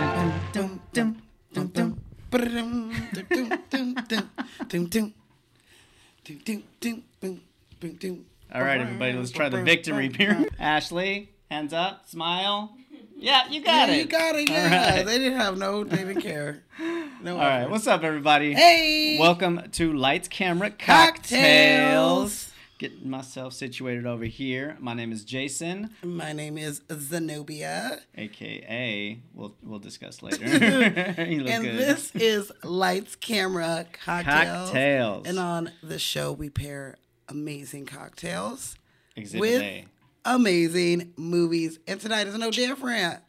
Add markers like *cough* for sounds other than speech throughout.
dum, dum, dum, dum, ba-da-dum, dum, dum, dum, dum, dum, dum, dum, dum, dum, dum, dum. All right, everybody, let's try the victory here. Ashley, hands up, smile. Yeah, you got Yeah, it. you got it. Yeah, right. they didn't have no. They didn't care. No. All right, what's up, everybody? Hey. Welcome to Lights Camera Cocktails. Cocktails. Getting myself situated over here. My name is Jason, My name is Zenobia, aka we'll we'll discuss later. *laughs* you look and good. this is Lights Camera Cocktails. Cocktails. And on the show, we pair amazing cocktails, Exhibit with- A. amazing movies, and tonight is no different.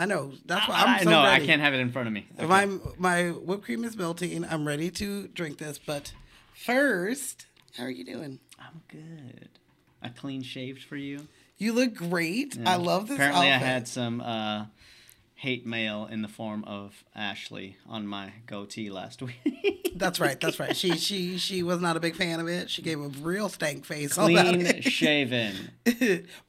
I know. That's why I'm I- so no, ready. I can't have it in front of me. Okay. My my whipped cream is melting. I'm ready to drink this, but first, how are you doing? I'm good. I clean shaved for you. You look great. I love this Mm. Apparently, outfit. I had some uh, hate mail in the form of Ashley on my goatee last *laughs* week. *laughs* That's right. That's right. She she she was not a big fan of it. She gave a real stank face about Clean it. *laughs* shaven.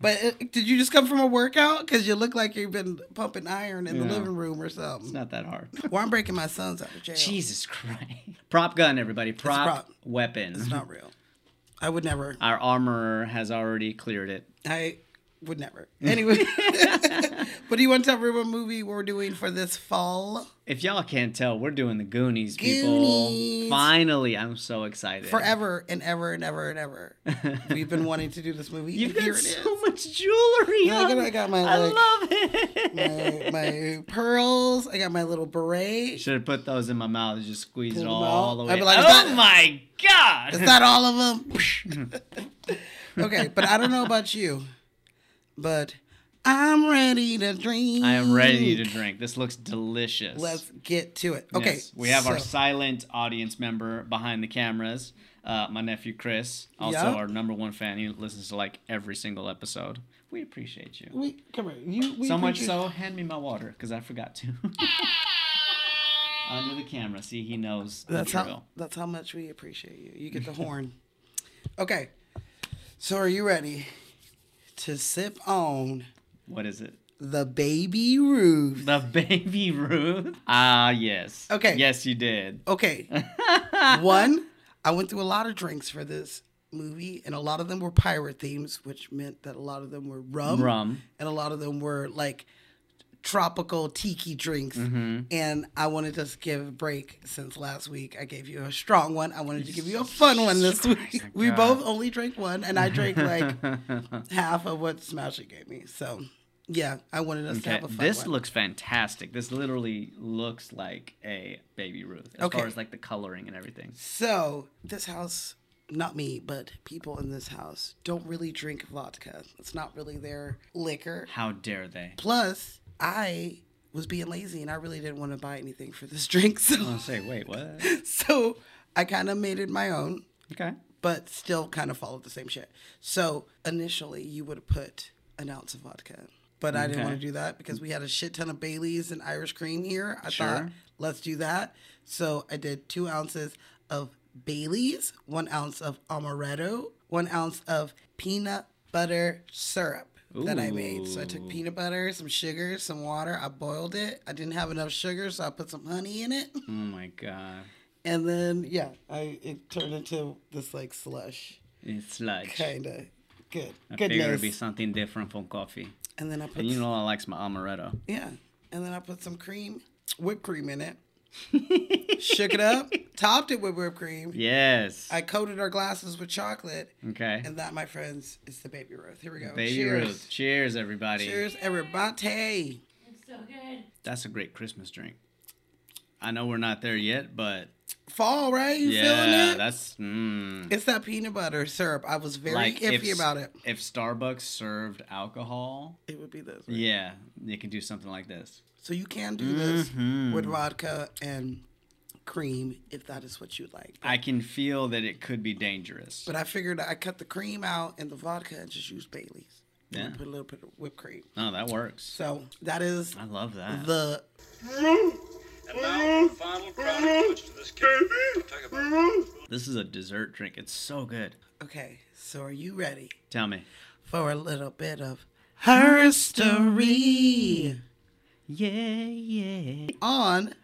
but uh, did you just come from a workout? Because you look like you've been pumping iron in the Yeah. living room or It's something. not that *laughs* hard. well, I'm breaking my sons out of jail. Jesus Christ. Prop gun, everybody. Prop, prop. weapon. It's not real. I would never. Our armorer has already cleared it. I would never. Mm. Anyway, *laughs* but do you want to tell everyone what movie we're doing for this fall? If y'all can't tell, we're doing the Goonies, people. Goonies. Finally, I'm so excited. Forever and ever and ever and ever. We've been wanting to do this movie. *laughs* You've and here got it is. so much jewelry. Yeah, I got- on. I got my, I like, love it. *laughs* my, *laughs* my pearls. I got my *laughs* little beret. Should have put those in my mouth and just squeezed it Pulled all, them out. the I'd way. be like, oh "Is that- my god! It's not all of them. Mm-hmm. okay, but I don't know about you, but I'm ready to drink. I am ready to drink. This looks delicious. Let's get to it. Okay, Yes, we have our so- silent audience member behind the cameras. Uh, my nephew Chris, also Yeah. our number one fan. He listens to like every single episode. We appreciate you. We come here. You we so much appreciate- so, hand me my water because I forgot to. *laughs* Under the camera. See, he knows the That's drill. how that's how much we appreciate you. You get the horn. *laughs* Okay, so are you ready to sip on What is it? the baby Ruth? The *laughs* baby Ruth. Ah, yes. Okay. Yes, you did. Okay. *laughs* One, I went through a lot of drinks for this movie, and a lot of them were pirate themes, which meant that a lot of them were rum. Rum. And a lot of them were like tropical tiki drinks. Mm-hmm. And I wanted to give a break since last week I gave you a strong one. I wanted to give you a fun *laughs* one this Oh week. We both only drank one, and I drank like half of what Smasher gave me. So, yeah, I wanted us to Okay, have a fun this one. looks fantastic. This literally looks like a baby Ruth as Okay. far as like the coloring and everything. So this house, not me, but people in this house don't really drink vodka. It's not really their liquor. How dare they? Plus, I was being lazy and I really didn't want to buy anything for this *laughs* drink, so I'll say, wait, what? so I kind of made it my own, *laughs* Okay. but still kind of followed the same shit. So initially, you would have put an ounce of vodka. But I didn't Okay. want to do that because we had a shit ton of Bailey's and Irish cream here. I thought, Sure. let's do that. So I did two ounces of Bailey's, one ounce of amaretto, one ounce of peanut butter syrup that I made. So I took peanut butter, some sugar, some water. I boiled it. I didn't have enough sugar, so I put some honey in it. Oh my god. And then, yeah, I it turned into this like slush, It's sludge. kind of. Good. I figured it'd be Goodness. something different from coffee. And then I put And you know I likes my amaretto. Yeah. And then I put some cream, whipped cream in it. *laughs* Shook it up, topped it with whipped cream. Yes. I coated our glasses with chocolate. okay. And that, my friends, is the baby Ruth. Here we go. Baby Cheers. Ruth. Cheers everybody. Cheers, everybody. It's so good. *laughs* That's a great Christmas drink. I know we're not there yet, but Fall, right? You yeah, feeling it? that's mm. It's that peanut butter syrup. I was very like if iffy about it. If Starbucks served alcohol, It would be this. right? Yeah, they can do something like this. So you can do this with Mm-hmm. vodka and cream if that is what you like. I can feel that it could be dangerous. But I figured I cut the cream out and the vodka and just use Bailey's. And Yeah. put a little bit of whipped cream. No, Oh, that works. So that is I love that. the And now the final Mm-hmm. product goes to this kid. Talk about This is a dessert drink. It's so good. okay. So are you ready Tell me. for a little bit of herstory? Yeah, yeah. on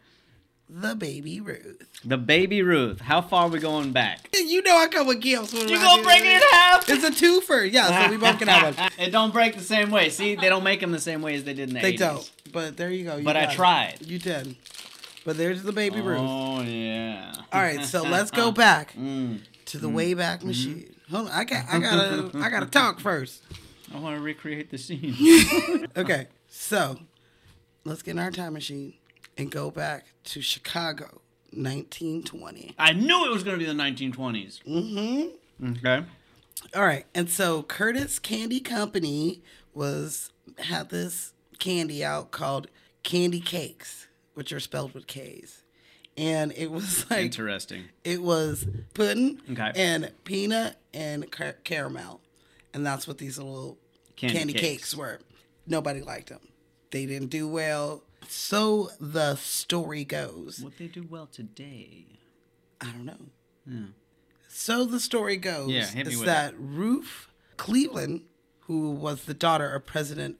the baby Ruth. The baby Ruth. How far are we going back? And you know I come with gifts. when You I gonna do break it this. in half? It's a twofer. Yeah, so we both can *laughs* have *laughs* one. it don't break the same way. See, they don't make them the same way as they did in the They 80s. don't. But there you go. You But I got it. tried. You did. But there's the baby Ruth. All Oh yeah. right, so let's go back Mm. to the way Wayback Machine. Hold on, I got, I gotta, I gotta talk first. I want to recreate the scene. *laughs* Okay, so let's get in our time machine and go back to Chicago, 1920. I knew it was gonna be the 1920s. hmm Okay. All right, and so Curtis Candy Company was had this candy out called candy cakes, which are spelled with K's, and it was *laughs* like Interesting. it was pudding Okay. and peanut and car- caramel, and that's what these little Candy candy, cakes. cakes. were. Nobody liked them. They didn't do well. So the story goes. What they do well today. I don't know. So the story goes Yeah, hit me is with that Ruth Cleveland, who was the daughter of President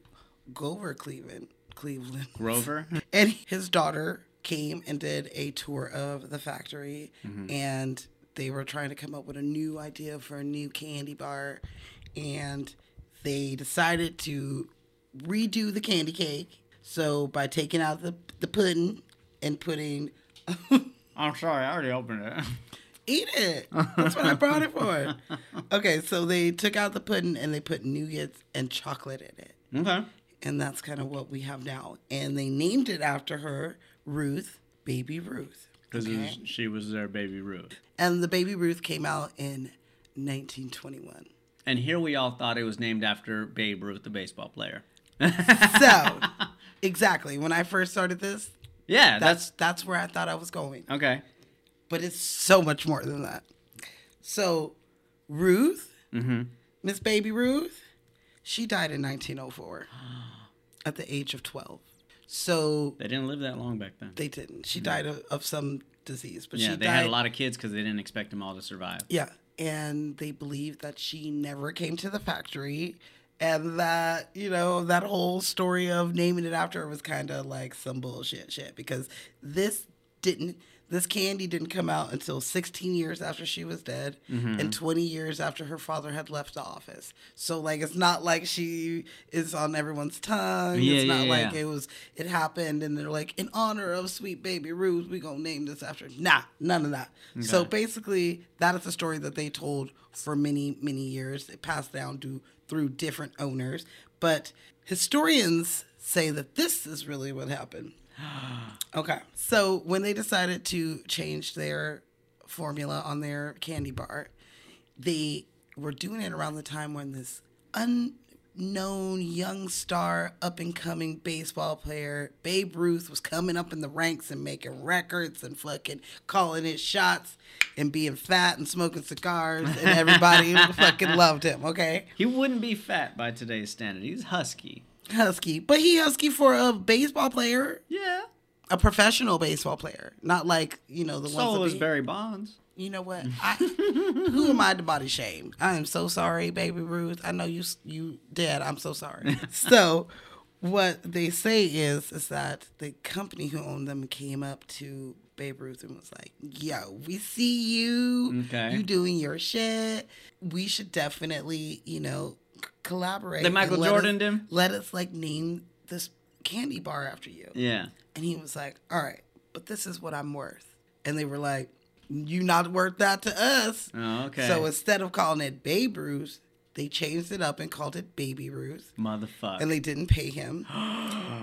Grover Cleveland, Cleveland, Grover. and his daughter came and did a tour of the factory and they were trying to come up with a new idea for a new candy bar and they decided to redo the candy cake so by taking out the, the pudding and putting *laughs* I'm sorry, I already opened it. *laughs* eat it that's what i brought it for okay so they took out the pudding and they put nougats and chocolate in it Okay. and that's kind of what we have now. And they named it after her, Ruth, baby Ruth. Because she was their baby Ruth. And the baby Ruth came out in 1921. And here we all thought it was named after Babe Ruth, the baseball player. *laughs* So, exactly, when I first started this, Yeah, that's, that's that's where I thought I was going. okay. But it's so much more than that. So, Ruth, Mm-hmm. Miss Baby Ruth, she died *gasps* in 1904 at the age of 12. So They didn't live that long back then. they didn't. She died of, of some disease, but Mm-hmm. yeah, she they died had a lot of kids because they didn't expect them all to survive. Yeah. And they believe that she never came to the factory and that, you know, that whole story of naming it after her was kind of like some bullshit shit because this didn't this candy didn't come out until 16 years after she was dead Mm-hmm. and 20 years after her father had left the office. So like it's not like she is on everyone's tongue. Yeah, it's yeah, not like yeah. it was it happened and they're like in honor of sweet baby Ruth, we going to name this after. Nah, none of that. So basically, that is the story that they told for many, many years. It passed down to through different owners, but historians say that this is really what happened. Okay. So when they decided to change their formula on their candy bar, they were doing it around the time when this unknown young star, up and coming baseball player, Babe Ruth, was coming up in the ranks and making records and fucking calling his shots and being fat and smoking cigars. And everybody fucking loved him, okay? He wouldn't be fat by today's standard. He's husky. Husky. But he husky for a baseball player, Yeah. a professional baseball player, not like, you know, the ones So that was be- Barry Bonds. You *laughs* know what? I, who am I to body shame? I am so sorry, baby Ruth. I know you you dead. I'm so *laughs* sorry. so, what they say is is that the company who owned them came up to Babe Ruth and was like, "Yo, we see you. Okay. You doing your shit. We should definitely, you know, c- collaborate." They and Michael let us- Jordaned him? Let us like name this candy bar after you. Yeah. And he was like, All right, but this is what I'm worth. And they were like, You not worth that to us. Oh, okay. So instead of calling it Babe Ruth, they changed it up and called it Baby Ruth. Motherfucker. And they didn't *gasps* pay him.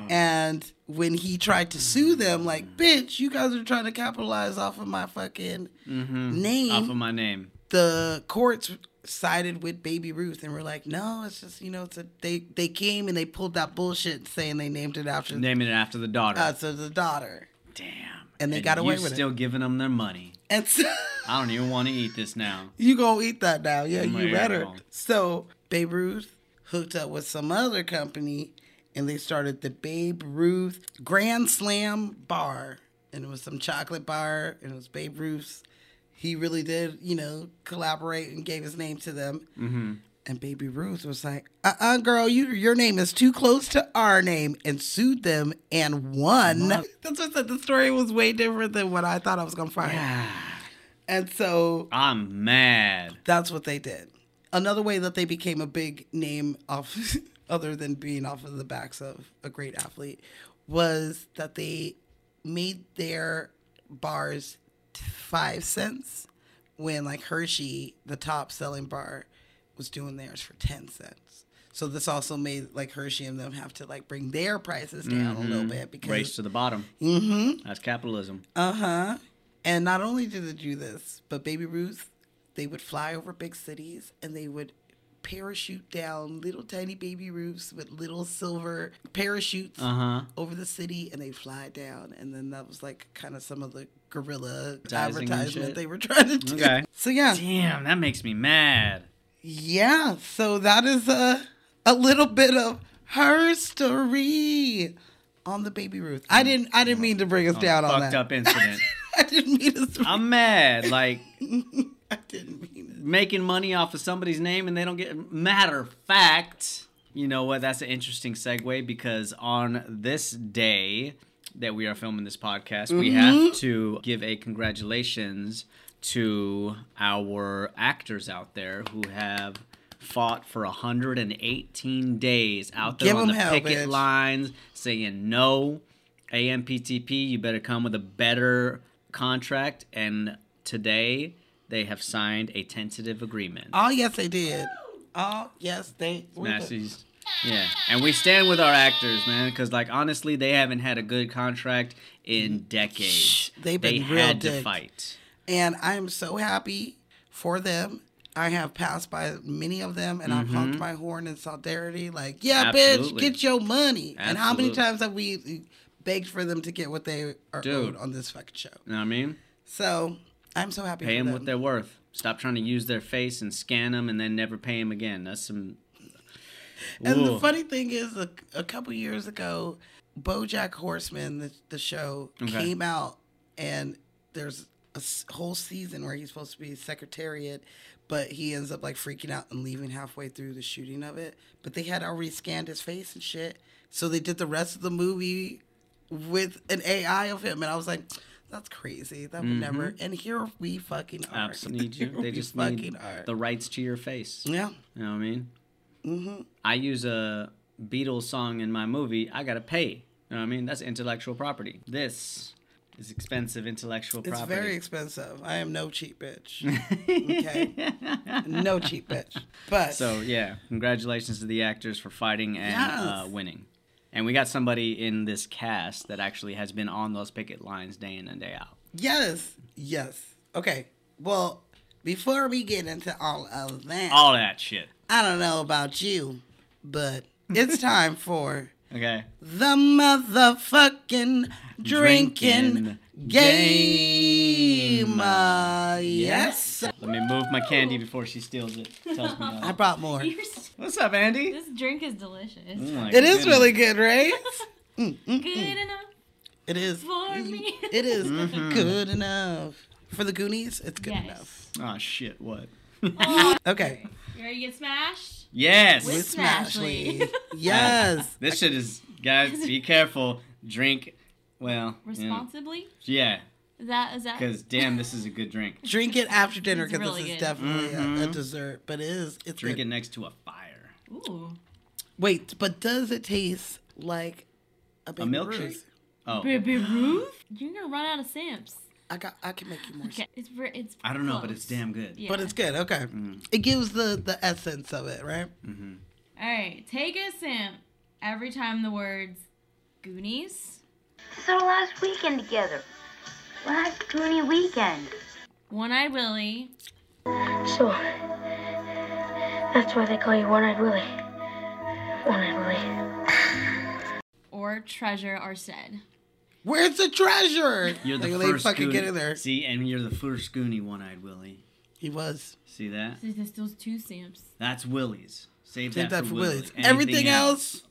and when he tried to sue them, like, bitch, you guys are trying to capitalize off of my fucking name Mm-hmm. Off of my name. the courts sided with Baby Ruth and were like, no, it's just you know, it's a they they came and they pulled that bullshit saying they named it after Naming it after the daughter. us as a daughter, Damn. Uh, and they got away with you it. still giving them their money. and *laughs* so I don't even want to eat this now. you gonna eat that now? Yeah, my you better. God. So Babe Ruth hooked up with some other company, and they started the Babe Ruth Grand Slam Bar, and it was some chocolate bar, and it was Babe Ruth's. He really did, you know, collaborate and gave his name to them. And Baby Ruth was like, uh uh girl, you, your name is too close to our name, and sued them and won. What? *laughs* That's what I said. The story was way different than what I thought I was going to find. And so I'm mad. that's what they did. Another way that they became a big name off *laughs* other than being off of the backs of a great athlete was that they made their bars t- 5 cents when like Hershey the top selling bar was doing theirs for 10 cents. So this also made like Hershey and them have to like bring their prices down a little bit because Race to the bottom. Mhm. That's capitalism. Uh huh. And not only did they do this, but Baby Ruth, they would fly over big cities and they would parachute down little tiny baby roofs with little silver parachutes Uh huh. over the city and they fly down. And then that was like kind of some of the guerrilla Advertising and shit. advertisement they were *laughs* trying to do. Okay. So yeah, Damn, that makes me mad. yeah. So that is a a little bit of her story on the Baby Ruth. I didn't I didn't mean to bring us down on Mm-hmm. Fucked that. up *laughs* incident. I didn't mean to. I'm mad. Like I didn't mean making money off of somebody's name and they don't get. Matter of fact, you know what? That's an interesting segue because on this day that we are filming this podcast, we Mm-hmm. have to give a congratulations to our actors out there who have fought for 118 days out there Give on 'em the hell, picket bitch. lines saying no AMPTP, you better come with a better contract. And today they have signed a tentative agreement. Oh yes, they did. Oh yes, they. we did. Massey's. Yeah, and we stand with our actors, man, because like honestly, they haven't had a good contract in decades. They've they been real had to dicks. fight. And I am so happy for them. I have passed by many of them, and I've honked my horn in solidarity. Like, yeah, bitch, Mm-hmm. Absolutely. get your money. And how many Absolutely. times have we begged for them to get what they are Dude. owed on this fucking show? You know what I mean? So I'm so happy. Pay for them them what they're worth. Stop trying to use their face and scan them, and then never pay them again. That's some. And the Ooh. funny thing is, a, a couple years ago, BoJack Horseman, the, the show, Okay. came out, and there's a s- whole season where he's supposed to be Secretariat, but he ends up like freaking out and leaving halfway through the shooting of it. But they had already scanned his face and shit, so they did the rest of the movie with an AI of him, and I was like. That's crazy. That would Mm-hmm. never. And here we fucking are. Apps need *laughs* you. Here They we just fucking need are. the rights to your face. yeah. You know what I mean? Mm-hmm. I use a Beatles song in my movie. I gotta pay. You know what I mean? That's intellectual property. This is expensive intellectual It's property. very expensive. I am no cheap *laughs* bitch. Okay. no cheap bitch. But So yeah, congratulations to the actors for fighting and uh, Yes. winning. And we got somebody in this cast that actually has been on those picket lines day in and day out. yes, yes. Okay. Well, before we get into all of that, All that shit. I don't know about you, *laughs* but it's time for Okay. the motherfucking drinking, Drinking game. game. Uh, yes. Let me move my candy before she steals *laughs* it. Tells me I that. *laughs* brought more. You're s- What's up, Andy? *laughs* This drink is delicious. Oh my It is goodness. really good, right? Good Mm. enough It is. for me. It is good enough. For Mm-hmm. the Goonies, it's good yes. enough. Oh shit! What? Oh, Okay. you ready to get smashed? Yes. With Smashly. *laughs* Smashly. yes. This shit is, guys, be careful. Drink, well, you know, Responsibly? yeah, Is that is that because damn, this is a good drink. Drink it after dinner It's because really this is good. definitely a, a Mhm. dessert, but it is. It's Drink it good. next to a fire. Ooh. Wait, but does it taste like a, Baby milkshake? Ruth? Oh, Baby Ruth? You're gonna run out of Sims. I got. I can make you more. Okay. It's ver- it's I don't know, but close. it's damn good. Yeah. But it's good. Okay. Mm. It gives the the essence of it, right? Alright, take a sim every time the words Goonies. It's our last weekend together. Last Goonie weekend. One eyed Willie. So, that's why they call you One Eyed Willie. One Eyed Willie. Or treasure are said. Where's the treasure? You're the Like, they first fucking Goonie- get in there. See, and you're the first Goonie one-eyed Willie. He was. See that? This is those two Sims. That's Willie's. Save, Take that, for, Willie's. Willy's. Everything else,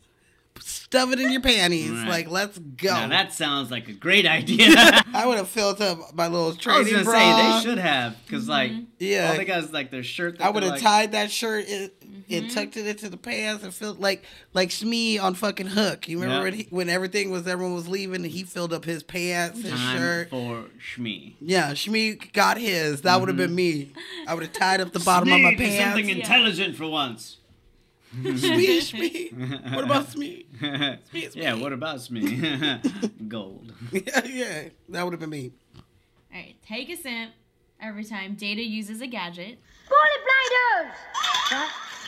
stuff it in your panties. Right. Like, let's go. Now that sounds like a *laughs* great idea. *laughs* I would have filled up my little I was training gonna bra. say they should have, because like Yeah. Mm-hmm. all they got is like their shirt. That I would have they're, like, tied that shirt in, and tucked it into the pants and filled like like Shmee on fucking Hook. You remember Yeah. when, he, when everything was everyone was leaving and he filled up his pants, his Time shirt. for Shmi. Yeah, Shmee got his. That would have been me. I would have tied up the bottom of my Mm-hmm. something pants. Yeah. intelligent for once. Shmee, Shmee. What about Shmee? yeah, what about *laughs* Shmi? Gold. *laughs* yeah, yeah, that would have been me. All right, take a simp every time Data uses a gadget. Bully blinders!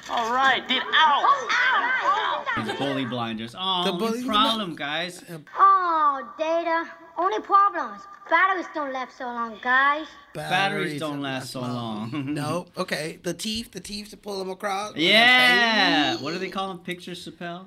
All right, dude. Oh, Ow! Ow! His bully blinders. Oh, The the bully- problem, guys. Oh, Data. Only problems. Batteries don't last so long, guys. Batteries don't last so *laughs* long. no, okay. The teeth, the teeth to pull them across. Yeah. What do they call them? Picture Chappelle?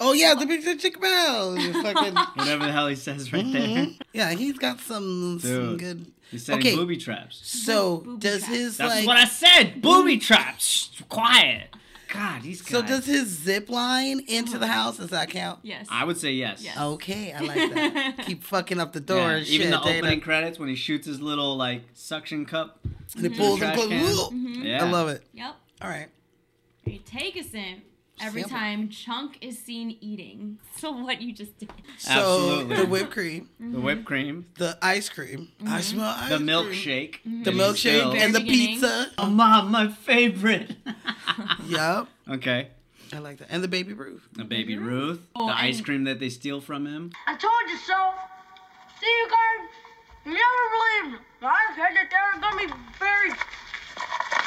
Oh yeah, the big chick bell. You fucking- *laughs* Whatever the hell he says right Mm-hmm. there. yeah, he's got some, some Dude. good. He's setting Okay. booby traps. So Booby does trap. his That's like? Mm-hmm. what I said. Booby traps. Shh, Quiet. God, he's so guys. does his zip line into the house? Does that count? Yes. I would say yes. Yes. Okay, I like *laughs* that. Keep fucking up the door Yeah, and Oh, shit. even the Dana. opening credits when he shoots his little like suction cup. and it pulls and trash closes. can. Woo! Yeah. Mm-hmm. I love it. Yep. All right. You take a simp every Simp. time Chunk is seen eating. *laughs* So what you just did. So Absolutely. the whipped cream, The whipped cream, the ice cream, I smell ice the cream. milkshake, the milkshake, Very and the Mm-hmm. beginning. pizza. Oh, mom, my favorite. Yup. *laughs* okay. I like that. And the baby Ruth. The baby Ruth, Oh, the ice and- cream that they steal from him. I told you so. See you guys. You never believed. me. I said that they were gonna be buried.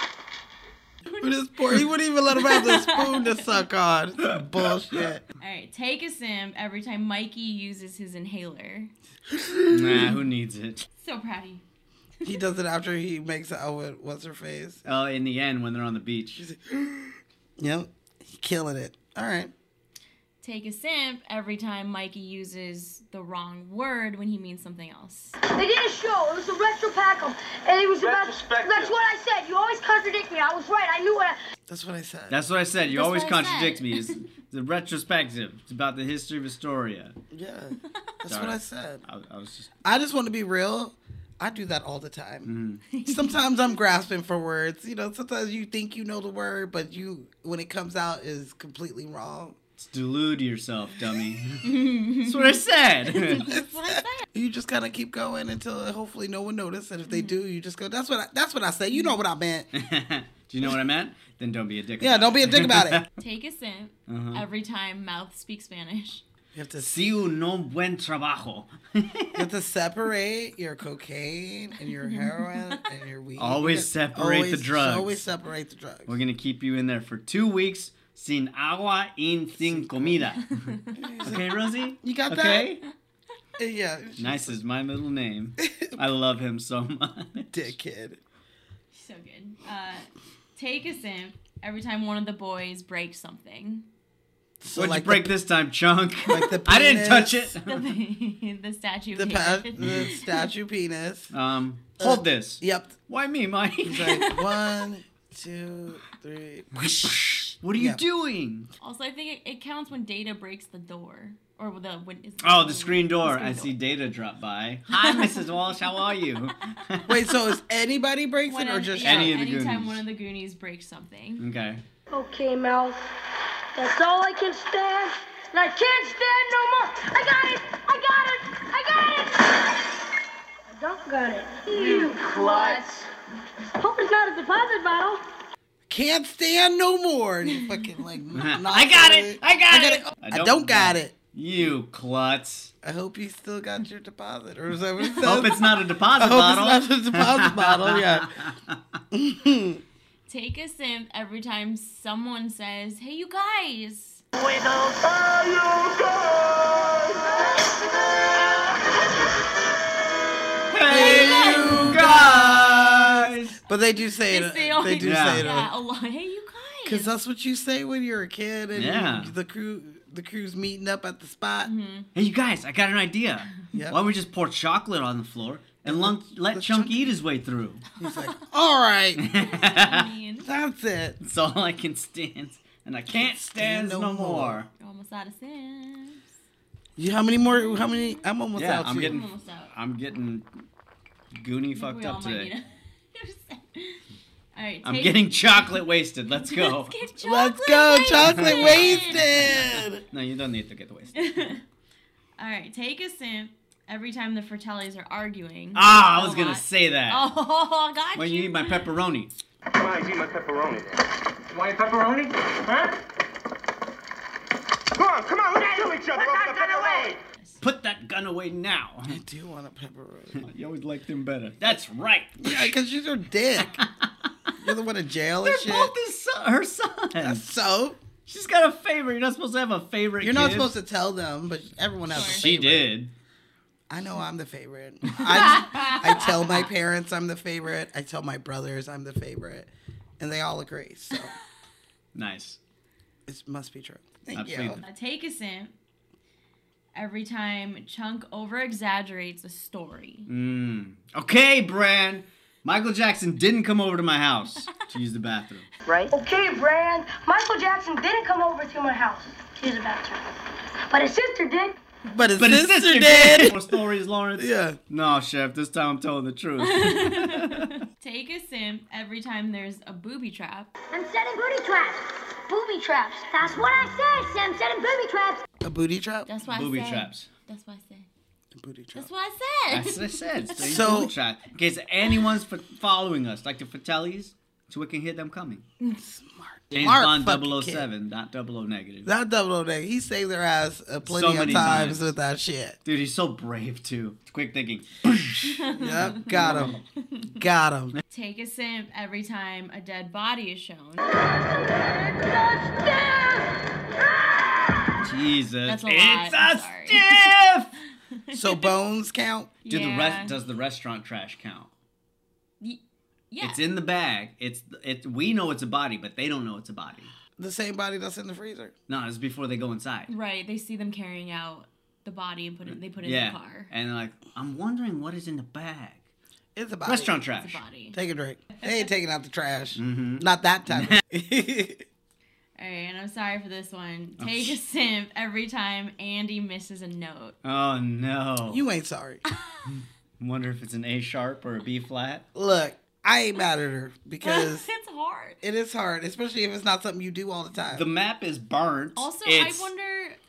With his poor, he wouldn't even let him have the spoon to suck on. It's Bullshit. All right, take a simp every time Mikey uses his inhaler. Mm-hmm. nah, who needs it? So proud of you. He does it after he makes out with what's her face. Oh, in the end, when they're on the beach. Yep, he killing it. All right. Take a simp every time Mikey uses the wrong word when he means something else. They did a show. It was a retro pack 'em, And it was about. Retrospective. That's what I said. You always contradict me. I was right. I knew what I. That's what I said. That's what I said. You That's always what I contradict said. me. *laughs* It's the retrospective. It's about the history of Astoria. yeah, that's Sorry. what I said. I, I was just I just want to be real. I do that all the time. sometimes I'm grasping for words. You know, sometimes you think you know the word, but you when it comes out is completely wrong. it's delude yourself, *laughs* dummy. That's what I *laughs* said. That's what I said. You just gotta keep going until hopefully no one notices. And if they do, you just go. That's what I, that's what I said. You know what I meant. Do you know what I meant? Then don't be a dick. Yeah, about don't be a dick *laughs* about it. Take a simp every time Mouth speaks Spanish. You have to Si un no buen trabajo. You have to separate your cocaine and your heroin and your weed. Always You separate the drugs. Always separate the drugs. We're gonna keep you in there for two weeks, sin agua y sin comida. *laughs* okay, *laughs* Rosie. You got Uh, okay? Yeah. *laughs* Nice is my middle name. I love him so *laughs* much. Dickhead. So good. Uh, take a simp every time one of the boys breaks something. *laughs* So What'd like you break the, this time, Chunk? *laughs* like the *laughs* I didn't touch penis. it. the, the statue. the, of pa- *laughs* David. the statue penis? Um, Uh, hold this. Yep. Why me, Mike? It's *laughs* like one, two, three. what are you Yeah. doing? Also, I think it, it counts when Data breaks the door or the when. is- Oh, the screen door. screen I see Data drop by. *laughs* Hi, Mrs. Walsh. How are you? Wait. So is anybody breaks When it or just yeah, Any of the anytime Goonies. one of the Goonies breaks *laughs* something. Okay. Okay, Mouth. That's all I can stand. And I can't stand no more. I got it. I got it. I got it. I don't got it. You klutz. Hope it's not a deposit bottle. can't stand no more? And you fucking like. knock *laughs* I got it. I got, I it. got it. I don't got it. You klutz. I hope you still got your deposit, or is that *laughs* what it says? Hope it's not a deposit I bottle. hope it's not a deposit bottle. Yeah. Take a simp every time someone says, "Hey, you guys." *laughs* Hey, you guys. But they do say It's it. uh, the only They do Yeah. say Yeah, it. a lot. Hey, you Because guys. that's what you say when you're a kid and Yeah. the crew the crew's meeting up at the *laughs* spot. Mm-hmm. Hey, you guys. I got an idea. Yep. Why don't we just pour chocolate on the floor and lunk, let Chunk, eat his way through? *laughs* He's like, all right, I mean, that's it. It's all I can stand, and I can't stand, no, more. you're almost out of simps. You, how many more? How many? I'm almost Yeah, out. I'm too. I'm getting- almost out. I'm getting goony We fucked all up might today. need a- *laughs* All right, I'm take- *laughs* getting chocolate wasted. Let's go. Let's get chocolate. Let's go, *laughs* chocolate wasted. wasted. No, you don't need to get the wasted. *laughs* All right, take a sip every time the Fratellis are arguing. Ah, I was A gonna lot. say that. *laughs* Oh, I got When you. you *laughs* eat my pepperoni. Why do you want pepperoni then? You want your pepperoni? Huh? Come on, come on, let's kill each other. over the pepperoni. Put that gun away now. I do want a *laughs* pepperoni. You always liked them better. That's right. Yeah, because you're *laughs* a dick. You're the one in jail They're and shit. both his son, her sons. so She's got a favorite. You're not supposed to have a favorite. you're not kid. supposed to tell them, but everyone has a favorite. She did. I know I'm the favorite. I, I tell my parents I'm the favorite. I tell my brothers I'm the favorite, and they all agree. So Nice. it must be true. Thank Absolutely. you. Uh, take a sip every time Chunk over exaggerates a story. Mm. Okay, Bran. Michael Jackson didn't come over to my house *laughs* to use the bathroom. Right? Okay, Brand. Michael Jackson didn't come over to my house to use the bathroom, but his sister did. But his But his sister sister, did. More stories, Lawrence. Yeah. No, Chef. This time I'm telling the *laughs* truth. Take a sip every time there's a booby trap. I'm setting booty traps. Booby traps. That's what I said, Sam. Setting booby traps. A booty trap. That's what Booby I said. traps. That's what I said. A booty trap. That's what I That's said. what I said. So, So- so in case anyone's f- following us, like the Fratellis, so we can hear them coming. Smart. James Smart fucking Bond kid. 007, not 00 negative. That double O day, he saved their ass uh, plenty of many times, times. with that shit. Dude, he's so brave too. Quick *laughs* thinking. Yep, got him, got him. *laughs* Take a sip every time a dead body is shown. Jesus. That's a it's lot. a I'm sorry. stiff. So bones count. Dude, the Yeah. rest does the restaurant trash count? Y- yeah. It's in the bag. It's it. We know it's a body, but they don't know it's a body. The same body that's in the freezer. No, it's before they go inside. Right. They see them carrying out the body and put it. They put it yeah, in the car. and they're like, I'm wondering what is in the bag. It's a body. Restaurant Mm-hmm. It's trash. a body. Take a drink. They ain't taking out the trash. Not that time. All right, and I'm sorry for this one. Oh, Take a simp every time Andy misses a note. Oh no. *laughs* you ain't sorry. Wonder if it's an A sharp or a B flat. Look, I ain't mad at her *laughs* *laughs* because it's hard. it is hard, especially if it's not something you do all the time. The map is burnt. Also, I wonder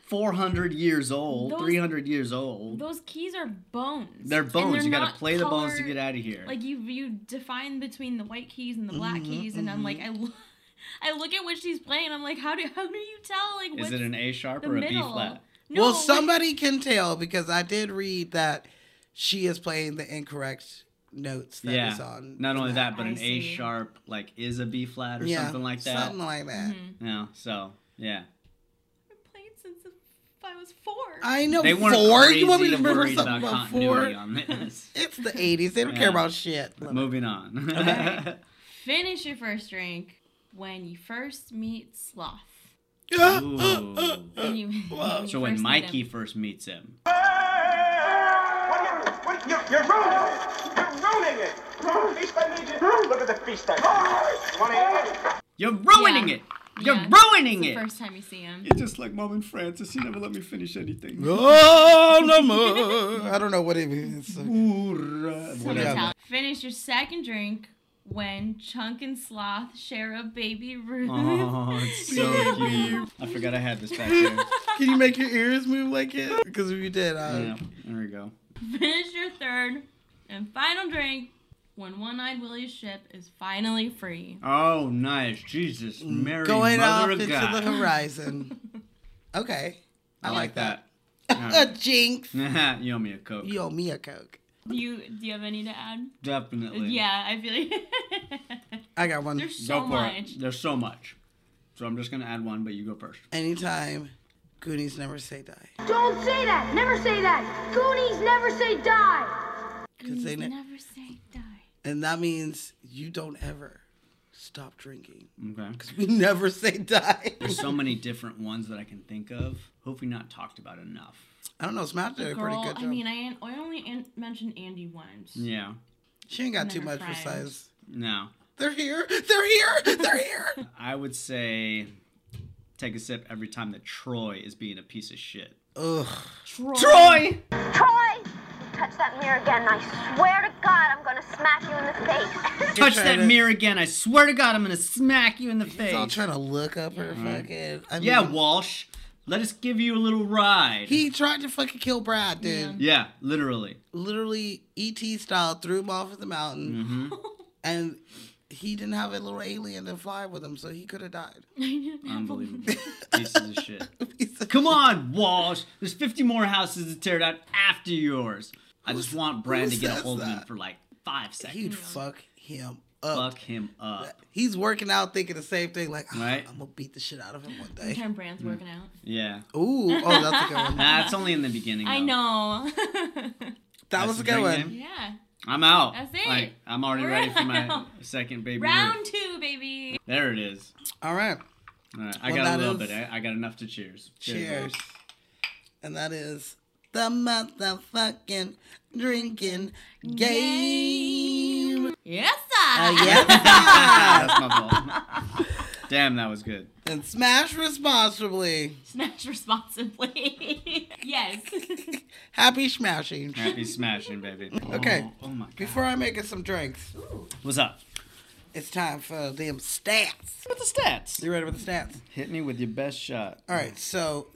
400 years old, Those- 300 years old. those keys are bones. They're And bones. you gotta not play the bones to colored- get out of here. Like you, you define between the white keys and the black Mm-hmm, keys, and I'm like, I, lo- *laughs* I look at which he's playing. I'm like, how do how do you tell? Like, is what's it an A sharp the or a B middle? flat? No, well, like- somebody can tell because I did read that she is playing the incorrect notes that is Yeah. on. Not only that, but I an A see. sharp like is a B flat or Yeah, something like that. Something like that. Yeah. So yeah. I've played since I was four. I know. They weren't four. crazy you want me to remember worried something about about continuity four? on this. *laughs* It's the '80s. They don't Yeah. care about shit. Moving on. Finish your first drink when you first meet Sloth. *laughs* Ooh. *coughs* When you, when you So when first meet Mikey him. first meets him, What are you- what are you- You're ruining it. You're ruining it. Feast I need you. Look at the feast I need. You want to eat it? you're ruining Yeah. it. You're Yeah. ruining the it. first time you see him. You're just like mom and Francis. He never let me finish anything. *laughs* Oh, no more. I don't know what it *laughs* means. Whatever. *laughs* Yeah. Finish your second drink when Chunk and Sloth share a baby room. Oh, it's so cute. I forgot I had this back here. Can you make your ears move like it? Because if you did, I. Yeah, there we go. *laughs* Finish your third and final drink when One Eyed Willie's ship is finally free. Oh, nice. Jesus, Mary, going off Mother of into God. the horizon. *laughs* Okay, I, like that. that. A *laughs* jinx. you owe me a coke. You owe me a coke. Do you do you have any to add? Definitely. Yeah, I feel like I got one. *laughs* there's so Go for much. it. There's so much. So I'm just gonna add one, but you go first. Anytime, Goonies never say die. Don't say that. Never say that. Goonies never say die. Cause they You ne- never say die. and that means you don't ever stop drinking. *laughs* Okay. We never say die. There's so many different ones that I can think of. Hopefully, not talked about enough. I don't know. Smash did a pretty Girl, good job. I mean, I, an- I only an- mentioned Andy once. Yeah. she ain't got too Never much for cried. size. No. They're here. They're here. They're here. *laughs* I would say take a sip every time that Troy is being a piece of shit. Ugh. Troy. Troy. Troy, you touch that mirror again, and I swear to God, I'm gonna smack you in the face. Touch trying that to- mirror again. I swear to God, I'm going to smack you in the face. He's all trying to look up her fucking. I mean, yeah, Walsh, let us give you a little ride. Mm-hmm. he tried to fucking kill Brad, dude. yeah, literally. Literally, ET style, threw him off of the mountain, *laughs* and he didn't have a little alien to fly with him, so he could have died. *laughs* Unbelievable. Pieces of shit. Come on, Walsh. There's 50 more houses to tear down after yours. I just want Brad who to get a says hold of him that? for like five seconds. He'd fuck him up. Fuck him up. He's working out, thinking the same thing. Like, "Ah, Right. I'm gonna beat the shit out of him one day. Turn brand's working out. *laughs* Yeah. Ooh, oh, that's a good *laughs* one. Nah, it's only in the beginning. I though. know. *laughs* That was the a good drink one. game? yeah. I'm out. That's it. Like, I'm already We're ready for my out. second baby. Round Ruth. two, baby. There it is. All right, All right, I Well, got a that little is- bit. I, I got enough to cheers. cheers. And that is the motherfucking drinking game. Yes, sir. Uh, yes. That's my fault. Damn, that was good. *laughs* and smash responsibly. Smash *laughs* responsibly. *laughs* yes. Happy smashing. Happy smashing, baby. Okay. Oh, oh my God. Before I make us some drinks, What's up? it's time for them stats. What the stats? You ready for the stats? Hit me with your best shot. All right, so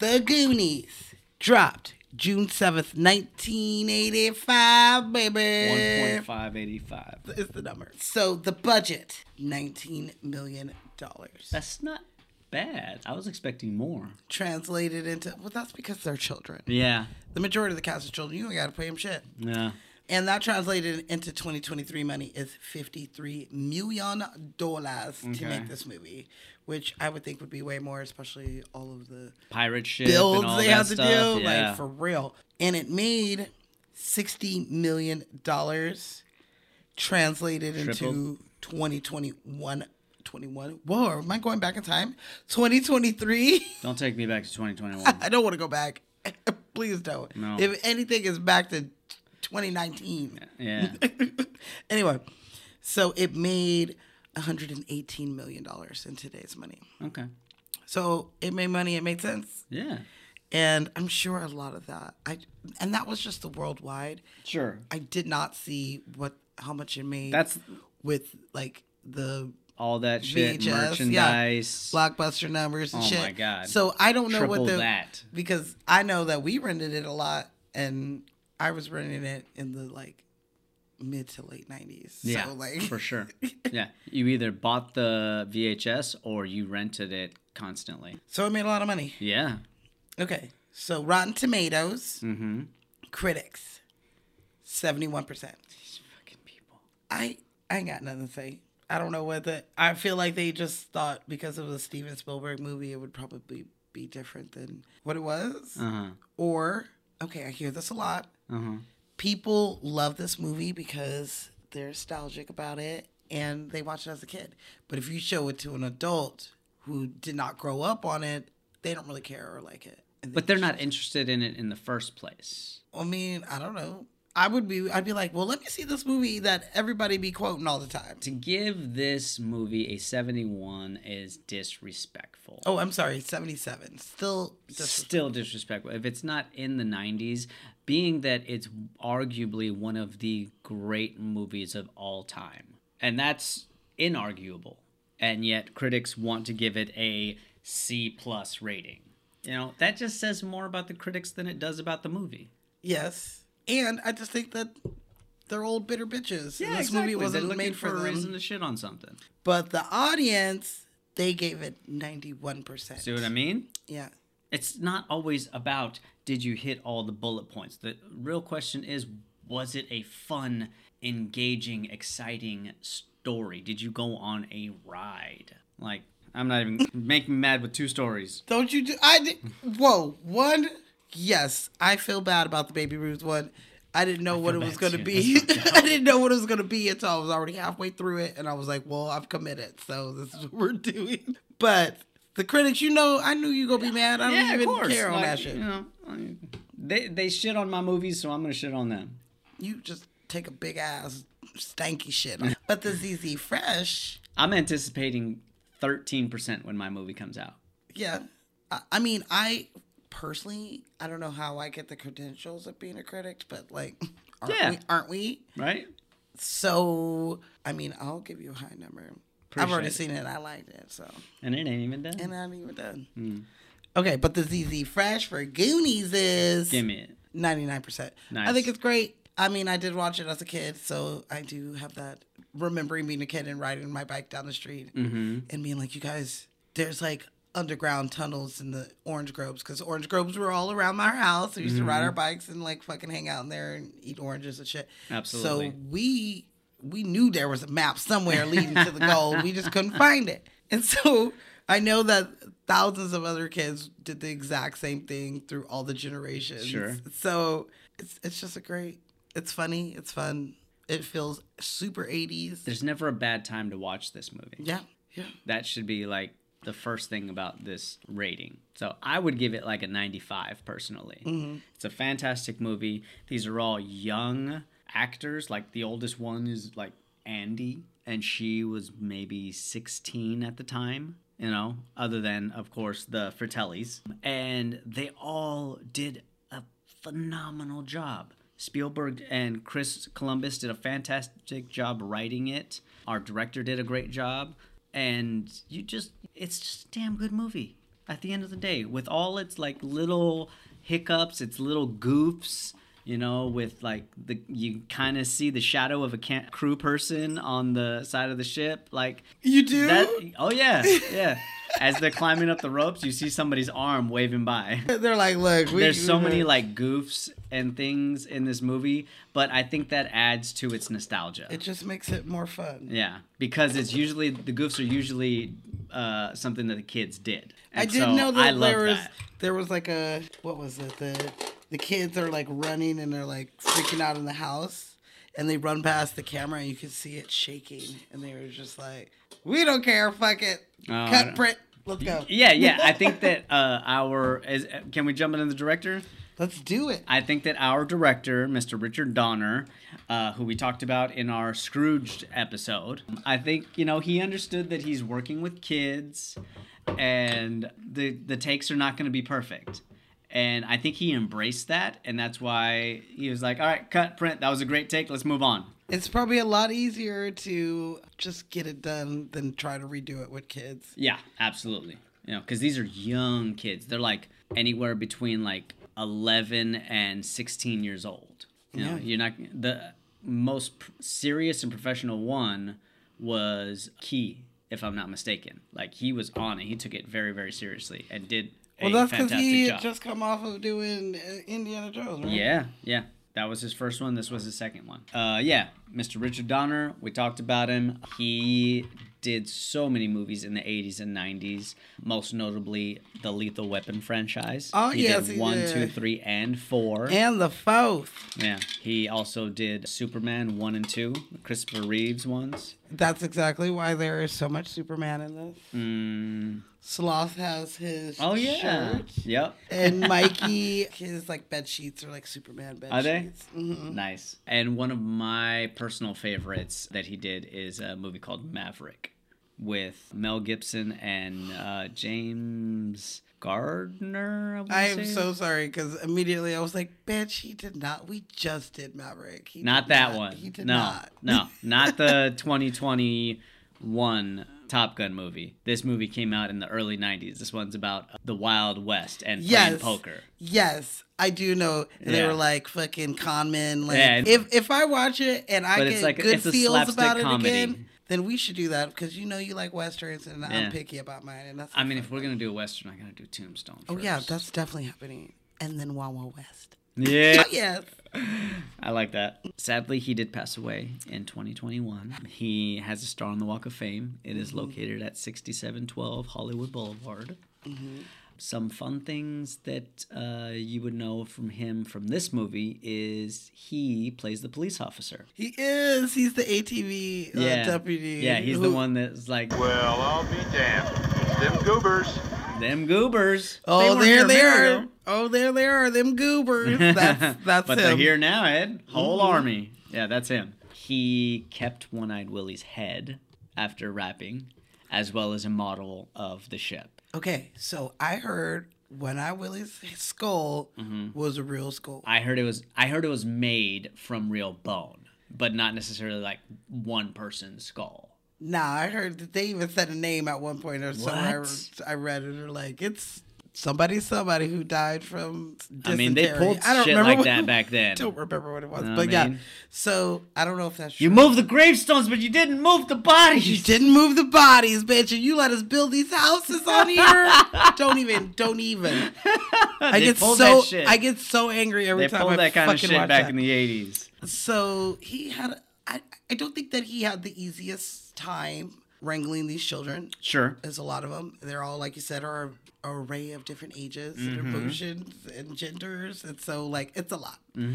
The Goonies dropped June 7th, 1985, Eh. baby. 1.585. is the number. So the budget, $19 million. That's not bad. I was expecting more. Translated into, well, that's because they're children. Yeah. The majority of the cast is children. You ain't got to pay them shit. Yeah. And that translated into 2023 money is $53 million to Okay. make this movie, which I would think would be way more, especially all of the Pirate ship. and all builds they that had to stuff. do. Yeah. Like, for real. And it made $60 million translated Tripled. into 2021. 21. Whoa, am I going back in time? 2023? Don't take me back to 2021. *laughs* *laughs* I don't want to go back. *laughs* Please don't. No. If anything is back to 2019. yeah. anyway, so it made $118 million in today's money. Okay. So it made money, it made sense. Yeah. And I'm sure a lot of that I and that was just the worldwide. Sure. I did not see what how much it made That's with like the all that shit. VHS, yeah. merchandise. blockbuster numbers and Oh shit. my God. So I don't know Triple what the that. because I know that we rented it a lot, and I was renting it in the like mid to late nineties. Yeah, so, like for *laughs* sure. Yeah, you either bought the VHS or you rented it constantly. so it made a lot of money. Yeah. Okay, so Rotten Tomatoes Mm-hmm. critics, seventy one percent. These fucking people. I I ain't got nothing to say. I don't know whether I feel like they just thought because it was a Steven Spielberg movie, it would probably be different than what it was. Uh Or okay, I hear this a lot. huh. Uh huh. people love this movie because they're nostalgic about it and they watch it as a kid. But if you show it to an adult who did not grow up on it, they don't really care or like it. And But they're not interested in it in the first place. I mean, I don't know. I would be. I'd be like, well, let me see this movie that everybody be quoting all the time. To give this movie a 71 is disrespectful. Oh, I'm sorry, seventy-seven. Still, just, Still disrespectful. If it's not in the 90s, being that it's arguably one of the great movies of all time. And that's inarguable. And yet critics want to give it a C plus rating. You know, that just says more about the critics than it does about the movie. yes. And I just think that they're old bitter bitches. and this movie They're wasn't looking um, made for, a them. reason to shit on something. But the audience, they gave it ninety-one percent. See what I mean? Yeah. it's not always about did you hit all the bullet points. The real question is was it a fun, engaging, exciting story? Did you go on a ride? Like, I'm not even *laughs* making me mad with two stories. Don't you do? I did. Whoa, one. Yes, I feel bad about the Baby Ruth one. I didn't know what it bad was going to too. be. That's *laughs* fucked I didn't know what it was going to be until I was already halfway through it, and I was like, "Well, I've committed, so this is what we're *laughs* doing." But the critics, you know, I knew you gonna be mad. I don't even care on Like, that shit. You know, I mean, they, they shit on my movies, so I'm going to shit on them. You just take a big ass stanky shit. *laughs* but the ZZ Fresh, I'm anticipating 13% when my movie comes out. yeah. I, I mean, I personally, I don't know how I get the credentials of being a critic, but like, *laughs* aren't Yeah. we? Aren't we? right? So, I mean, I'll give you a high number. I've already Appreciate seen it. I liked it. So, And it ain't even done. and I'm even done. Hmm. Okay, but the ZZ Fresh for Goonies is Give me it. 99%. I Nice. think it's great. I mean, I did watch it as a kid, so I do have that remembering being a kid and riding my bike down the street Mm-hmm. and being like, you guys, there's like underground tunnels in the orange groves because orange groves were all around my house. We used to Mm-hmm. ride our bikes and like fucking hang out in there and eat oranges and shit. Absolutely. So we we knew there was a map somewhere leading to the goal. We just couldn't find it. And so I know that thousands of other kids did the exact same thing through all the generations. Sure. So it's it's just a great. It's funny. It's fun. It feels super 80s. There's never a bad time to watch this movie. yeah. Yeah. That should be like the first thing about this rating. So I would give it like a 95 personally. It's a fantastic movie. These are all young actors. Like the oldest one is like Andy, and she was maybe 16 at the time. You know, other than of course the Fratellis, and they all did a phenomenal job. Spielberg and Chris Columbus did a fantastic job writing it. Our director did a great job. And you just, it's just a damn good movie at the end of the day. With all its like little hiccups, its little goofs, you know, with like the, you kind of see the shadow of a can- crew person on the side of the ship. Like, You do? that, oh yeah, yeah. As they're climbing up the ropes, you see somebody's arm waving by They're like, look, we, there's so many like goofs and things in this movie, but I think that adds to its nostalgia. It just makes it more fun. yeah, because it's usually the goofs are usually uh, something that the kids did. I And did so know that I love there was that. there was like a what was it the the kids are like running and they're like freaking out in the house and they run past the camera and you can see it shaking and they were just like we don't care fuck it Oh, I cut don't- print let's go Yeah, yeah. I *laughs* think that uh, our is, can we jump into the director? let's do it I think that our director, Mr. Richard Donner, uh, who we talked about in our Scrooged episode, I think you know he understood that he's working with kids, and the the takes are not going to be perfect, and I think he embraced that, and that's why he was like, "All right, cut, print. That was a great take. Let's move on." it's probably a lot easier to just get it done than try to redo it with kids Yeah, absolutely. You know, because these are young kids. They're like anywhere between like 11 and 16 years old. You know, Yeah. you're not the most pr- serious and professional one was Key, if I'm not mistaken. Like he was on it. He took it very, very seriously and did a well that's because fantastic he had job. just come off of doing uh, Indiana Jones right Yeah, yeah. That was his first one. This was his second one. Uh, yeah, Mr. Richard Donner. We talked about him. He did so many movies in the 80s and 90s, most notably the Lethal Weapon franchise. Oh, he yes, did he one, did. two, three, and four. and the fourth yeah, he also did Superman one and two, Christopher Reeves ones. that's exactly why there is so much Superman in this. Mm. Sloth has his Oh yeah, *laughs* shirt. yep. And Mikey, his like bed sheets are like Superman bed Are they? Mm, sheets. Mhm. Nice. And one of my personal favorites that he did is a movie called Maverick with Mel Gibson and uh, James Gardner. I wanna I am say. so sorry because immediately I was like, bitch, he did not. We just did Maverick. He not did that not- one. He did no, not. *laughs* no, not the 2021 Top Gun movie. This movie came out in the early 90s. This one's about the Wild West and playing Yes. poker. Yes, I do know. And They Yeah. were like fucking con men. Like Yeah. if if I watch it and I But get it's like- good it's a feels slapstick about it comedy. again, then we should do that because you know you like westerns and Yeah. I'm picky about mine. And that's I mean, if we're gonna do a western, I gotta do Tombstone. Oh yeah, first. that's definitely happening. And then Wawa West. yeah. Oh yes. I like that. Sadly, he did pass away in 2021. He has a star on the Walk of Fame. It Mm-hmm. is located at 6712 Hollywood Boulevard. Mm-hmm. Some fun things that uh, you would know from him from this movie is he plays the police officer. He is. He's the ATV uh, deputy. Yeah, he's the who- one that's like, Well, I'll be damned. Them goobers. them goobers. Oh, weren't there here a they minute are. ago." Oh, there they are. Them *laughs* goobers. That's that's but they're him. Mm-hmm. here now, Ed. Whole army. Yeah, that's him. He kept One Eyed Willie's head after rapping, as well as a model of the ship. Okay, so I heard When I Willie's skull Mm-hmm. was a real skull. I heard it was I heard it was made from real bone, but not necessarily like one person's skull. Nah, I heard that they even said a name at one point or somewhere. What? I read it or like it's somebody, somebody who died from. Dysentery. I mean, they pulled *laughs* I don't shit remember like what- that back then. Don't remember what it was, Know what but I yeah. mean? So I don't know if that's true. You moved the gravestones, but you didn't move the You bodies. didn't move the bodies, bitch, and you let us build these houses *laughs* on here. don't even, don't even. I *laughs* They get pulled so that shit. I get so angry every They time pulled I that kind fucking of shit watch back that. in the eighties. So he had. A, I I don't think that he had the easiest time wrangling these children. Sure. There's a lot of them. They're all, like you said, are a array of different ages Mm-hmm. and emotions and genders, and so like it's a lot. Mm-hmm.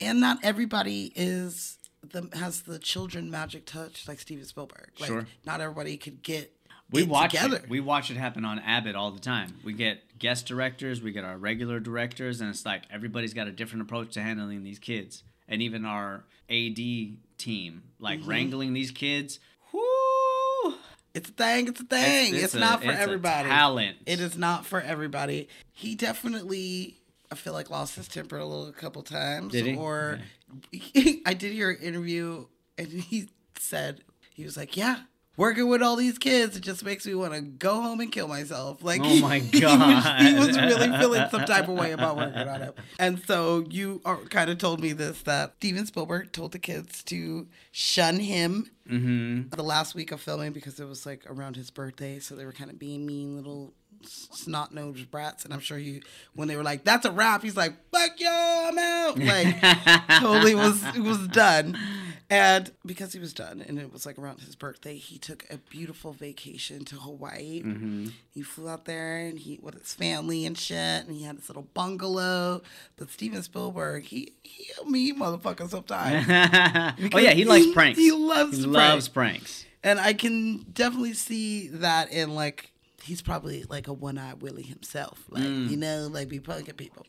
And not everybody is the has the children magic touch like Steven Spielberg. Like Sure. not everybody could get We it watch together. it. We watch it happen on Abbott all the time. We get guest directors, we get our regular directors, and it's like everybody's got a different approach to handling these kids. And even our AD team, like Mm-hmm. wrangling these kids. Whoo! it's a thing. It's a thing. It's, a- not for it's a everybody. talent. It *laughs* is not for everybody. He definitely, I feel like, lost his temper a little a couple times. Did he? Or *laughs* I did hear an interview and *laughs* he said, he was like, yeah. Working with all these kids, it just makes me want to go home and kill myself. Like, Oh my *laughs* he was- he was God. really feeling some type of way about working on him. And so you are, kind of told me this that Steven Spielberg told the kids to shun him Mm-hmm. the last week of filming because it was like around his birthday, so they were kind of being mean little snot nosed brats. And I'm sure he, when they were like, "That's a wrap," he's like, "Fuck y'all, I'm out." Like, totally was was done. And because he was done, and it was like around his birthday, he took a beautiful vacation to Hawaii. He flew out there and he with his family and shit, and he had this little bungalow. But Steven Spielberg, he he'll mean motherfucker sometimes. oh yeah, he likes pranks. He loves He pranks. loves pranks. And I can definitely see that in like he's probably like a one eyed Willie himself. Like, Mm. you know, like be punking people.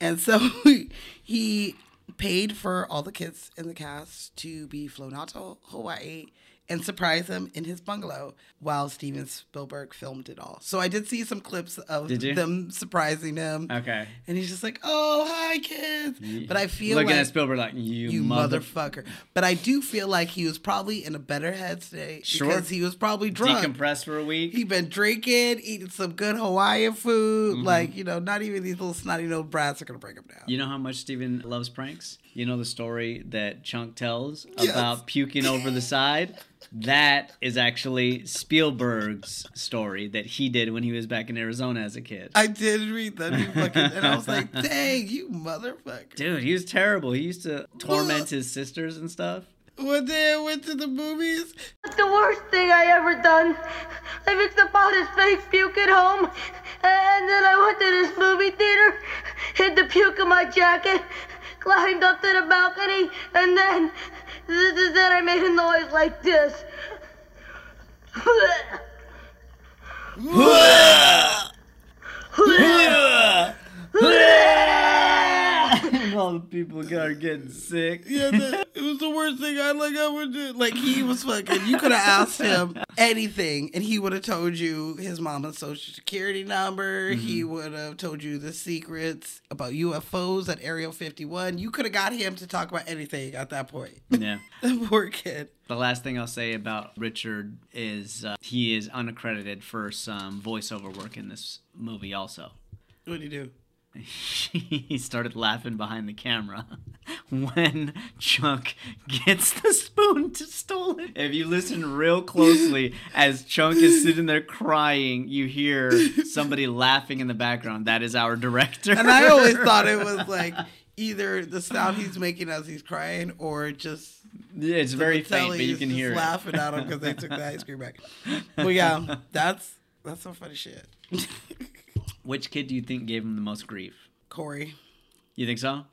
And so *laughs* he paid for all the kids in the cast to be flown out to Hawaii and surprise him in his bungalow while Steven Spielberg filmed it all. So I did see some clips of Did you? them surprising him. Okay. And he's just like, Oh, hi kids. But I feel looking like at Spielberg like you, you mother. motherfucker. But I do feel like he was probably in a better head today Sure. because he was probably drunk. Decompressed for a week. He been drinking, eating some good Hawaiian food. Mm-hmm. Like you know, not even these little snotty nosed brats are gonna break him down. You know how much Steven loves pranks? You know the story that Chunk tells Yes. about puking over the side? That is actually Spielberg's story that he did when he was back in Arizona as a kid. I did read that, he fucking, and I *laughs* was like, "Dang, you motherfucker!" Dude, he was terrible. He used to torment his sisters and *laughs* stuff. *laughs* One day I went to the movies. It's the worst thing I ever done. I mixed up all this fake puke at home, and then I went to this movie theater, hid the puke in my jacket, climbed up to the balcony, and then, th- th- then I made a noise like this. And all the people are getting sick. Yeah, the, it was the worst thing I like. I would do. Like he was fucking. You could have *laughs* asked him anything, and he would have told you his mama's social security number. He Mm-hmm. would have told you the secrets about UFOs at Area Fifty One. You could have got him to talk about anything at that point. *laughs* Yeah. The poor kid. The last thing I'll say about Richard is uh, he is unaccredited for some voiceover work in this movie, also. *laughs* What do you do? he started laughing behind the camera *laughs* when Chunk gets the spoon to stolen. If you listen real closely, as Chunk is sitting there crying, you hear somebody laughing in the background. That is our director. And I *laughs* always thought it was like either the sound he's making as he's crying, or just it's very the faint, telly but you is can just hear laughing at him because they took the ice cream back. *laughs* But yeah, that's that's some funny shit. it. *laughs* Which kid do you think gave him the most grief? Corey, You think so?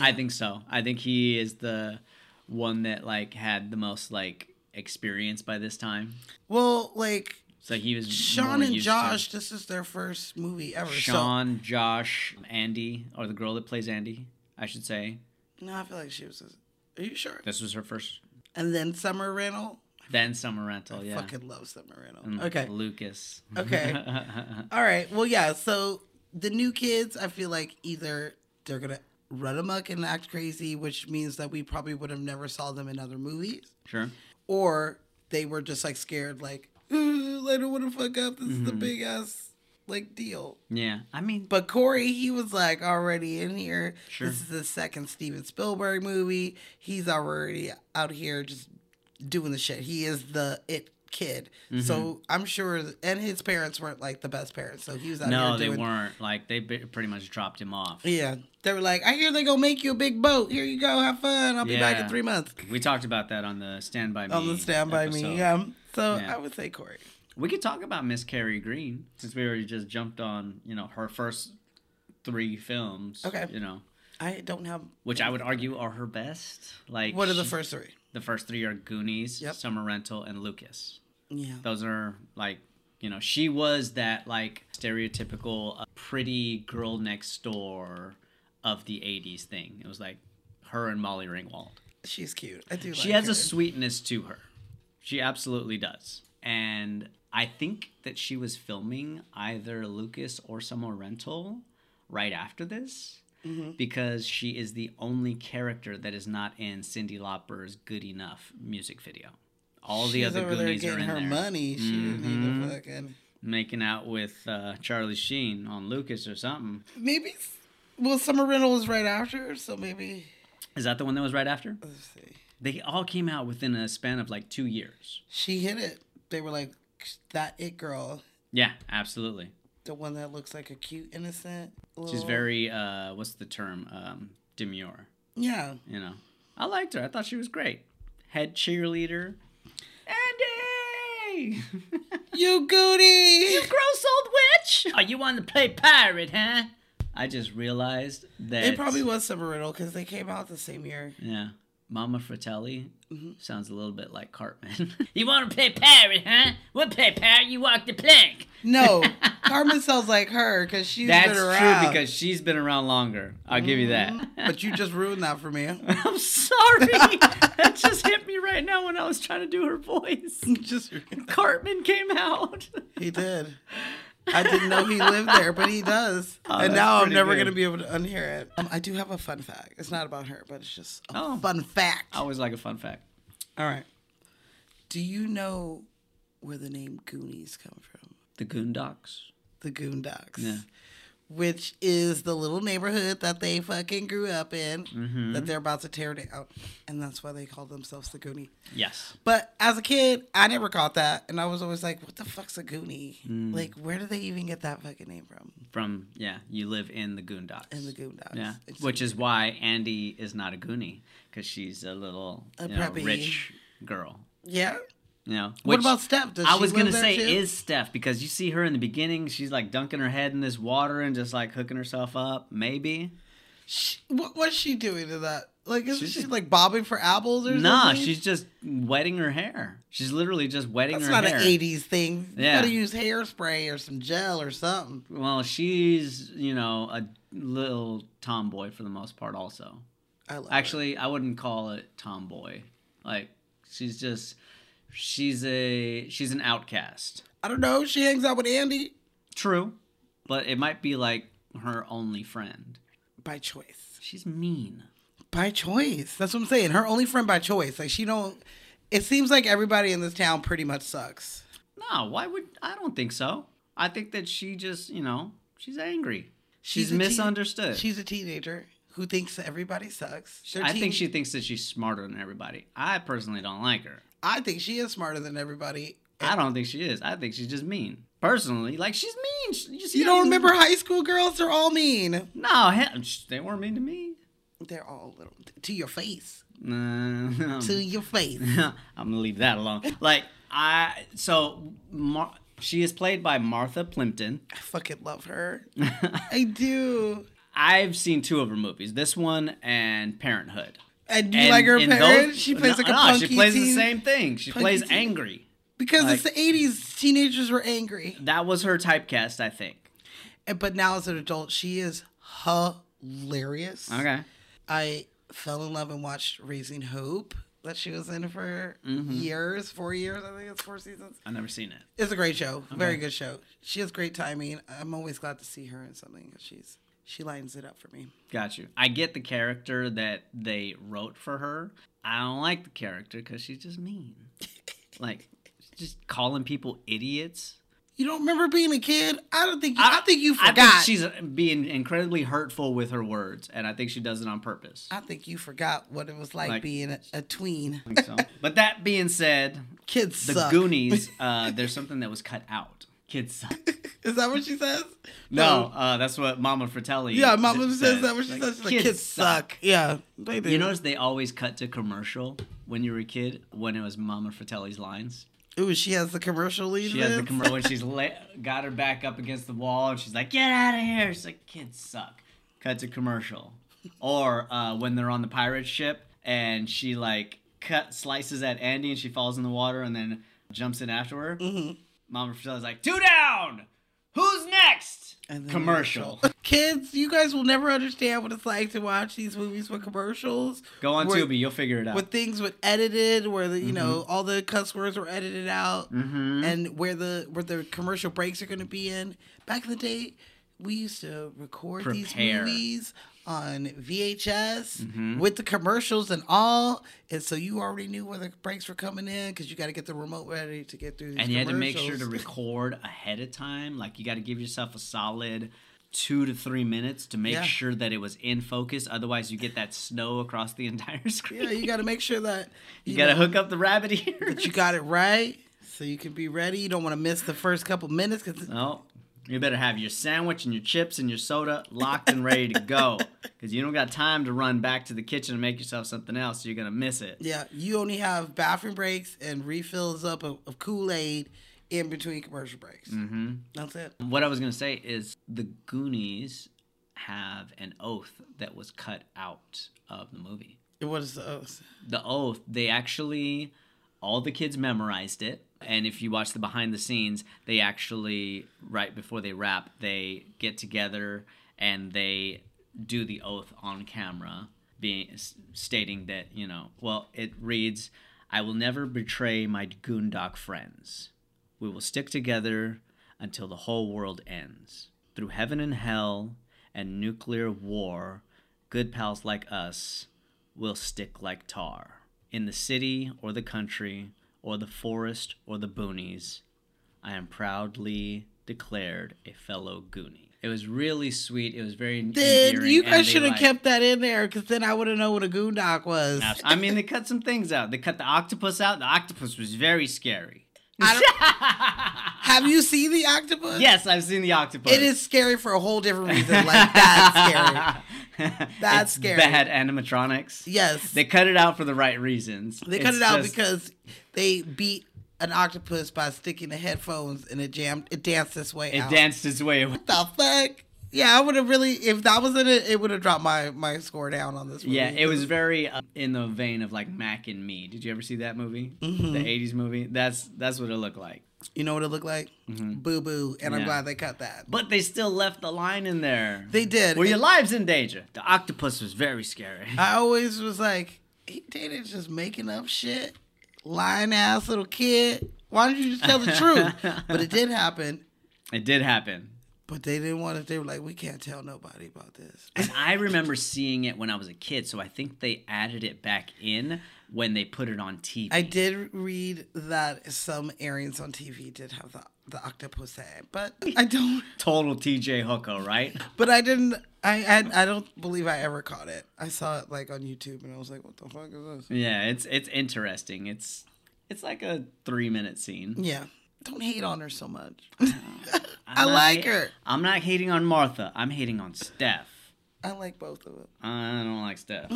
I think so. I think he is the one that like had the most like experience by this time. well, like So he was Sean more and used to- Josh, this is their first movie ever. Sean, Josh, Andy, or the girl that plays Andy, I should say. So no, I feel like she was. Are you sure? This was her first. And then Summer Rental. Then Summer Rental, Oh, yeah. Mm. *laughs* Fucking love Summer Rental. And Okay. Lucas. Okay. All right. Well, yeah. So the new kids, I feel like either they're gonna run amok and act crazy, which means that we probably would have never saw them in other movies, Sure. or they were just like scared, like Ooh, I don't want to fuck up. This is a Mm-hmm. big ass like deal. Yeah. I mean, But Corey, he was like already in here. Sure. This is the second Steven Spielberg movie. He's already out here just doing the shit. He is the it kid. So Mm-hmm. I'm sure, and his parents weren't like the best parents. So he was out no, here they doing. weren't. Like they bi- pretty much dropped him off. Yeah, they were like, I hear they gonna make you a big boat. Here you go, have fun. I'll be back in Yeah. three months. We talked about that on the Stand By Me. On the Stand By episode. Me. Yeah. So Yeah. I would say Corey. We could talk about Miss Carrie Green since we already just jumped on, you know, her first three films. Okay. You know, I don't have which I would argue are her best. Like what are the she- first three? The first three are Goonies, Yep. Summer Rental, and Lucas. Yeah. Those are like, you know, she was that like stereotypical uh, pretty girl next door of the '80s thing. It was like her and Molly Ringwald. She's cute. I do. She like has her. a sweetness to her. She absolutely does. And I think that she was filming either Lucas or Summer Rental right after this Mm-hmm. because she is the only character that is not in Cindy Lauper's Good Enough music video. All the She's other over there Goonies are getting in her there. Mm-hmm. money. She didn't need to fucking. Making out with uh, Charlie Sheen on Lucas or something. Maybe. s- Well, Summer Rental was right after, so maybe. Is that the one that was right after? Let's see. They all came out within a span of like two years. She hit it. They were like, that it girl, Yeah, absolutely. the one that looks like a cute, innocent. She's little- very uh what's the term? Um demure, Yeah. you know. I liked her. I thought she was great. Head cheerleader. Andy! *laughs* You Goody! Gross old witch! Oh, you want to play pirate, huh? I just realized that It probably was Summer Rental because they came out the same year. Yeah. Mama Fratelli Mm-hmm. sounds a little bit like Cartman. *laughs* you want to play pirate, huh? We'll play pirate. You walk the plank. *laughs* No, Carmen sounds like her because she's That's been true around. Mm-hmm. because she's been around longer. I'll give you that. But you just ruined that *laughs* for me. I'm sorry. *laughs* that just hit me right now when I was trying to do her voice. *laughs* just *laughs* Cartman came out. he did. I didn't know he lived there, but he does. and Oh, that's now I'm pretty never good. gonna be able to unhear it. Um, I do have a fun fact. It's not about her, but it's just a Oh. fun fact. I *laughs* always like a fun fact. All right. Do you know where the name Goonies come from? The Goondocks. The Goondocks. Yeah. Which is the little neighborhood that they fucking grew up in Mm-hmm. that they're about to tear down. And that's why they call themselves the Goonie. Yes. But as a kid, I never caught that. And I was always like, what the fuck's a Goonie? Mm. Like, where did they even get that fucking name from? From yeah, you live in the Goondocks. In the Goondocks. Yeah, It's- which is why Andy is not a Goonie because she's a little A you know, preppy. rich girl. yeah. You know, What which about Steph? Does I she was live gonna there say too? is Steph because you see her in the beginning. She's like dunking her head in this water and just like hooking herself up. Maybe. She, what was she doing to that? Like, isn't She's she just- like bobbing for apples or Nah, something? she's just wetting her hair. She's literally just wetting That's her not hair. an 80s thing. You Yeah. gotta use hairspray or some gel or something. Well, she's, you know, a little tomboy for the most part also. I love Actually, I wouldn't call it tomboy. Like she's just she's a she's an outcast. her. I don't know. She hangs out with Andy True. But it might be like her only friend. by choice. She's mean. By choice. That's what I'm saying. Her only friend by choice. Like, she don't. It seems like everybody in this town pretty much sucks. No, why would I don't think so. I think that she just, you know, she's angry. She's, a teen- misunderstood. she's a teenager who thinks that everybody sucks. They're I teen- think she thinks that she's smarter than everybody. I personally don't like her. I think she is smarter than everybody. I don't think she is. I think she's just mean. Personally, like she's mean. She- You, see You how- don't remember high school girls? They're all mean. No, hell, sh- they weren't mean to me. They're all little to your face. Nah, *laughs* To your face. I'm gonna leave that alone. Like I, so Mar- she is played by Martha Plimpton. I fucking love her. I do. I've seen two of her movies. This one and Parenthood. And you And like her in parents? those- she plays no, like a no, punky She plays the teen- same thing. She punky plays teen. angry. Because it's the like- 80s. Teenagers were angry. That was her typecast, I think. And- But now as an adult, she is hilarious. Okay. I fell in love and watched Raising Hope that she was in for Mm-hmm. years, four years. I think it's four seasons. I've never seen it. It's a great show. Very good show. She has great timing. I'm always glad to see her in something. 'cause She's she lines it up for me. Got you. I get the character that they wrote for her. I don't like the character because she's just mean. *laughs* like, just calling people idiots. You don't remember being a kid? I don't think. You, I, I- think you I forgot. think she's uh, being incredibly hurtful with her words, and I think she does it on purpose. I think you forgot what it was like, Like- being a, a tween. I think so. but that being said, Kids the suck. *laughs* Goonies, uh, there's something that was cut out. Kids suck. Is that what she says? Oh. No, uh, that's what Mama Fratelli. Yeah, Mama d- says, that when she Like, says she's like, kids, suck. Yeah, they do. You notice they always cut to commercial when you were a kid when it was Mama Fratelli's lines. Ooh, she has the commercial lead. She has the commercial when she's la got her back up against the wall and she's like, "Get out of here!" She's like, "Kids suck." Cut to commercial, or uh, when they're on the pirate ship and she like cut slices at Andy and she falls in the water and then jumps in after her. Mhm. Mama Fratelli's like, two down. Who's next? And then commercial. *laughs* Kids, you guys will never understand what it's like to watch these movies with commercials. Go on Where- Tubi, you'll figure it out. With things were edited, where the you know Mm-hmm. all the cuss words were edited out, Mhm. and where the where the commercial breaks are going to be in. Back in the day, we used to record these Prepare. Mm-hmm. movies on VHS with the commercials and all, and so you already knew where the breaks were coming in because you got to get the remote ready to get through. These and you had to make sure to commercials. *laughs* record ahead of time. Like you got to give yourself a solid two to three minutes to make Yeah. sure that it was in focus. Otherwise, you get that snow across the *laughs* entire screen. yeah, you got to make sure that you, gotta know, hook up the rabbit ears. *laughs* *laughs* that you got it right, so you can be ready. You don't want to miss the first couple minutes because no, you better have your sandwich and your chips and your soda locked and ready to *laughs* go, because you don't got time to run back to the kitchen and make yourself something else. You're gonna miss it. Yeah, you only have bathroom breaks and refills up of, of Kool Aid in between commercial breaks. hmm That's it. What I was gonna say is the Goonies have an oath that was cut out of the movie. It was uh, the oath they actually all the kids memorized it and if you watch the behind the scenes they actually right before they rap they get together and they do the oath on camera being s- stating that you know well it reads i will never betray my goondock friends we will stick together until the whole world ends. Through heaven and hell and nuclear war, good pals like us will stick like tar. In the city or the country or the forest or the boonies, I am proudly declared a fellow Goonie. It was really sweet. It was very. then endearing, you and guys they, should have like- kept that in there because then I would have known what a goondock was. Abs- I mean, they cut some things out. They cut the octopus out. The octopus was very scary. *laughs* Have you seen the octopus? Yes, I've seen the octopus. It is scary for a whole different reason. Like that's *laughs* scary. scary. That's scary. Bad animatronics. Yes, They they, cut it out for the right reasons. cut It's it out just- because they beat an octopus by sticking the headphones and it jammed. It danced this way it out. danced its way away. the fuck? Yeah, I would have really. If that was in it, it would have dropped my my score down on this. Movie. Yeah, it was very uh, in the vein of like Mac and Me. Did you ever see that movie? Mm-hmm. The '80s movie. That's that's what it looked like. You know what it looked like? Boo boo. And Mm-hmm. I'm Yeah. glad they cut that. But they still left the line in there. They did. Were your And lives in danger? The octopus was very scary. *laughs* I always was like, he dated just making up shit. Lying ass little kid. Why don't you *laughs* just tell the truth? But it did happen. It did happen. But they didn't want it. They were like, we can't tell nobody about this. And I remember seeing it when I was a kid, so I think they added it back in when they put it on TV. I did read that some airings on TV did have the, the octopus head, but I don't. Total TJ Hooker, right? But I didn't. I, I I don't believe I ever caught it. I saw it like on YouTube, and I was like, "What the fuck is this?" yeah, it's it's interesting. It's it's like a three minute scene. Yeah, don't hate on her so much. *laughs* I'm I not like ha- her. I'm not hating on Martha. I'm hating on Steph. I like both of them. I don't like *laughs* Steph.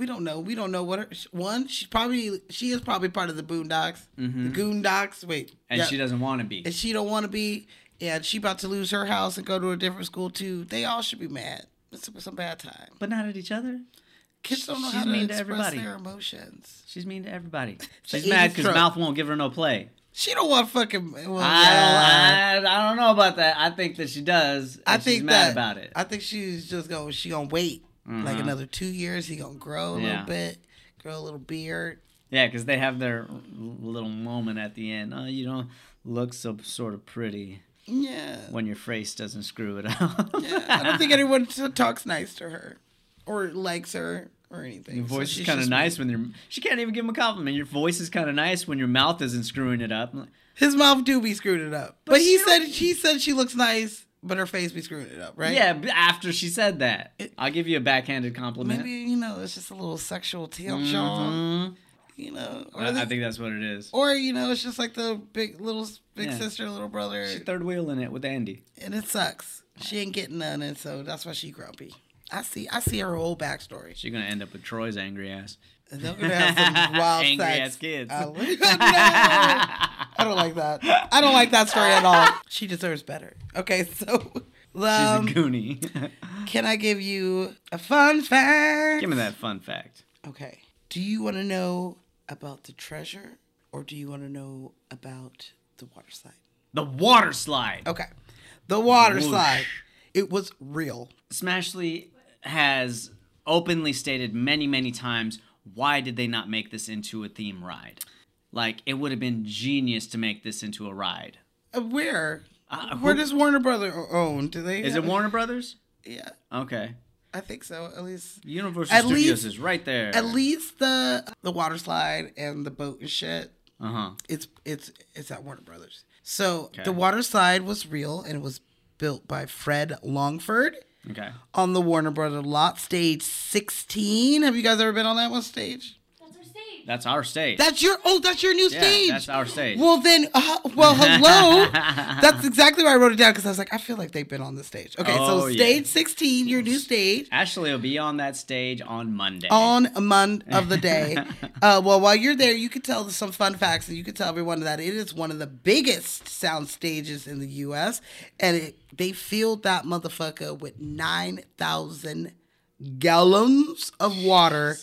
We don't know. We don't know what her one. She's probably she is probably part of the Boondocks, the Goondocks. Wait, Mm-hmm. And yeah. she doesn't want to be. And she don't want to be. And she about to lose her house and go to a different school too. They all should be mad. It's a, it's a bad time. But not at each other. Kids don't know she's how to mean to express everybody. their emotions. She's mean to everybody. She's *laughs* The mad 80s because trope. Mouth won't give her no play. She don't want fucking. well, yeah. I, don't, I, I don't know about that. I think that she does. and I think she's that, mad about it. Mm-hmm. I think she's just going. to She gonna wait like another two years. He gonna grow a Yeah. little bit. grow a little beard. Yeah, because they have their little moment at the end. Oh, you don't look so sort of pretty Yeah. when your face doesn't screw it up. yeah. *laughs* I don't think anyone t- talks nice to her or likes her or anything. Your So voice she's is kind of just- nice when your she can't even give him a compliment. Your voice is kind of nice when your mouth isn't screwing it up. I'm like, His mouth do be screwed it up. But, he said she said she looks nice, but her face be screwing it up, right? Yeah, b- after she said that, I'll give you a backhanded compliment. Maybe you know it's just a little sexual tail jaw, Mhm. you know. Or, I, I this- think that's what it is. or you know it's just like the big little big Yeah. sister, little brother, She's third wheel in it with Andy. and it sucks. She ain't getting none, and so that's why she grumpy. I see, I see her whole backstory. She's gonna end up with Troy's angry ass. And They're gonna *laughs* have some wild Angry sex. Uh, ass kids. I, *laughs* no. I don't like that. I don't like that story at all. She deserves better. Okay, so She's um, a goonie. can I give you a fun *laughs* fact? give me that fun fact. Okay. Do you want to know about the treasure or do you want to know about the water slide? The water slide. Okay. The water Whoosh. slide. It was real. Smashley has openly stated many, many times why did they not make this into a theme ride? Like, it would have been genius to make this into a ride. Uh, Where? Uh, Where who- does Warner Brother o- own? Do they? is it have- Warner Brothers? Yeah, Okay. I think so. At least, Universal At Studios least- is right there. at least the the water slide and the boat and shit. Uh huh. It's it's it's at Warner Brothers. So Okay. the water slide was real and it was built by Fred Longford. Okay. on the Warner Brother lot, stage 16. Have you guys ever been on that one stage? That's our stage. That's our stage. That's your oh, that's your new yeah, stage. That's our stage. well then, uh, *laughs* well hello. that's exactly why I wrote it down because I was like, I feel like they've been on the stage. Okay, Oh, so yeah. stage 16, your new stage. Ashley will be on that stage on Monday. On a month of the day. Uh, well, while you're there, you could tell some fun facts, and you could tell everyone that it is one of the biggest sound stages in the U.S. And it, they filled that motherfucker with nine thousand gallons of water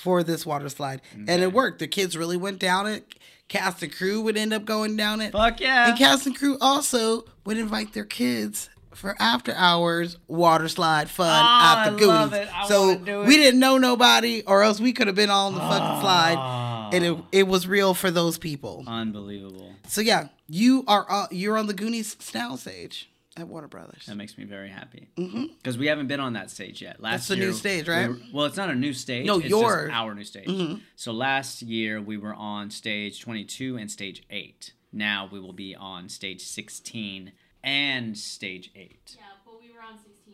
for this water slide. And it worked. The kids really went down it. Cast and crew would end up going down it. Fuck yeah. And cast and crew also would invite their kids for after hours water slide fun after Oh, I Goonies. love it. I so wanna do it. Ah. we didn't know nobody, or else we could have been all on the fucking slide, and it, it was real for those people. Unbelievable. So yeah, you are uh, you're on the Goonies now stage at Warner Brothers. That makes me very happy because mm-hmm. we haven't been on that stage yet. Last That's a new year, stage, right? we were- well, it's not a new stage. No, Mm-hmm. it's your- just our new stage. So last year we were on stage 22 and stage eight. Now we will be on stage 16 and stage eight. Yeah, but we were on 16 season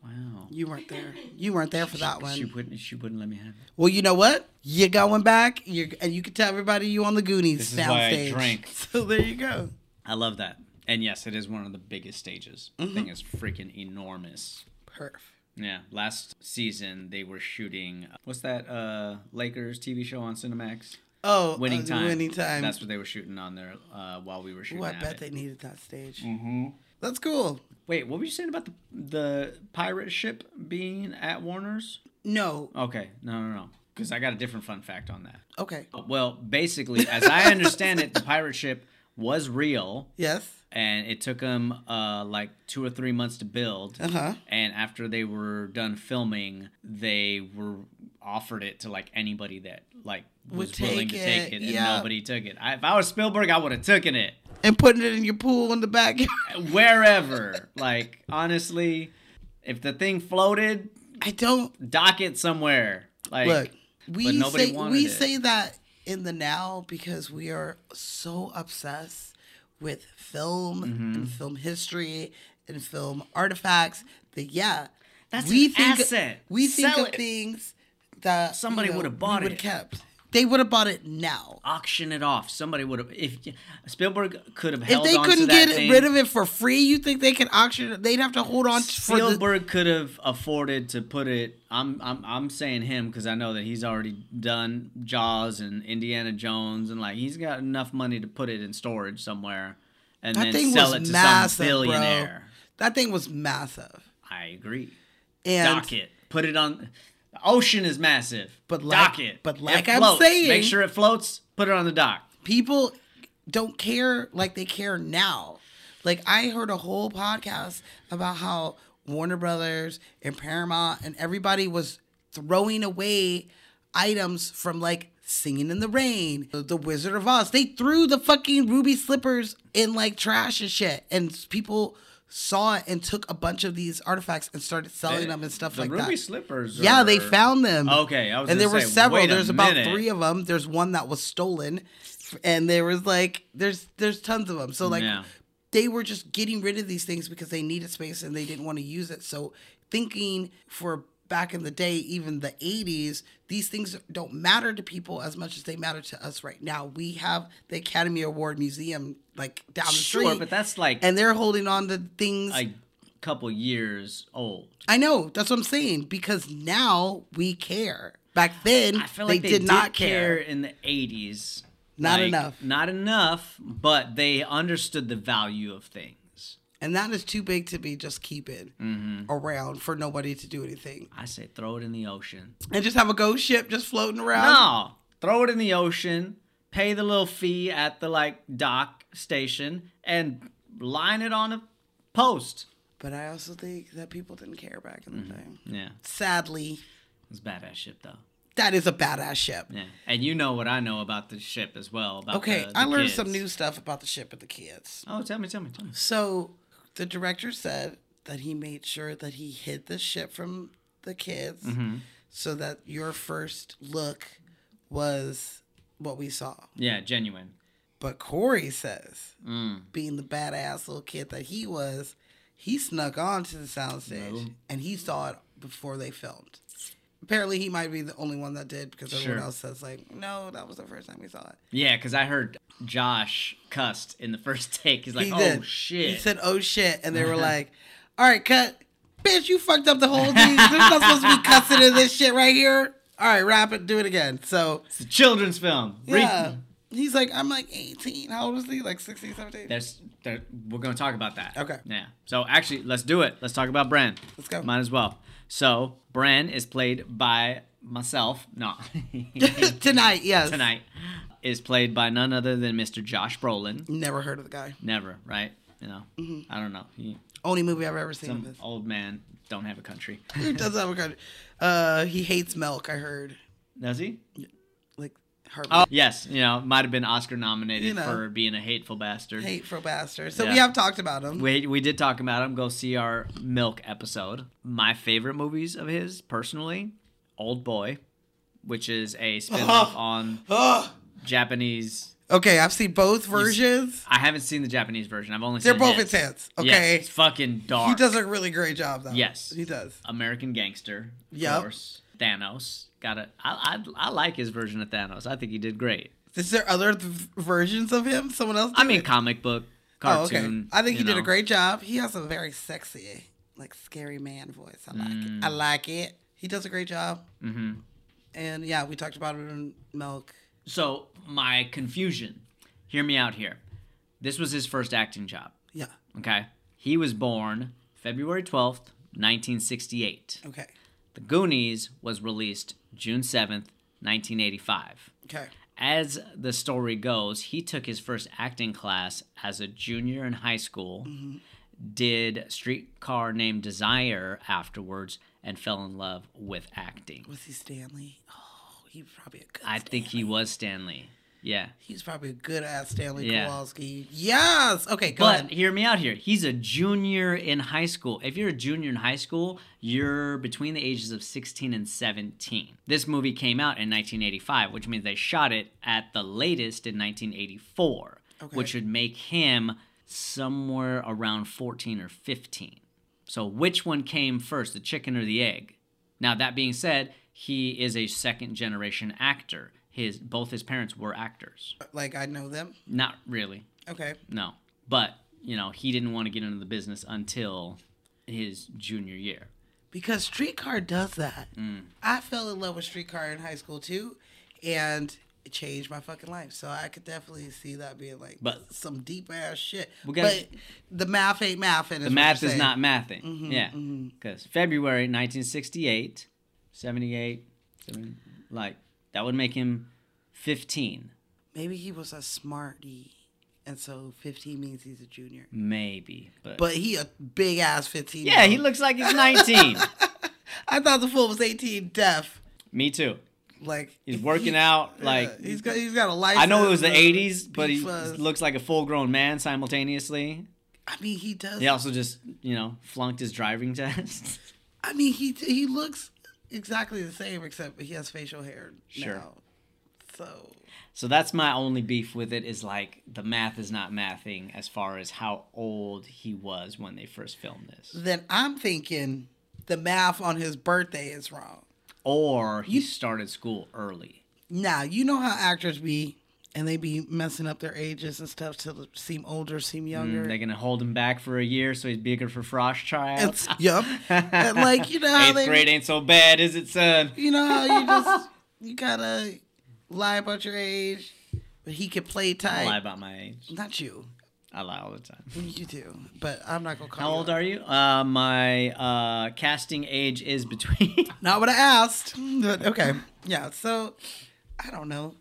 one. Wow. You weren't there. You weren't there for that She one. wouldn't. She wouldn't let me have it. Well, you know what? You're going back. You and you can tell everybody you on the Goonies This is sound why I stage. drank. *laughs* So there you go. I love that. And yes, it is one of the biggest stages. The Mm-hmm. thing is freaking enormous. Perf. Yeah. Last season they were shooting. What's that? Uh, Lakers TV show on Cinemax. Oh, Winning uh, time. Winning time. That's what they were shooting on there uh, while we were shooting. Ooh, I at bet it. they needed that stage. Mm-hmm. That's cool. Wait, what were you saying about the the pirate ship being at Warner's? No. Okay, no, no, no, because I got a different fun fact on that. Okay. Well, basically, as I understand it, the *laughs* pirate ship was real, Yes. and it took them uh, like two or three months to build. Uh-huh. And after they were done filming, they were offered it to like anybody that like was Would willing take to take it, it, and yeah. nobody took it. I, if I was Spielberg, I would have taken it. And putting it in your pool in the back. wherever. *laughs* like honestly, if the thing floated, *laughs* I don't dock it somewhere. Like look. We nobody say wanted we it. say that in the now because we are so obsessed with film Mm-hmm. and film history and film artifacts that yeah, That's an asset. We think Sell of it. things that Somebody you know, would've bought we would've it. Kept. They would have bought it now. auction it off. Somebody would have if Spielberg could have If held they on to couldn't that get thing, rid of it for free, you think they could auction it? They'd have to hold on to for the- Spielberg could have afforded to put it. I'm I'm I'm saying him because I know that he's already done Jaws and Indiana Jones and like he's got enough money to put it in storage somewhere and That then thing sell was it to massive, some billionaire. That thing was massive. I agree. And dock it. Put it on. The ocean is massive. But dock like- it. but It like I'm floats. saying- make sure it floats. Put it on the dock. people don't care like they care now. Like I heard a whole podcast about how Warner Brothers and Paramount and everybody was throwing away items from like Singing in the Rain, The Wizard of Oz. They threw the fucking ruby slippers in like trash and shit. And people saw it and took a bunch of these artifacts and started selling them and stuff the like ruby that. slippers. Yeah, are- they found them. Okay, I was and gonna there were say, several. wait a There's about minute. three of them. There's one that was stolen, and there was like there's there's tons of them. So like Yeah. they were just getting rid of these things because they needed space and they didn't want to use it. So thinking for back in the day, even the 80s, these things don't matter to people as much as they matter to us right now. We have the Academy Award Museum like down the Sure, street, but that's like and they're holding on to things. a couple years old. I know. That's what I'm saying. Because now we care. Back then, I feel they, like they, did, not care. in the eighties. Not enough. Not enough, but they understood the value of things. And that is too big to be just keeping Mm-hmm. around for nobody to do anything. I say throw it in the ocean. And just have a ghost ship just floating around. No, throw it in the ocean. Pay the little fee at the like dock station and line it on a post. But I also think that people didn't care back Mm-hmm. in the day. Yeah, Sadly, it's badass ship though. that is a badass ship. Yeah, and you know what I know about the ship as well. About Okay, the- the I learned kids. some new stuff about the ship and the kids. Oh, tell me, tell me, tell me. So the director said that he made sure that he hid the ship from the kids so that your first look was what we saw. Yeah, genuine. But Corey says, being the badass little kid that he was, he snuck onto the soundstage and he saw it before they filmed. Apparently, he might be the only one that did because Sure. everyone else says, like, no, that was the first time we saw it. Yeah, because I heard Josh cussed in the *laughs* first take. He's like, he "Oh did. shit!" Uh-huh. He said, "Oh shit," and they were like, "All right, cut, bitch, you fucked up the whole thing. There's not *laughs* supposed to be cussing in this shit right here. All right, wrap it, do it again." So "It's a children's film." Read- yeah, he's like, "I'm like 18. How old is he? Like 16, 17? There's, there, we're gonna talk about that. Okay. Yeah. So actually, let's do it. Let's talk about Bran. Let's go. *laughs* Might as well. So Bran is played by myself. *laughs* No. *laughs* Tonight, yes. Tonight is played by none other than Mr. Josh Brolin. Never heard of the guy. Never, right? You know, Mm-hmm. I don't know. He, Only movie I've ever seen of some *laughs* this. old man don't have a *laughs* country. He does have a good. Uh, he hates milk. I heard. Does he? Like, heart Oh, yes. You know, might have been Oscar nominated You know. for being a hateful bastard. hateful bastard. So we Yeah. have talked about him. We, we did talk about him. Go see our Milk episode. My favorite movies of his, personally, Old Boy, which is a *laughs* spin-off *gasps* on Ugh. Japanese. Okay, I've seen both versions. I haven't seen the Japanese version. I've only They're seen both his. intense. Yes, Okay. it's fucking dark. He does a really great job, though. Yes. he does. American Gangster. Of Yep. course. Thanos. Got it. I, I I like his version of Thanos. I think he did great. Is there other th- versions of him? Someone else? I did mean, it? comic book, Oh, okay. cartoon. I think he you did a know. great job. He has a very sexy, like scary man voice. I like it. I Mm. like it. He does a great job. Mm-hmm. And yeah, we talked about it in Milk. So my confusion. Hear me out here. This was his first acting job. Yeah. Okay. He was born February 12th, 1968. Okay. The Goonies was released June 7th, 1985. Okay. As the story goes, he took his first acting class as a junior in high school, did Streetcar Named Desire afterwards, and fell in love with acting. Was he Stanley? Oh, he's probably a good. I think he was Stanley. Yeah. he's probably a good ass Stanley Yeah. Kowalski. Yes. Okay. Go But ahead. hear me out here. He's a junior in high school. If you're a junior in high school, you're between the ages of 16 and 17. This movie came out in 1985, which means they shot it at the latest in 1984, which would make him somewhere around 14 or 15. So, which one came first, the chicken or the egg? Now, that being said, he is a second generation actor. His both his parents were actors. Like I know them. Not really. Okay. No. But, you know, he didn't want to get into the business until his junior year. because streetcar does that. Mm. I fell in love with streetcar in high school too, and it changed my fucking life. So I could definitely see that being like But- some deep ass shit. We gotta- but the math ain't mathing. The math is not mathing. yeah. Because February 1968, 78, 70, like, that would make him 15, Maybe he was a smarty, and so fifteen means he's a junior. maybe. But, But he a big ass fifteen. yeah, he looks like he's 19. I thought the fool was eighteen. Deaf. Me too. Like He's working he- out, yeah, like- he's got he's got a uh, life. I know it was the '80s, but he was- looks like a full-grown man simultaneously. I mean, he does. He also just, you know, flunked his driving *laughs* test. I mean, he he looks exactly the same except he has facial hair Sure. now. So So that's my only beef with it is like the math is not mathing as far as how old he was when they first filmed this, then I'm thinking the math on his birthday is wrong. or he started school early. Now you know how actors be, and they be messing up their ages and stuff to seem older, seem younger. Mm, They're gonna hold him back for a year so he's bigger for frost tryouts. *laughs* it's yep. And, like you know how Eighth they grade ain't so bad, is it, son? you know how *laughs* you just you gotta lie about your age, but he could play I tight. lie about my age. Not you. I lie all the time. You do, but I'm not gonna call. How you old out. are you? Uh, my uh, casting age is between. *laughs* Not what I asked. But okay, yeah. So I don't know.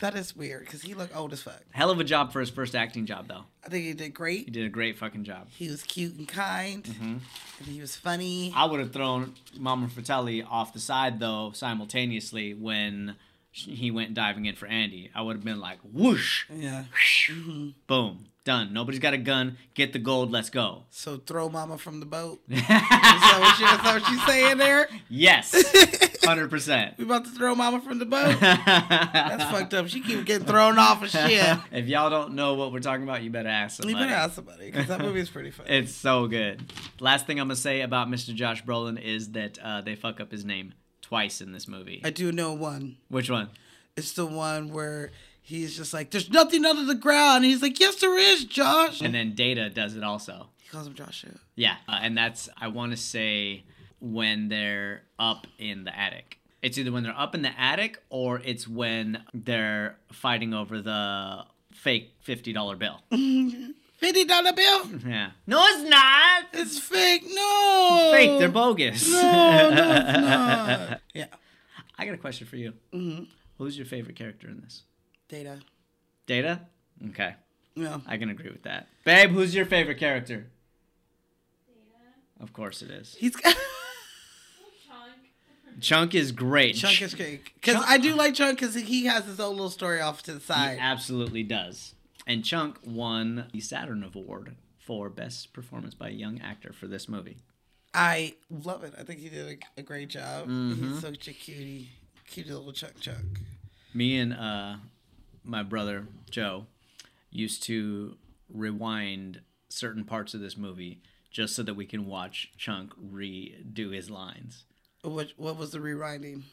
That is weird because he looked old as fuck. Hell of a job for his first acting job, though. I think he did He great. did a great fucking job. He was cute and kind, and he was funny. I would have thrown Mama Fratelli off the side though simultaneously when sh- he went diving in for Andy. I would have been like, whoosh, yeah. Mm-hmm. boom, done. Nobody's got a gun. Get the gold. Let's go. So throw mama from the boat. is that what, she, is that what she's saying there? Yes, *laughs* hundred percent. We about to throw mama from the boat? That's fucked up. She keep getting thrown off and shit. If y'all don't know what we're talking about, you better ask You somebody. better ask somebody because that movie's pretty funny. It's so good. Last thing I'm gonna say about Mr. Josh Brolin is that uh, they fuck up his name twice in this movie. I do know one. Which one? It's the one where he's just like, "There's nothing under the ground," and he's like, "Yes, there is, Josh." And then Data does it also. he calls him Joshua. Yeah, uh, and that's I want to say when they're up in the attic. It's either when they're up in the attic or it's when they're fighting over the fake fifty dollar *laughs* bill. Fifty dollar bill? *laughs* yeah. No, it's not. It's fake. No. Fake. They're bogus. No, no, *laughs* it's not. yeah. Mm-hmm. I got a question for you. Who's your favorite character in this? Data. Data. Okay, Yeah. I can agree with that. Babe, who's your favorite character? Of course it is. *laughs* He's Chunk is great. Chunk is great because I do like Chunk because he has his own little story off to the He side. absolutely does. And Chunk won the Saturn Award for Best Performance by a Young Actor for this movie. I love it. I think he did a, a great job. Mm-hmm. He's such a cutie, cutie little Chunk Chunk. Me and uh, my brother, Joe, used to rewind certain parts of this movie just so that we can watch Chunk redo his lines. What what was the rewinding?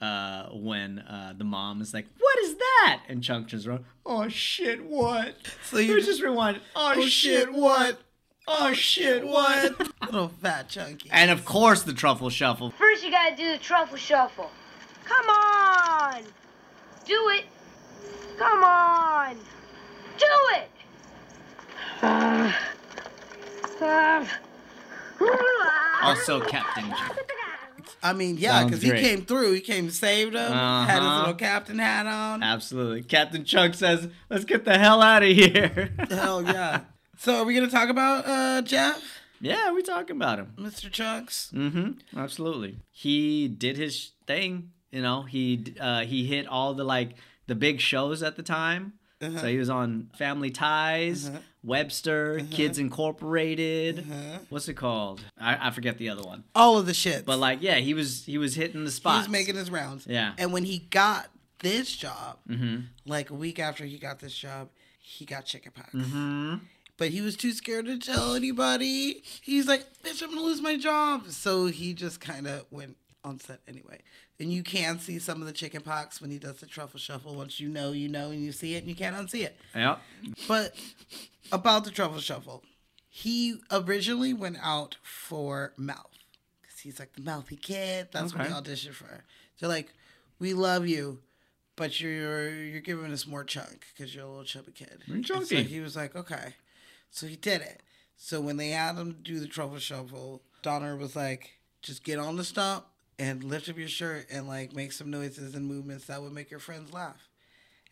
Uh, when uh, the mom is like, What is that? And Chunk just wrote, Oh shit, what? So He you was just rewind. Oh, shit, what? Oh shit, what? little fat chunky. *laughs* and of course, the truffle shuffle. First, you gotta do the truffle shuffle. Come on! Do it. Come on! Do it. also Captain I mean, yeah, Sounds because he great. came through. He came, and saved him, had his Uh-huh. little captain hat on. Absolutely. Captain Chunk says, let's get the hell out of here. *laughs* Hell yeah. So are we gonna talk about uh Jeff, yeah, we're talking about him. Mr. Chunks? Mm-hmm. Absolutely. He did his thing. You know, he uh, he hit all the like the big shows at the time. Uh-huh. So he was on Family Ties, Webster, Uh-huh. Kids Incorporated. What's it called? I, I forget the other one. All of the shit. But like, yeah, he was he was hitting the he spots. was making his rounds. Yeah. Mm-hmm. And when he got this job, like a week after he got this job, he got chickenpox. Mm-hmm. But he was too scared to tell anybody. He's like, bitch, I'm gonna lose my job. So he just kind of went on set anyway. And you can see some of the chickenpox when he does the truffle shuffle. Once you know, you know, and you see it, and you can't unsee it. Yep. But about the truffle shuffle, he originally went out for mouth because he's like the mouthy kid. That's what he Okay. auditioned for. They're like, we love you, but you're you're giving us more chunk because you're a little chubby kid. You're And So chunky. he was like, okay, so he did it. So when they had him do the truffle shuffle, Donner was like, just get on the stump and lift up your shirt and like make some noises and movements that would make your friends laugh.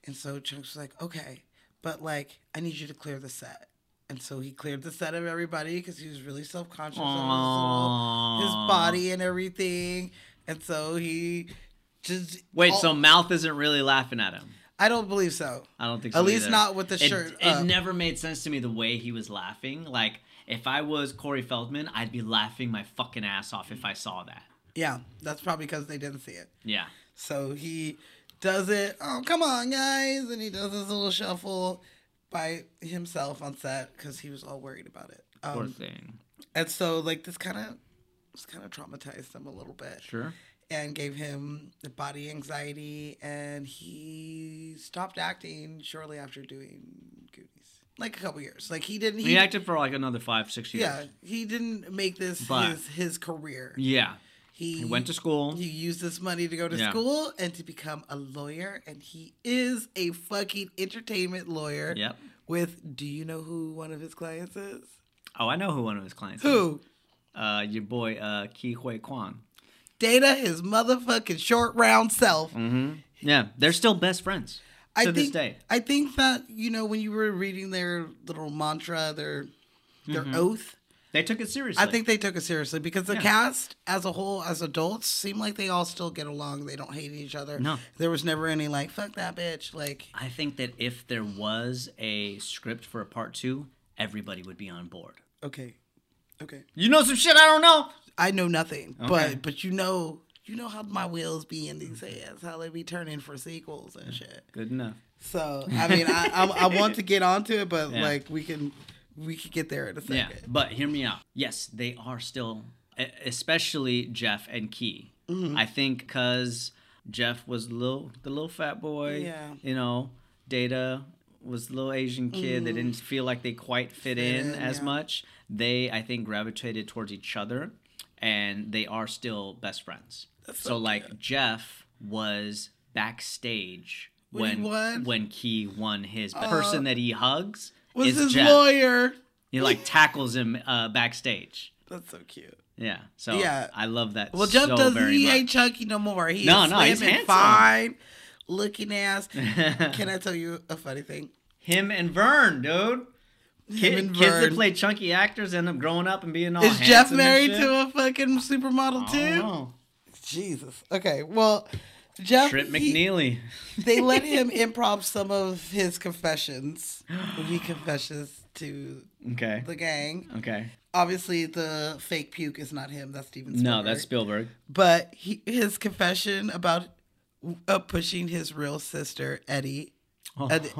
And so Chunks was like, okay, but like, I need you to clear the set. And so he cleared the set of everybody because he was really self Oh. conscious of his, little- his Aw. body and everything. And so he Just Wait, all- so mouth isn't really laughing at him. I don't believe so. I don't think so. At least either. not with the It- shirt It, up. never made sense to me the way he was laughing. Like if I was Corey Feldman, I'd be laughing my fucking ass off if I saw that. Yeah, that's probably because they didn't see it. Yeah. So he does it. Oh, come on, guys! And he does his little shuffle by himself on set because he was all worried about it. Poor Um, thing. and so, like this kind of, this kind of traumatized him a little bit. Sure. and gave him the body anxiety and he stopped acting shortly after doing Goonies. Like a couple years. Like he didn't he, He acted for like another five, six years. Yeah, he didn't make this But- his his career. Yeah. He, He went to school. He used this money to go to Yeah. school and to become a lawyer and he is a fucking entertainment lawyer. Yep. With do you know who one of his clients is? Oh, I know who one of his clients is. Who? Uh, your boy, uh, Ki Hui Kwan. Data his motherfucking short round self. Yeah, they're still best friends I to think, this day. I think that you know when you were reading their little mantra, their their oath. They took it seriously. I think they took it seriously because the Mm-hmm. Yeah. cast as a whole, as adults, seem like they all still get along. They don't hate each other. No. there was never any like "fuck that bitch." Like, I think that if there was a script for a part two, everybody would be on board. okay, okay, You know some shit I don't know. I know nothing, Okay. but but you know, you know how my wheels be in these Mm-hmm. heads, how they be turning for sequels and shit. Good enough. *laughs* So I mean, I I'm, I want to get onto it, but Yeah. like we can we could get there in a second. Yeah, but hear me out. Yes, they are still, e- especially Jeff and Key. Mm-hmm. I think because Jeff was little, the little fat boy. Yeah. You know, Data was the little Asian kid. They didn't feel like they quite fit, in, Mm. in, as yeah. much. They, I think, gravitated towards each other, and they are still best friends. so, like Jeff was backstage. When he When won? Uh, when Key won his the person that he hugs Was is his Jeff. lawyer? He like tackles him uh, backstage. That's so cute. Yeah. So Yeah. I love that. Well, Jeff so does. very He much. ain't chunky no more. He No, is no, he's slim and handsome. fine, *laughs* looking ass. Can I tell you a funny thing? Him and Vern, dude. Kid, and Kids Vern. that play chunky actors end up growing up Oh, and being all. is Jeff married to a fucking supermodel too? Oh, Jesus. Okay. Well, Jeff. Trip he- McNeely. *laughs* they let him improv some of his confessions. when he confesses to Okay. the gang. Okay. Obviously, the fake puke is not him. That's Steven. No, Spielberg. that's Spielberg. but he, his confession about uh, pushing his real sister Eddie. Ed-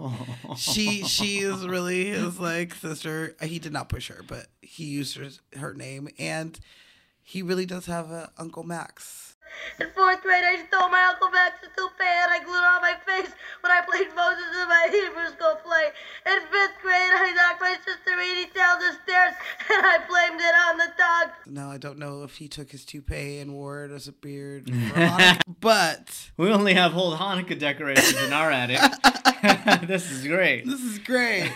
she she is really his like sister. He did not push her, but he used her her name, and he really does have a Uncle Max. In fourth grade, I stole my Uncle Max's toupee and I glued it on my face when I played Moses in my Hebrew school play. In fifth grade, I knocked my sister Edie down the stairs and I blamed it on the dog. Now I don't know if he took his toupee and wore it as a beard, for Hanukkah, but We only have whole Hanukkah decorations in our attic. *laughs* *laughs* this is great. this is great.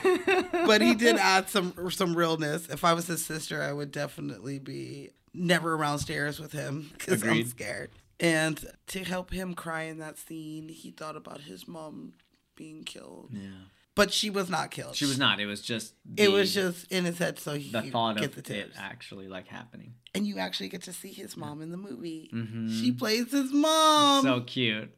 but he did add some some realness. If I was his sister, I would definitely be never around stairs with him because I'm Agreed. scared. And to help him cry in that scene, he thought about his mom being killed. Yeah. But she was not killed. She was not. It was just. It the- was just in his head, so he the could thought get of the it tips. actually like happening. and you actually get to see his mom in the movie. She plays his mom, Mm-hmm. so cute.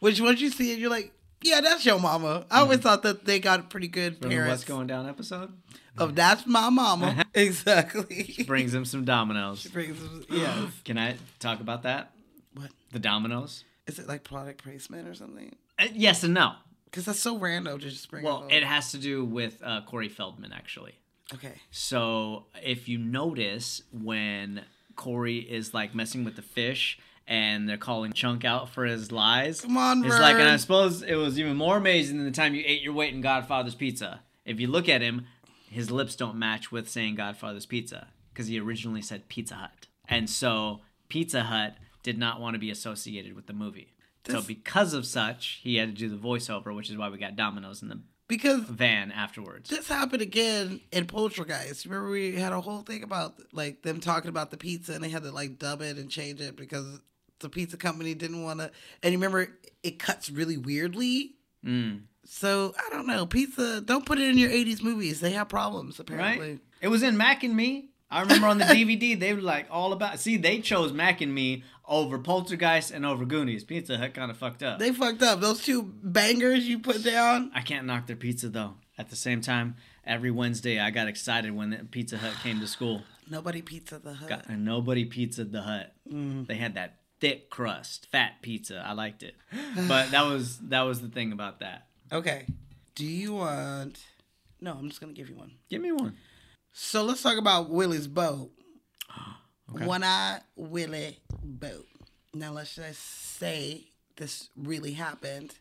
which once you see it, you're like, "Yeah, that's your mama." Mm-hmm. I always thought that they got pretty good Remember parents. what's going down episode? Of that's my mama, exactly. Uh-huh. Brings him some dominoes. *laughs* Brings him- yes. Can I talk about that? What The dominoes? is it like product placement or something? Uh, yes and no. Because that's so random to just bring. Well, up. it has to do with uh, Corey Feldman, actually. okay. So if you notice when Corey is like messing with the fish and they're calling Chunk out for his lies, Come on, it's like, and I Vern. suppose it was even more amazing than the time you ate your weight in Godfather's Pizza. If you look at him, his lips don't match with saying Godfather's Pizza because he originally said Pizza Hut, and so Pizza Hut did not want to be associated with the movie. So This- because of such, he had to do the voiceover, which is why we got Domino's in the Because van afterwards. this happened again in Poltergeist. Remember, we had a whole thing about like them talking about the pizza, and they had to like dub it and change it because the pizza company didn't want to. And you remember, it cuts really weirdly. Mm. So I don't know. Pizza, don't put it in your '80s movies. They have problems apparently. Right? It was in Mac and Me. I remember on the DVD they were like all about. See, they chose Mac and Me over Poltergeist and over Goonies. Pizza Hut kind of fucked up. They fucked up. Those two bangers you put down. I can't knock their pizza though. At the same time, every Wednesday I got excited when the Pizza Hut came to school. Nobody pizza the hut. Got, and nobody pizza the hut. They had that thick crust, fat pizza. I liked it. But that was that was the thing about that. Okay. Do you want? No, I'm just gonna give you one. Give me one. So let's talk about Willie's boat. *gasps* One eye Willie boat. Now let's just say this really happened,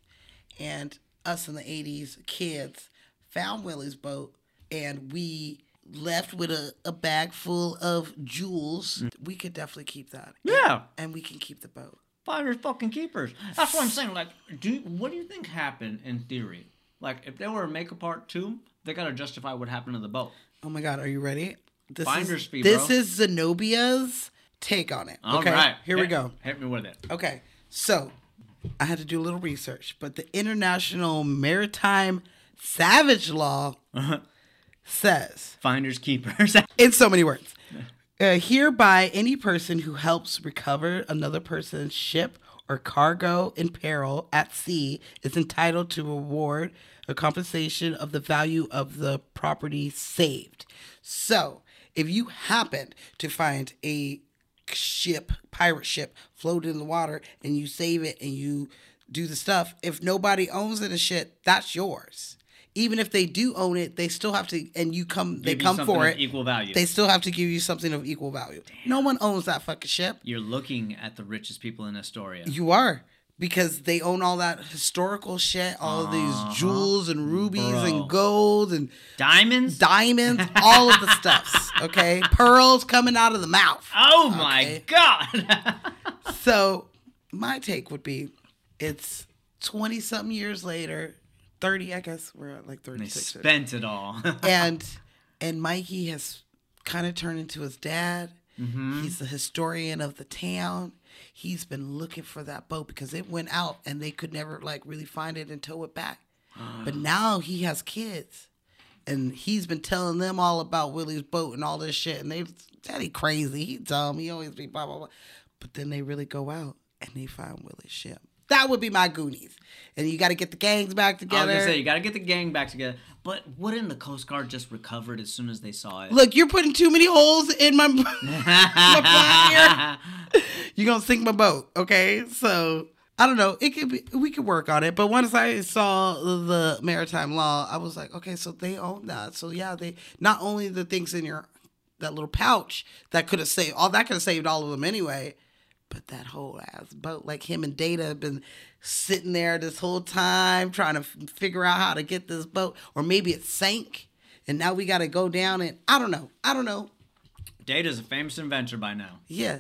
and us in the '80s kids found Willie's boat, and we left with a, a bag full of jewels. We could definitely keep that. Mm. Yeah. and we can keep the boat. Finders fucking keepers. That's what I'm saying. Like, do what do you think happened in theory? Like, if they were to make a part two, they gotta justify what happened to the boat. Oh my God, are you ready? This Finder's is, fee, This bro. is Zenobia's take on it. All right, okay, here we Hit- go. Hit me with it. Okay, so I had to do a little research, but the International Maritime Savage Law Uh-huh. says Finders keepers. *laughs* in so many words. Uh, hereby, any person who helps recover another person's ship or cargo in peril at sea is entitled to reward a compensation of the value of the property saved. So, if you happen to find a ship, pirate ship, floating in the water and you save it and you do the stuff, if nobody owns it and shit, that's yours. Even if they do own it, they still have to, and you come, they Give you come something for of it Equal value. they still have to give you something of equal value. No one owns that fucking ship. You're looking at the richest people in Astoria. You are because they own all that historical shit, all of these jewels and rubies Bro. and gold and Diamonds? diamonds, all of the stuffs. Okay, pearls coming out of the mouth. oh my Okay. god. *laughs* So my take would be, it's twenty something years later, thirty. I guess we're at like they thirty six. spent it all. *laughs* and and Mikey has kind of turned into his dad. Mm-hmm. He's the historian of the town. He's been looking for that boat because it went out and they could never like really find it and tow it *gasps* back. but now he has kids, and he's been telling them all about Willie's boat and all this shit. And they, Daddy crazy, he dumb, he always be blah blah blah. But then they really go out and they find Willie's ship. That would be my Goonies. And you got to get the gangs back I was together. gonna say you gotta get the gang back together. But wouldn't the Coast Guard just recover it as soon as they saw it? Look, you're putting too many holes in my. *laughs* fire. you're gonna sink my boat. Okay, so I don't know. It could be we could work on it. But once I saw the maritime law, I was like, okay, so they own that. So yeah, they not only the things in your that little pouch that could have saved all that could have saved all of them anyway. But that whole ass boat, like him and Data have been sitting there this whole time trying to f- figure out how to get this boat, or maybe it sank, and now we got to go down and I don't know, I don't know. Data's a famous inventor by now. Yeah,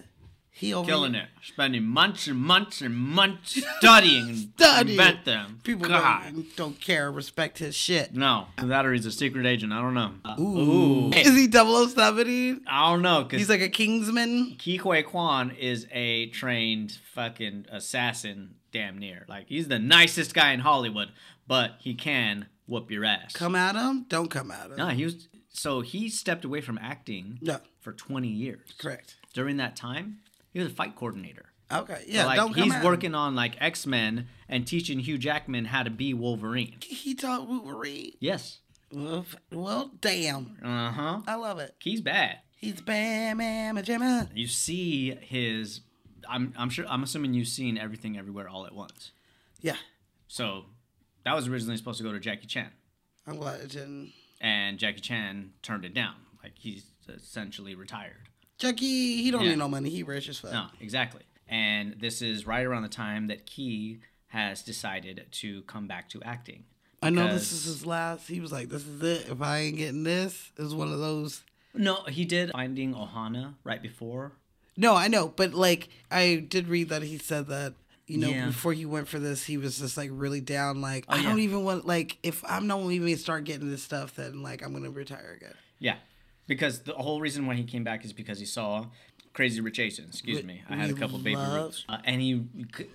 he over Killing it. Spending months and months and months *laughs* studying and Studying. invent them. People God. don't, don't care, respect his shit. No, that or he's a secret agent. I don't know. Uh, Ooh. Is he 007? I don't know because He's like a Kingsman. Kikwe Kwan is a trained fucking assassin, damn near. Like he's the nicest guy in Hollywood, but he can whoop your ass. Come at him? Don't come at him. no, he was so he stepped away from acting No. for 20 years. Correct. During that time, he was a fight coordinator. Okay. Yeah. like don't come he's at working on like X Men and teaching Hugh Jackman how to be Wolverine. Him. He taught Wolverine. Yes. Well, f- well, damn. Uh huh. I love it. He's bad. He's bam, bam, a jamma. You see his. I'm I'm sure I'm assuming you've seen everything everywhere all at once. Yeah. So that was originally supposed to go to Jackie Chan, I'm glad it didn't. and Jackie Chan turned it down. Like he's essentially retired. Chucky, he don't Yeah. need no money. He rich as fuck. No, exactly. And this is right around the time that Key has decided to come back to acting. I know this because- is his last. He was like, this is it. If I ain't getting this, it's one of those. No, he did Finding Ohana right before. No, I know, but like I did read that he said that you know Yeah. Oh, before he went for this, he was just like really down. Like I yeah. don't even want like if I'm not even gonna start getting this stuff, then like I'm gonna retire again. Yeah, because the whole reason why he came back is because he saw Crazy Rich Asians. Excuse We- me, I had a we couple baby love- roots, uh, and he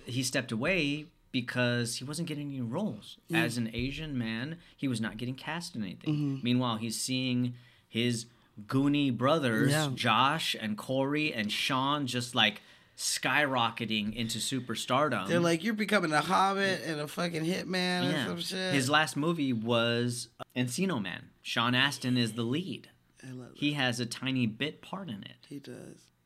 he stepped away because he wasn't getting any roles Mm-hmm. as an Asian man. He was not getting cast in anything. Meanwhile, he's seeing his Goonie brothers, Yeah. Josh and Corey and Sean, just like skyrocketing into superstardom. They're like, you're becoming a hobbit and a fucking hitman or Mm. Yeah. some shit. His last movie was uh, Encino Man. Sean Astin is the lead. I love it. He has a tiny bit part in it. He does.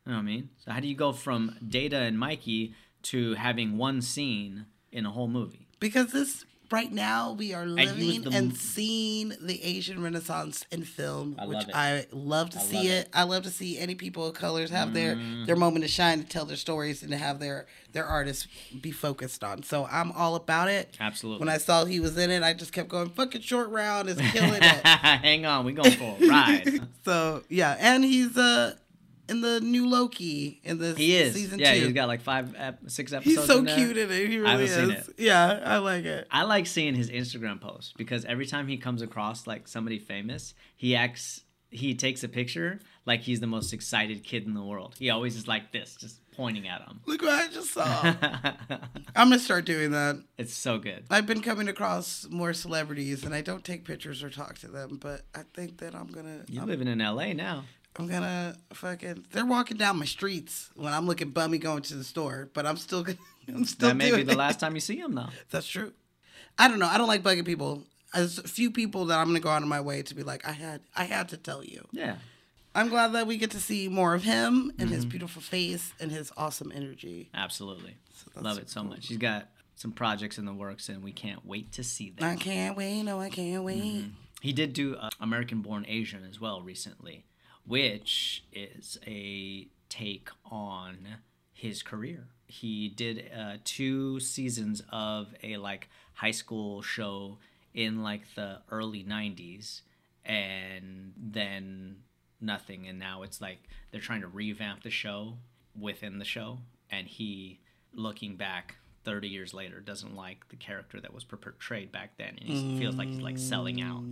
You know what I mean? So how do you go from Data and Mikey to having one scene in a whole movie? *laughs* Because this, right now, we are he was living the- and seeing the Asian Renaissance in film, I which love it. I love to see love Mm. it. I love to see any people of colors have their their moment to shine, to tell their stories, and to have their their artists be focused on. So I'm all about it. Absolutely. When I saw he was in it, I just kept going, fucking short round is killing *laughs* it. Hang on, we going for a *laughs* ride. So yeah, and he's uh in the new Loki in this He is. season yeah, two. he's got like five, ep- six episodes. he's so in there. cute in it. He really I is. haven't seen it. Yeah, I like it. I like seeing his Instagram posts because every time he comes across like somebody famous, he acts he takes a picture like he's the most excited kid in the world. He always is like this, just pointing at Look what I just *laughs* saw. him. I'm gonna start doing that. it's so good. I've been coming across more celebrities, and I don't take pictures or talk to them, but I think that I'm gonna. You I'm, living in LA now. I'm gonna fucking. They're walking down my streets when I'm looking bummy going to the store, but I'm still gonna. *laughs* I'm still. That may be doing *laughs* the it. last time you see him though. That's true. I don't know. I don't like bugging people. There's a few people that I'm gonna go out of my way to be like, I had, I had to tell you. Yeah. I'm glad that we get to see more of him and Mm-hmm. his beautiful face and his awesome energy. Absolutely. that's Love it so much. He's got some projects in the works and we can't wait to see them. I can't wait. No, I can't wait. Mm-hmm. He did do uh, American Born Asian as well recently, which is a take on his career. He did uh, two seasons of a like high school show in like the early 90s and then nothing and now it's like they're trying to revamp the show within the show and he looking back 30 years later doesn't like the character that was per- portrayed back then and he feels like he's like selling out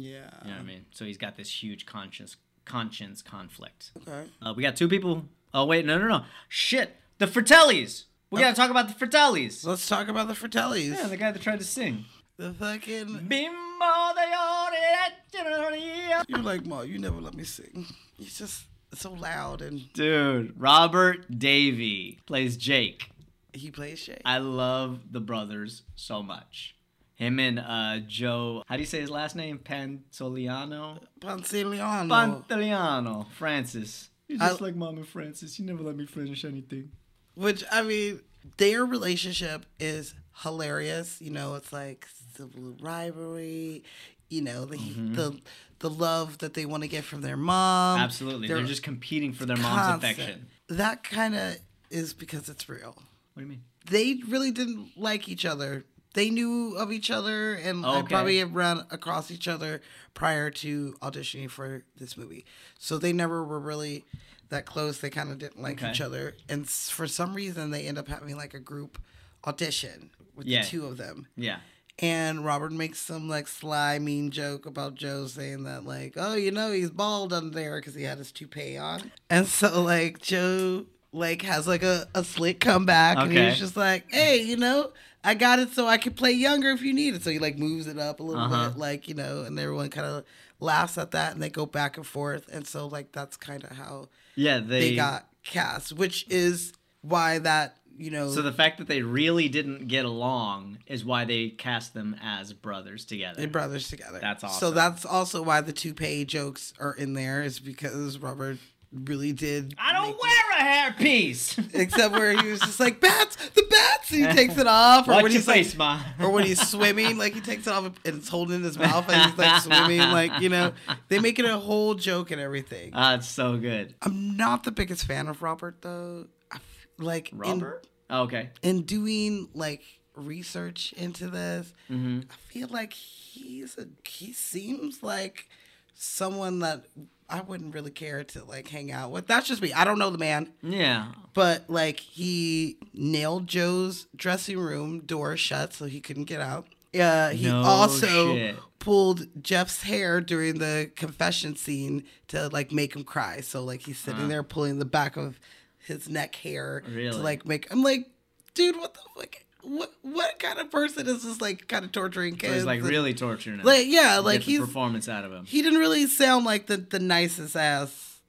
Yeah. you know what I mean? So he's got this huge conscience conscience conflict. Okay. Uh, we got two people. Oh wait, no, no, no. Shit, the Fratellis. We gotta talk about the Fratellis. Let's talk about the Fratellis. Yeah, the guy that tried to sing. the fucking. Bimbo de Oriente. You're like, Ma, you never let me sing. He's just so loud and Dude, Robert Davey plays Jake. he plays Shay. I love the brothers so much. Him and uh, Joe, how do you say his last name? Pantoliano? Oh. Ponciliano. Pantoliano. Francis. You're I- just like Mama Francis. You never let me finish anything. Which I mean, their relationship is hilarious. You know, it's like civil rivalry. You know, the Mm-hmm. the the love that they want to get from their mom. Absolutely. They're, Their just competing for their mom's Um, constant- affection. That kind of is because it's real. What do you mean? They really didn't like each other. They knew of each other and Okay. like, probably had run across each other prior to auditioning for this movie. So they never were really that close. They kind of didn't like Okay. each other. And s- for some reason, they end up having like a group audition with Yeah. the two of them. Yeah. And Robert makes some like sly, mean joke about Joe saying that, like, oh, you know, he's bald under there because he had his toupee on. And so, like, Joe, like, has like a, a slick comeback. And Okay. he's just like, hey, you know, I got it so I could play younger if you need it. So he like moves it up a little Uh-huh. bit, like, you know, and everyone kind of laughs at that and they go back and forth. And so, like, that's kind of how Yeah, they, they got cast, which is why that, you know, So the fact that they really didn't get along is why they cast them as brothers together. They're brothers together. That's So awesome. that's also why the toupee jokes are in there, is because Robert really did. I don't wear a *laughs* hairpiece. Except where he was just like, bats, the bats! And he takes it off. Or Watch when your he's like- face, ma. or when he's swimming, like he takes it off and it's holding in his mouth and he's like swimming. Like, you know, they make it a whole joke and everything. *laughs* Ah, it's so good. I'm not the biggest fan of Robert, though. I f- Like, in- Robert? Oh, okay. in doing like research into this, Mhm. I feel like he's a he seems like someone that I wouldn't really care to like hang out with. That's just me. I don't know the man, Yeah. but like he nailed Joe's dressing room door shut so he couldn't get out. Yeah, he No also shit. pulled Jeff's hair during the confession scene to like make him cry. So like he's sitting there pulling the back of his neck hair Really? to like make I'm like, dude, what the fuck? What what kind of person is just like kind of torturing So kids. he's like and- really torturing him. like yeah, Get like the he's performance out of him. he didn't really sound like the the nicest ass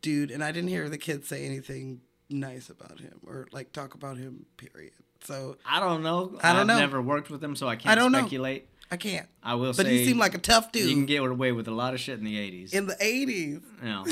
dude, and I didn't hear the kids say anything nice about him or like talk about him. Period. So I don't know. I don't I've know. never worked with him, so I can't don't know. speculate. I can't. I will But say he seemed like a tough you can dude get away with a lot of shit in the eighties. in the eighties. you *laughs* know,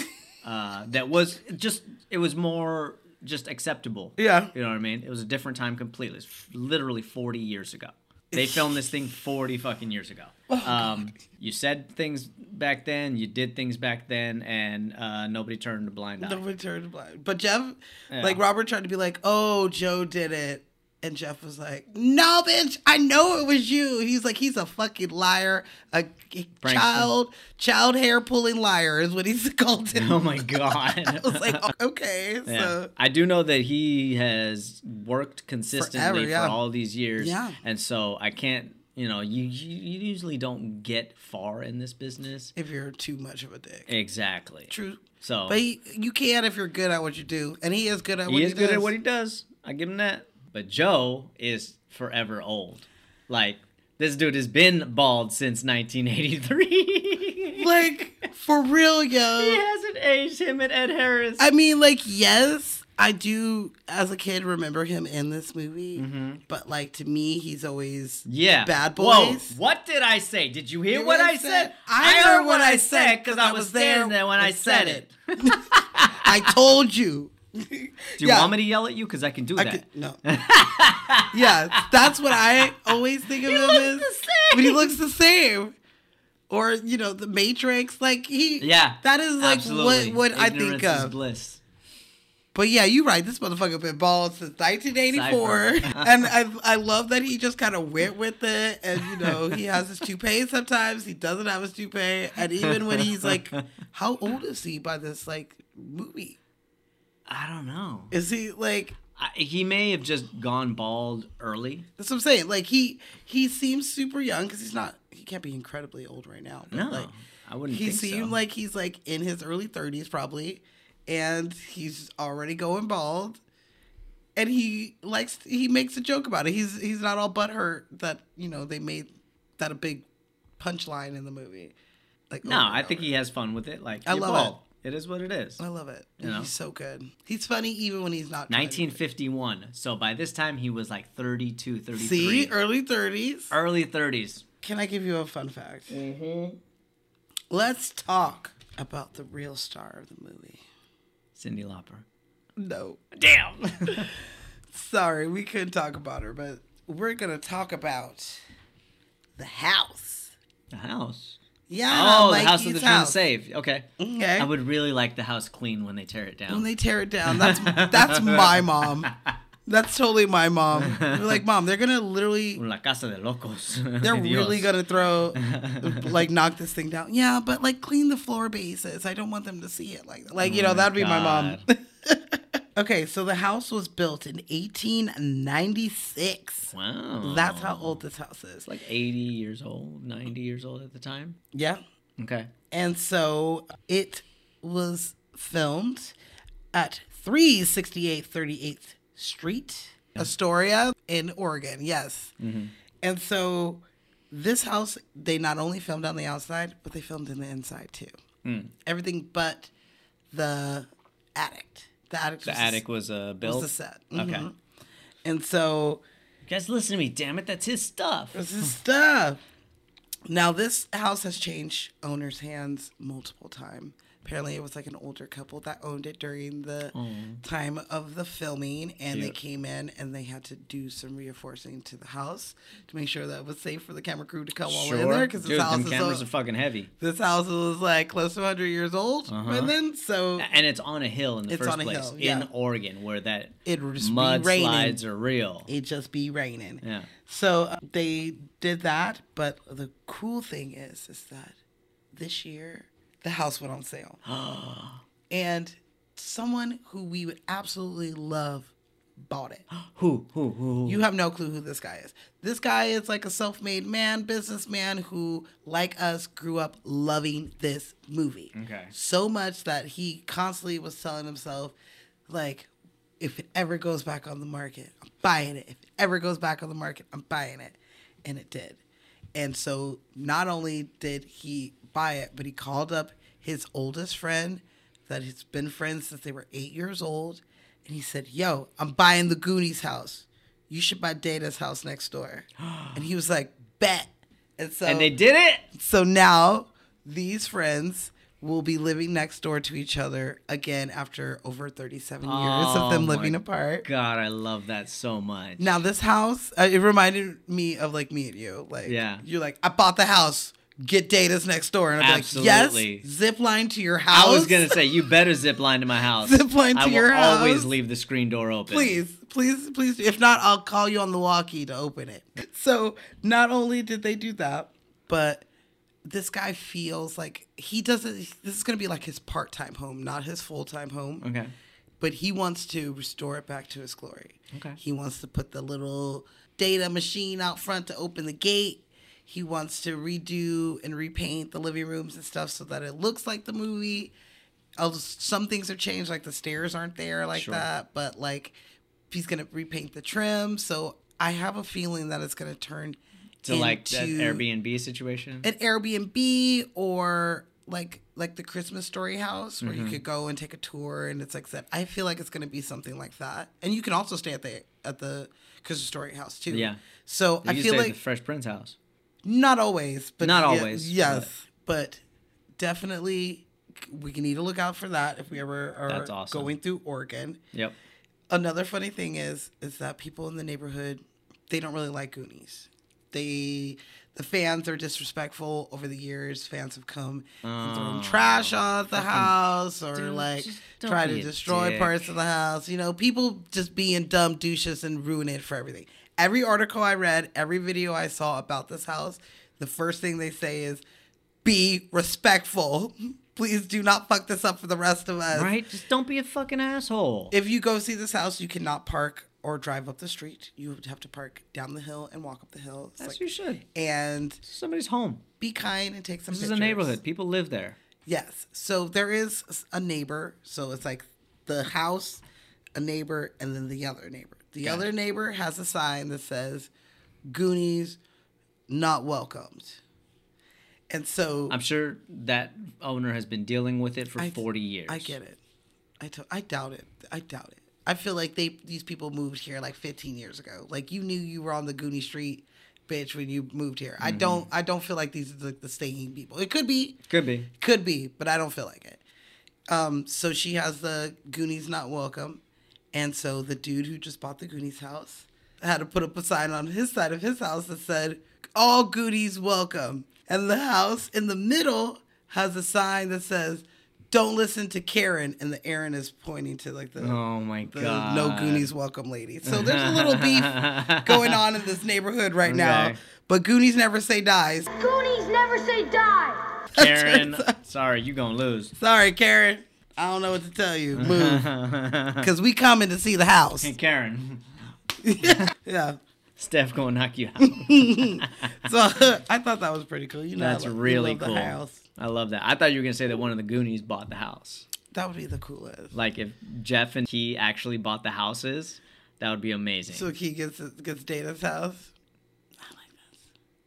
uh, that was just it was more just acceptable. Yeah. you know what I mean. It was a different time completely. It's f- literally forty years ago. They filmed this thing forty fucking years ago. Oh, um, you said things back then, you did things back then, and uh, nobody turned a blind eye. Nobody turned blind. But Jeff, Yeah. like Robert, tried to be like, "Oh, Joe did it," and Jeff was like, "No, bitch, I know it was you." He's like, "He's a fucking liar, a g- Prankster. child, child hair pulling liar," is what he's *laughs* called him. Oh my god! *laughs* I was like, "Oh, "Okay, Yeah. so." I do know that he has worked consistently Forever, yeah. for all these years. Yeah. And so I can't, you know, you, you you usually don't get far in this business. If you're too much of a dick, Exactly. true. So But he, he, you can if you're good at what you do, and he is good at what he is good does. at *laughs* what Oh. he does. I give him that. But Joe is forever old. Like this dude has been bald since 1983. like for real, yo. *laughs* he hasn't aged him and Ed Harris. I mean, like, yes, I do as a kid remember him in this movie, but like to me, he's always Mm-hmm. Yeah. bad Whoa, boys. what did I say? Did you hear You what heard I said? that? I heard what I said because I was standing there when I said it. I told you. Do you want me to yell at you? Because I can do I that. *laughs* could, no. yeah, that's what I always think of him as. But he looks the same. Or you know the Matrix, like he. Yeah. that is like absolutely. what what I Ignorance think is of. bliss. But yeah, you're right. This motherfucker been bald since 1984, *laughs* and I I love that he just kind of went with it. And you know, he has his toupee sometimes. He doesn't have his toupee, and even when he's like, how old is he by this like movie? I don't know. Is he like? I, he may have just gone bald early. That's what I'm saying. Like he he seems super young because he's not. He can't be incredibly old right now. But No, like, I wouldn't. he think so. seemed like he's like in his early 30s probably and he's already going bald and he likes he makes a joke about it he's he's not all butthurt that you know they made that a big punchline in the movie like No, over and I think over. he has fun with it. Like Oh I you're love bald. It is what it is. i love it You know? he's so good he's funny even when he's not trying to be. 1951. So by this time he was like 32, 33. see early 30s early 30s. can i give you a fun fact mm-hmm. let's talk about the real star of the movie Cindy Lauper. no Damn. *laughs* Sorry, we couldn't talk about her, but we're gonna talk about the house. the house. Yeah, Oh, the Ah, Mikey's house that they're trying to save. Okay. Okay. I would really like the house clean when they tear it down. when they tear it down, *laughs* that's that's my mom. That's totally my mom. We're like, mom, they're gonna literally, La casa de locos. *laughs* they're Dios. really gonna throw, *laughs* like, knock this thing down. Yeah, but like, clean the floor bases. I don't want them to see it like, like Oh you know, that'd be my mom. *laughs* okay, so the house was built in 1896. Wow. That's how old this house is. It's like 80 years old, 90 years old at the time. Yeah. Okay. And so it was filmed at 368 38th Street, Astoria in Oregon. Yes. Mm-hmm. And so this house, they not only filmed on the outside, but they filmed in the inside too. Mm. Everything but the attic. The attic The attic was uh, built. the set. Okay. Mhm. And so You guys listen to me, damn it. That's his stuff. this is stuff. Now this house has changed owners' hands multiple times. Apparently, it was like an older couple that owned it during the Mm. time of the filming, and they Cute. came in and they had to do some reinforcing to the house to make sure that it was safe for the camera crew to come all the way in there because Dude, this house them is cameras so- are fucking heavy. this house was like close to 100 years old, Uh-huh. and then so And it's on a hill in the It's first on a place hill, yeah. in Oregon where that it would just be raining. mudslides are real. It just be raining. Yeah. So uh, they did that, but the cool thing is, is that this year the house went on sale, and someone who we would absolutely love bought it. Who, who, who? You have no clue who this guy is. This guy is like a self-made man, businessman who, like us, grew up loving this movie Okay. so much that he constantly was telling himself, like, If it ever goes back on the market, I'm buying it. If it ever goes back on the market, I'm buying it. And it did. And so not only did he buy it, but he called up his oldest friend that has been friends since they were eight years old. And he said, Yo, I'm buying the Goonies house. You should buy Data's house next *gasps* door. and he was like, Bet. And so And they did it. so now these friends will be living next door to each other again after over 37 years of them Oh my living apart. God, I love that so much. Now this house, uh, it reminded me of like me and you. Like Yeah. you're like I bought the house, get data's next door, and I'm like Absolutely. yes, zip line to your house. I was gonna say you better zip line to my house. *laughs* Zip line I to will your house. always leave the screen door open. please, please, please. If not, I'll call you on the walkie to open it. So not only did they do that, but this guy feels like he doesn't. This is gonna be like his part time home, not his full time home. Okay. but he wants to restore it back to its glory. Okay. He wants to put the little data machine out front to open the gate. He wants to redo and repaint the living rooms and stuff so that it looks like the movie. Oh, Some things are changed, like the stairs aren't there like that, but like he's gonna repaint the trim. So I have a feeling that it's gonna turn To like that into- Airbnb situation. an Airbnb or like like the Christmas story house where Mm-hmm. you could go and take a tour and it's like that. I feel like it's going to be something like that. And you can also stay at the at the Christmas story house too. Yeah. So you I feel stay like at the Fresh Prince house. not always, but Not ye- always, Yes, but definitely we can need to look out for that if we ever are That's awesome. going through Oregon. Yep. Another funny thing is is that people in the neighborhood they don't really like Goonies. They the fans are disrespectful over the years. Fans have come and thrown trash on the house or Oh, dude, like just don't try be to a destroy dick. parts of the house. You know, people just being dumb douches and ruining it for everything. Every article I read, every video I saw about this house, the first thing they say is be respectful. *laughs* Please do not fuck this up for the rest of us Right? Just don't be a fucking asshole. if you go see this house, you cannot park or drive up the street. You would have to park down the hill and walk up the hill. It's As like- you should. And Somebody's home. be kind and take some. This is pictures. a neighborhood. People live there. Yes. So there is s- a neighbor. So it's like the house, a neighbor, and then the other neighbor. The other neighbor has a sign that says "Goonies, not welcomed." And so I'm sure that owner has been dealing with it for I- 40 years. I get it. I to- I doubt it. I doubt it. I feel like they these people moved here like 15 years ago. Like you knew you were on the Goonie Street, bitch, when you moved here. I don't. I don't feel like these are like the staying people. It could be. Could be. Could be, but I don't feel like it. Um, so she has the Goonies not welcome, and so the dude who just bought the Goonies house had to put up a sign on his side of his house that said "All Goonies welcome," and the house in the middle has a sign that says "Don't listen to Karen," and the Aaron is pointing to like the. Oh my the god. no Goonies welcome lady. So there's a little beef *laughs* going on in this neighborhood right now. Okay. But Goonies never say dies. Goonies never say die. *laughs* Karen, sorry, you gonna lose. Sorry, Karen. I don't know what to tell you. Move. *laughs* Because we coming to see the house. Hey Karen, *laughs* Yeah. Steph gonna knock you *laughs* out. So *laughs* I thought that was pretty cool. You know, I That's love- we really love the cool. house. I love that. I thought you were gonna say that one of the Goonies bought the house. That would be the coolest. Like if Jeff and he actually bought the houses, that would be amazing. So he gets gets Data's house.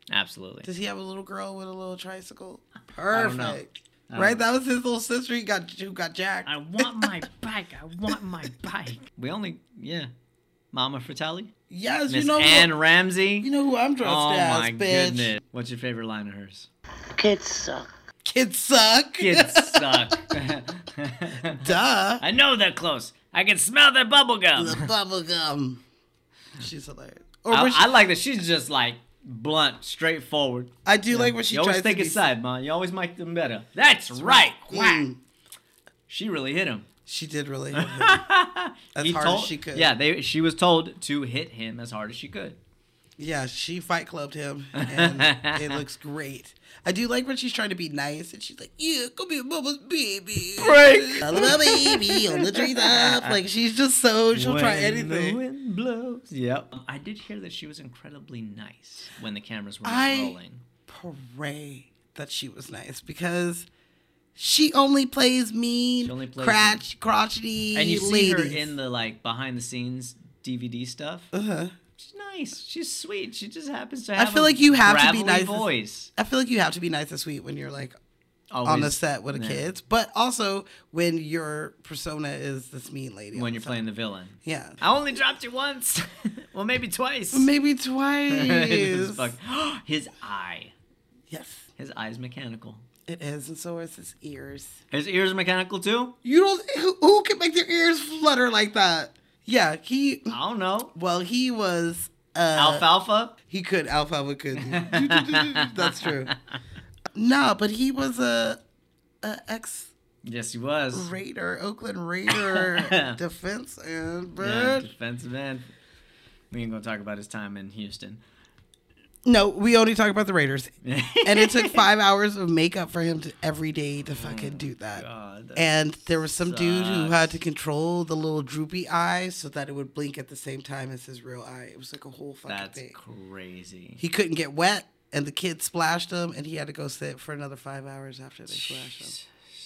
Absolutely. Does he have a little girl with a little tricycle? know. Perfect. Right, that was his little sister. He got who got jacked. I want my bike. I want my bike. *laughs* We only yeah. Mama Fratelli? yes, Miss you know, Ann who, Ramsey. you know who I'm dressed oh as, my bitch. goodness. What's your favorite line of hers? Kids suck. Kids suck. *laughs* Kids suck. *laughs* Duh. I know they're close. I can smell their bubble gum. The bubblegum. She's hilarious. Or I, when she- I like that she's just like blunt, straightforward. I do like when she you always tries to think be his side, man. You always make them better. That's right. Whack. Mm. She really hit him. She did really hit *laughs* him. as He hard told, as she could. Yeah, they. She was told to hit him as hard as she could. Yeah, she fight clubbed him *laughs* and it looks great. I do like when she's trying to be nice and she's like, Yeah, go be a mama's baby. Break. All about baby on the treetop. Like she's just so she'll try The anything. wind blows. Yep. Um, I did hear that she was incredibly nice when the cameras were not I- rolling. Pray that she was nice because She only plays mean, She only plays crotch, crotchety And you see her ladies. in the like behind the scenes DVD stuff. Uh-huh. She's nice. She's sweet. She just happens to I have. feel a like you have to be gravelly nice. voice. I feel like you have to be nice and sweet when you're like Always on the set with the yeah. kids, but also when your persona is this mean lady. on when the you're set. playing the villain. yeah, I only dropped you once. *laughs* well, maybe twice. *laughs* maybe This is *laughs* twice. fuck- *gasps* His eye. yes, His eye's mechanical. it is, and so is his ears. His ears are mechanical too? You don't. Who, who can make their ears flutter like that? Yeah, he. I don't know. Well, he was. Uh, Alfalfa? He could. *laughs* Alfalfa could. That's true. No, but he was a, a ex Yes, he was. Raider, *laughs* Oakland Raider defense end, Yeah, but defensive end. We ain't gonna talk about his time in Houston. no, we only talk about *laughs* the Raiders. and it took five hours of makeup for him to every day to fucking do that. God, that and there was some dude who had sucks. to control the little droopy eye so that it would blink at the same time as his real eye. It was like a whole fucking That's thing. crazy. He couldn't get wet, and the kid splashed him, and he had to go sit for another five hours after they splashed him.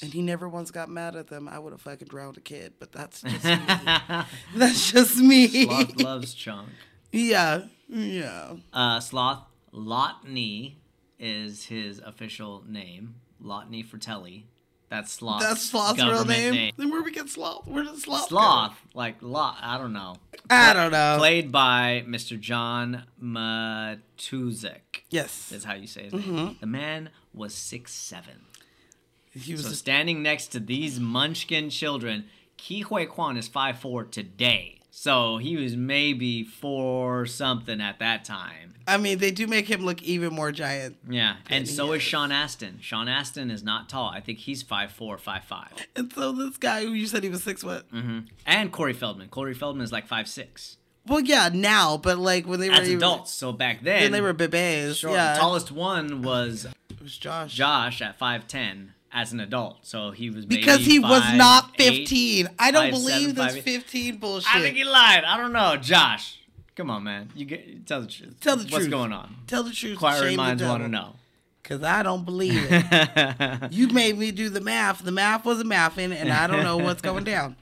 And he never once got mad at them. I would have fucking drowned a kid, but that's just *laughs* me. *laughs* that's just me. Sloth loves Chunk. *laughs* yeah, yeah. Uh, Sloth Lotney is his official name. Lotney Fratelli. That's Sloth. That's Sloth's real name. Then where we get Sloth? Where does Sloth? go? Sloth, like Lot, I don't know. I don't know. Played by Mr. John Matuzik. Yes, That's how you say his name. Mm-hmm. The man was six seven. he was. So a- standing next to these munchkin children, Ki Hui Kwan is 5'4 today. So he was maybe four something at that time. I mean, they do make him look even more giant. Yeah. And he so is is. Sean Aston. Sean Aston is not tall. I think he's 5'4, 5'5. And so this guy who you said he was six what? Mm-hmm. And Corey Feldman. Corey Feldman is like 5'6. Well, yeah, now, but like when they were As even- adults. So back then, when they were bebés, sure, yeah, the tallest one was it was Josh. Josh at 5'10 as an adult. So he was maybe because he was 5'8". not 15. I don't five, believe seven, this five, eight. 15 bullshit. I think he lied. I don't know, Josh. Come on, man. You get tell the truth. Tell the What's truth. going on? Tell the truth. Inquiring shame the minds devil. want to know. *laughs* Cause I don't believe it. you made me do the math. The math wasn't mathing, and I don't know what's going down.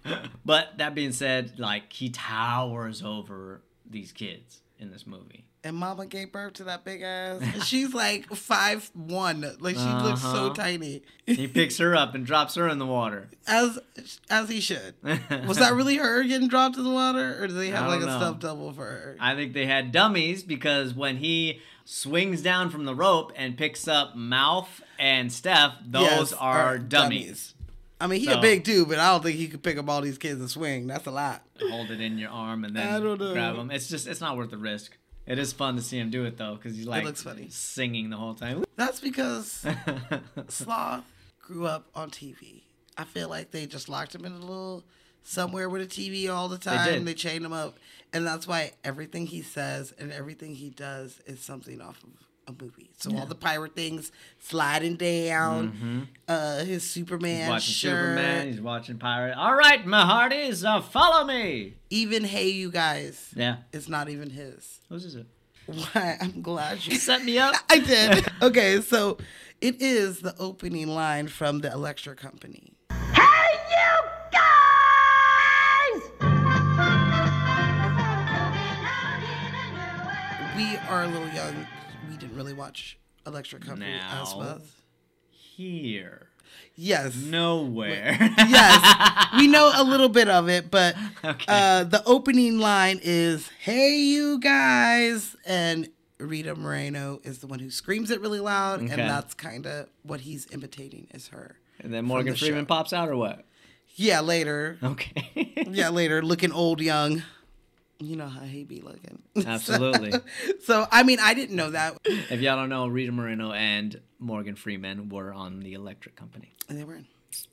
but that being said, like he towers over these kids in this movie. And Mama gave birth to that big *laughs* ass. And she's like five one. Like she looks so Uh-huh. tiny. He picks her up and drops her in the water. *laughs* As as *laughs* he should. Was that really her getting dropped in the water, or do they have I like a don't know. stuffed double for her? I think they had dummies because when he swings down from the rope and picks up Mouth and Steph, those Yes, are or dummies. I mean, he a So- big dude, but I don't think he could pick up all these kids and swing. That's a lot. Hold it in your arm and then I don't know. grab them. It's just it's not worth the risk. It is fun to see him do it though because he's like looks funny. singing the whole time. *laughs* That's because Sloth grew up on TV. I feel like they just locked him in a little somewhere with a TV all the time. did. they chained him up, and that's why everything he says and everything he does is something off of a movie. So all the pirate things sliding down, uh, his Superman Mm-hmm. He's watching shirt, Superman. He's watching Pirate. All right, my hearties, uh, follow me. even "Hey You Guys," Yeah, it's not even his. *laughs* what is it? Why? I'm *laughs* glad you Set me up. *laughs* I did. Okay, so it is the opening line from the Electra Company. Hey, you guys! We are a little young. We didn't really watch Electra Company Now. as well. Here, *laughs* Yes. nowhere. *laughs* Yes. we know a little bit of it, but *laughs* Okay. uh, the opening line is Hey, you guys. And Rita Moreno is the one who screams it really loud. Okay. And that's kind of what he's imitating is her. *laughs* and then Morgan the Freeman show. pops out or what? Yeah, later. *laughs* Okay. Yeah, later. Looking old, young. You know how he be looking. *laughs* Absolutely. So I mean, I didn't know that. if y'all don't know, Rita Moreno and Morgan Freeman were on the Electric Company, And they were in.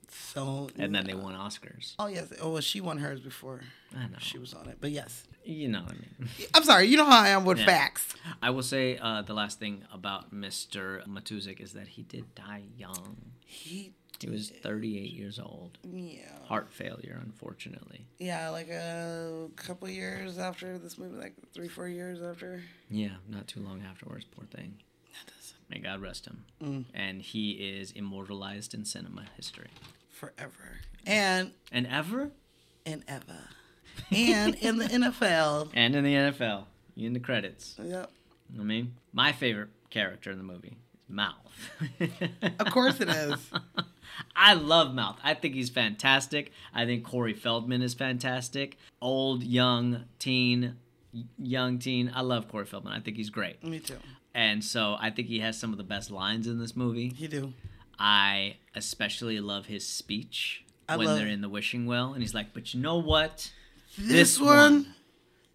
So and then they won Oscars. Oh yes. Oh well, she won hers before I know. she was on it. But yes, You know what I mean. I'm sorry. You know how I am with Yeah. facts. *laughs* I will say uh, the last thing about Mr. Matuzik is that he did die young. He. He was 38 years old. Yeah. Heart failure, unfortunately. Yeah. Like a couple years after this movie, like three, four years after. Yeah, not too long afterwards, poor thing. That doesn't May God rest him. And he is immortalized in cinema history. forever and And ever? and ever, and in the NFL. And in the NFL. In the credits. Yep. I mean, my favorite character in the movie is Mouth. *laughs* Of course it *laughs* is. I love Mouth. I think he's fantastic. I think Corey Feldman is fantastic. Old, young, teen, y- young teen. I love Corey Feldman. I think he's great. Me too. And so I think he has some of the best lines in this movie. You do. I especially love his speech I when love- they're in the wishing well. And he's like, but you know what? This one-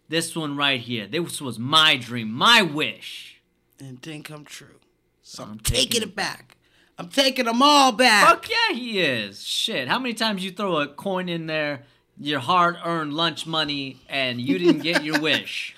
This one right here. This was my dream, my wish. And it didn't come true. So I'm, I'm taking, taking it back. I'm taking them all back. Fuck yeah, he is. Shit, how many times you throw a coin in there, your hard-earned lunch money, and you didn't get your wish?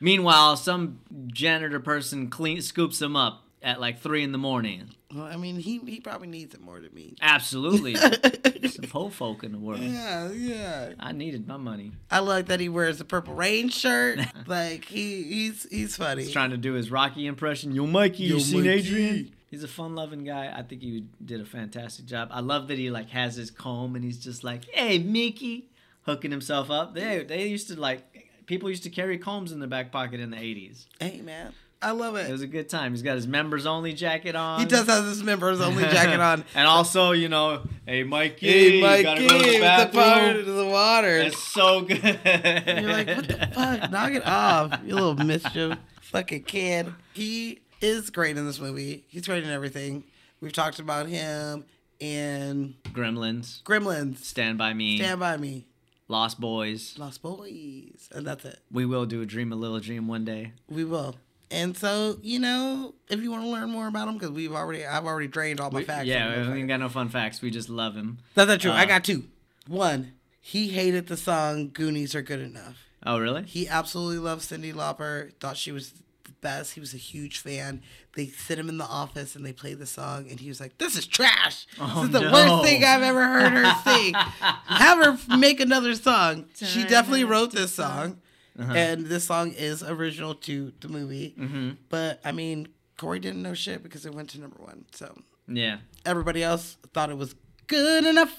Meanwhile, some janitor person clean scoops him up at like three in the morning. Well, I mean, he he probably needs it more than me. Absolutely, some poor folk in the world. Yeah, yeah. I needed my money. I like that he wears the purple rain shirt. *laughs* like he he's he's funny. He's trying to do his Rocky impression. Yo, Mikey, Yo, you seen Mikey. Adrian? He's a fun-loving guy. I think he did a fantastic job. I love that he like has his comb and he's just like, "Hey, Mickey," hooking himself up. They they used to like people used to carry combs in their back pocket in the '80s. hey man, I love It it. was a good time. He's got his members only jacket on. He does have his members only jacket on. *laughs* and also, you know, hey, Mikey, Hey, you Mikey, gotta go to the with the power bathroom. to the water. *laughs* It's so good. And you're like, what the *laughs* fuck? Knock it off, you little mischief fucking kid. He is great in this movie. He's great in everything. We've talked about him in Gremlins, Gremlins, Stand by Me, Stand By Me, Lost Boys. Lost Boys, and that's it. We will do a dream, a little dream one day. We will. And so, you know, if you want to learn more about him, because we've already, I've already drained all my facts. on yeah, him. we ain't got no fun facts. We just love him. that's not true. I uh, got two. One, he hated the song "Goonies Are Good Enough." Oh, really? He absolutely loved Cindy Lauper. Thought she was the best. He was a huge fan. They sit him in the office and they play the song, and he was like, "This is trash. Oh, this is the no. worst thing I've ever *laughs* heard her sing. Have her f- make another song." She definitely wrote this song, Uh-huh. and this song is original to the movie. Mm-hmm. But I mean, Corey didn't know shit because it went to number one. So Yeah. everybody else thought it was good enough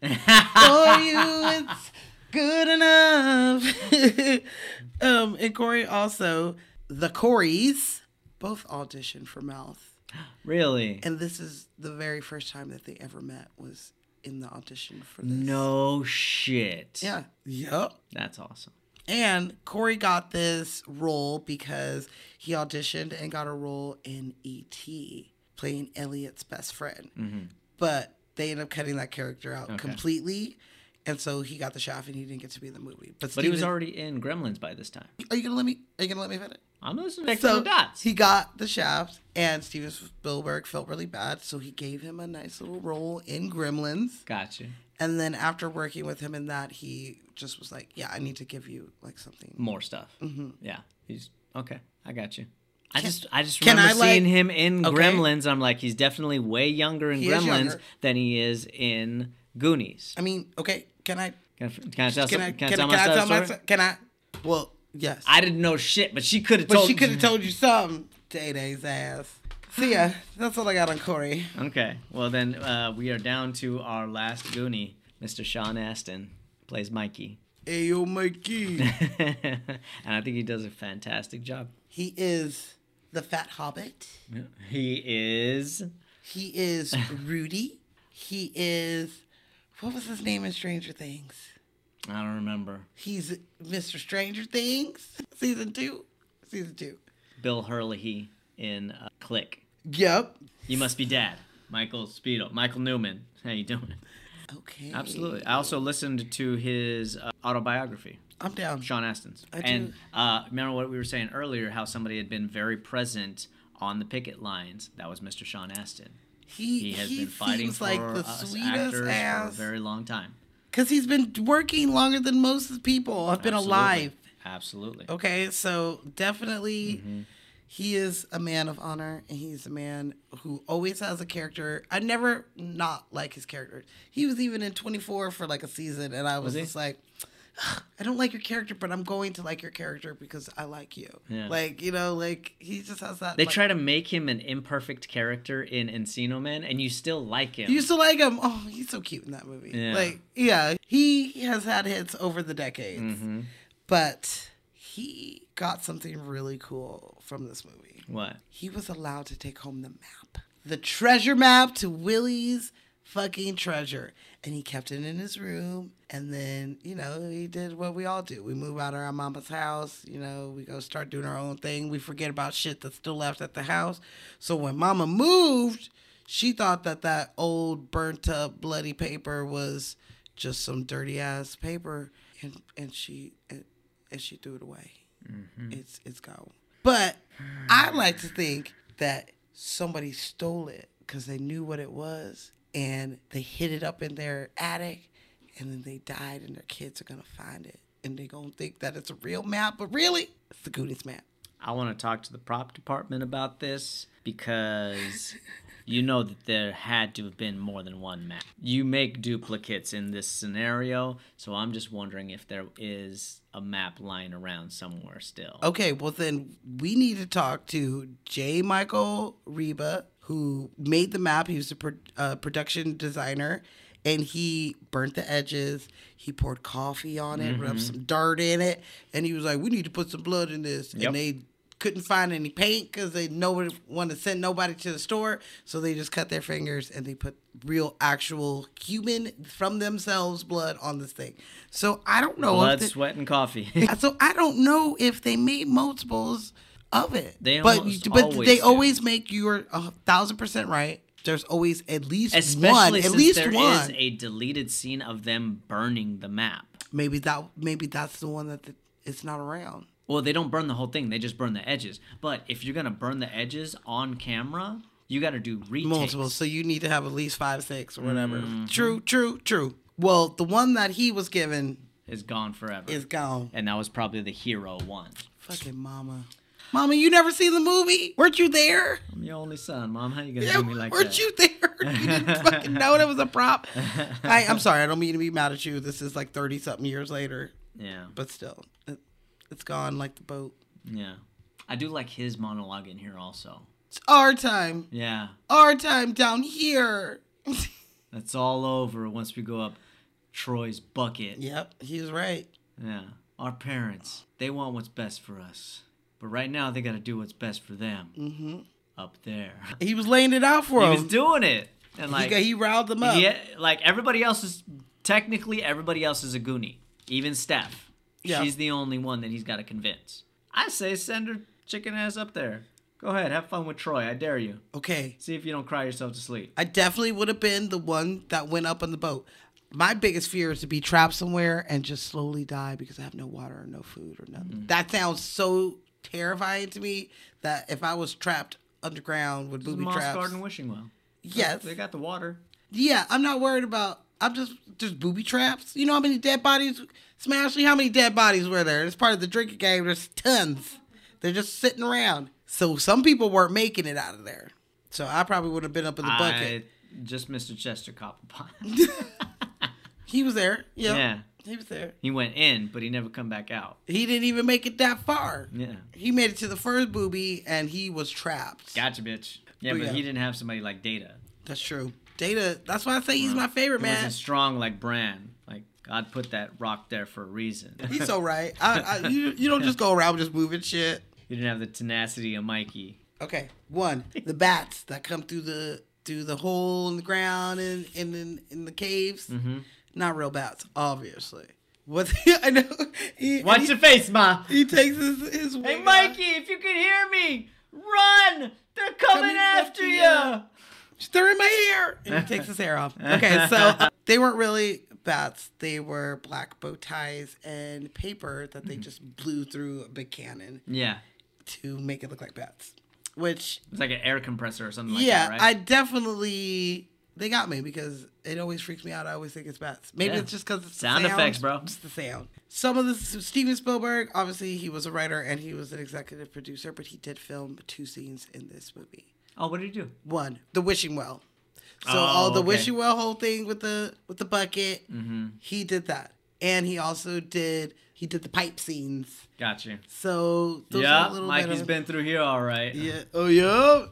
for you. It's good enough. *laughs* um, and Corey also, the Coreys both auditioned for Mouth, Really? and this is the very first time that they ever met was in the audition for this. No shit. Yeah. Yep. That's awesome. And Corey got this role because he auditioned and got a role in E.T., playing Elliot's best friend. Mm-hmm. But they ended up cutting that character out completely. And so he got the shaft and he didn't get to be in the movie. But, But he was Steven- already in Gremlins by this time. Are you gonna let me are you gonna let me finish? I'm listening to So the dots. he got the shaft and Steven Spielberg felt really bad, so he gave him a nice little role in Gremlins. Gotcha. And then after working with him in that, he just was like, Yeah, I need to give you like something More stuff. Yeah. He's okay. I got you. I just I just Mm-hmm. can remember I, like- seeing him in Okay. Gremlins. I'm like, he's definitely way younger in He is Gremlins younger. than he is in Goonies. I mean, okay, can I Can I, can I tell, Can some- I? can I Can, tell I? Can I tell my my? story? Can I? Well, yes. I didn't know shit, but she could have but told she could have told you something. Day Day's ass. So yeah, that's all I got on Corey. Okay. Well, then uh, we are down to our last Goonie. Mr. Sean Astin plays Mikey. *laughs* Hey yo, Mikey. and I think he does a fantastic job. he is the Fat Hobbit. He is. He *laughs* is Rudy. He is. What was his name in Stranger Things? I don't remember. He's Mr. Stranger Things, season two. Season two. Bill Hurley in uh, Click. Yep. You must be dad. Michael Speedo. Michael Newman. How you doing? Okay. Absolutely. I also listened to his uh, autobiography. I'm down. Sean Astin's. I and do- uh, remember what we were saying earlier, how somebody had been very present on the picket lines. That was Mr. Sean Astin. He, He has he been fighting seems for like the us sweetest actors ass. for a very long time. Because he's been working longer than most people have been Absolutely. alive. Oh, Absolutely. Okay, so definitely Mm-hmm. he is a man of honor and he's a man who always has a character. I never not like his character. He was even in 24 for like a season and I was, he? just like, I don't like your character, but I'm going to like your character because I like you. Yeah. Like, you know, like he just has that. They like, try to make him an imperfect character in Encino Man, and you still like him. You used to like him. Oh, he's so cute in that movie. Yeah. Like, yeah, he has had hits over the decades, Mhm. but he got something really cool from this movie. What? He was allowed to take home the map, the treasure map to Willie's fucking treasure, and he kept it in his room. And then, you know, he did what we all do. We move out of our mama's house, you know, we go start doing our own thing. We forget about shit that's still left at the house. So when mama moved, she thought that that old burnt up bloody paper was just some dirty ass paper and and she and, and she threw it away it's it's gone but i like to think that somebody stole it because they knew what it was and they hid it up in their attic and then they died and their kids are gonna find it and they're gonna think that it's a real map but really it's the goonies map I want to talk to the prop department about this because you know that there had to have been more than one map. You make duplicates in this scenario, so I'm just wondering if there is a map lying around somewhere still. Okay, well then we need to talk to J. Michael Reba, who made the map. He was a pro- uh, production designer, and he burnt the edges. He poured coffee on it, Mm-hmm. rubbed some dirt in it, and he was like, "We need to put some blood in this." Yep. And they couldn't find any paint because they nobody wanted to send nobody to the store, so they just cut their fingers and they put real, actual human from themselves blood on this thing. So I don't know. Blood, the- sweat, and coffee. *laughs* *laughs* so I don't know if they made multiples of it. They but almost but always they do. always make you a thousand percent right. There's always at least Especially one, at since least there is one. a deleted scene of them burning the map. maybe that maybe that's the one that the, it's not around. Well, they don't burn the whole thing; they just burn the edges. But if you're gonna burn the edges on camera, you got to do retakes. Multiple, so you need to have at least five, six, or whatever. Mm-hmm. True, true, true. Well, the one that he was given is gone forever, is gone. and that was probably the hero one. Fucking mama, mama, you never seen the movie? Weren't you there? I'm your only son, mom. How you gonna Yeah, do me like weren't that? you there? *laughs* You didn't fucking know that was *laughs* a prop. I, I'm sorry. I don't mean to be mad at you. This is like 30 something years later, Yeah, but still, it, it's gone like the boat. yeah. I do like his monologue in here also. It's our time. Yeah, Our time down here. that's all over once we go up Troy's bucket. yep, he was right. yeah. Our parents, they want what's best for us, but right now they got to do what's best for them. Mm-hmm. Up *laughs* there, He was laying it out for he him. was doing it, and like he, got- he riled them up. Yeah, like everybody else is technically everybody else is a goonie. Even Steph. Yeah. She's the only one that he's gotta convince. I say send her chicken ass up there. Go ahead, have fun with Troy. I dare you. Okay. See if you don't cry yourself to sleep. I definitely would have been the one that went up on the boat. My biggest fear is to be trapped somewhere and just slowly die because I have no water or no food or nothing. Mm-hmm. That sounds so terrifying to me that if I was trapped underground with booby Moss traps, Garden Wishing Well. yes, They got the water. yeah, I'm not worried about. I'm just just booby traps. You know how many dead bodies, Smashley? How many dead bodies were there? It's part of the drinking game. There's tons. They're just sitting around. So some people weren't making it out of there. So I probably would have been up in the I bucket. just Mr. Chester *laughs* Copperpot. He was there. Yeah. Yeah. He was there. He went in, but he never come back out. He didn't even make it that far. Yeah. He made it to the first booby and he was trapped. Gotcha, bitch. Yeah, Oh, but yeah. he didn't have somebody like Data. That's true. Data, that's why I say he's my favorite, He man. wasn't *laughs* strong like Bran. Like God put that rock there for a reason. He's *laughs* so right. I, I, you, you don't just go around just moving shit. You didn't have the tenacity of Mikey. Okay. One, the bats that come through the through the hole in the ground and, and in, in the caves. Mm-hmm. Not real bats, obviously. What *laughs* I know. He, Watch he, your face, *laughs* Ma. he takes his, his Hey, wig off. Mikey, if you can hear me, run! They're coming Coming after after you. ya. they're in my hair. And he takes his hair off. Okay, *laughs* so uh, they weren't really bats. They were black bow ties and paper that they just blew through a big cannon Yeah, to make it look like bats. Which, it's like an air compressor or something like yeah, that, I right? definitely. They got me because it always freaks me out. I always think it's bats. Maybe Yeah. it's just because it's the Sound effects, bro. It's the sound. Some of the Steven Spielberg, obviously, he was a writer and he was an executive producer, but he did film two scenes in this movie oh, what did you do? one the wishing well so Oh, all the okay. Mm-hmm. wishing well whole thing with the with the bucket he did that and he also did he did the pipe scenes. Got you. So those are Yeah, a little Mikey's bit of- been through here all right. Yeah. Oh yeah.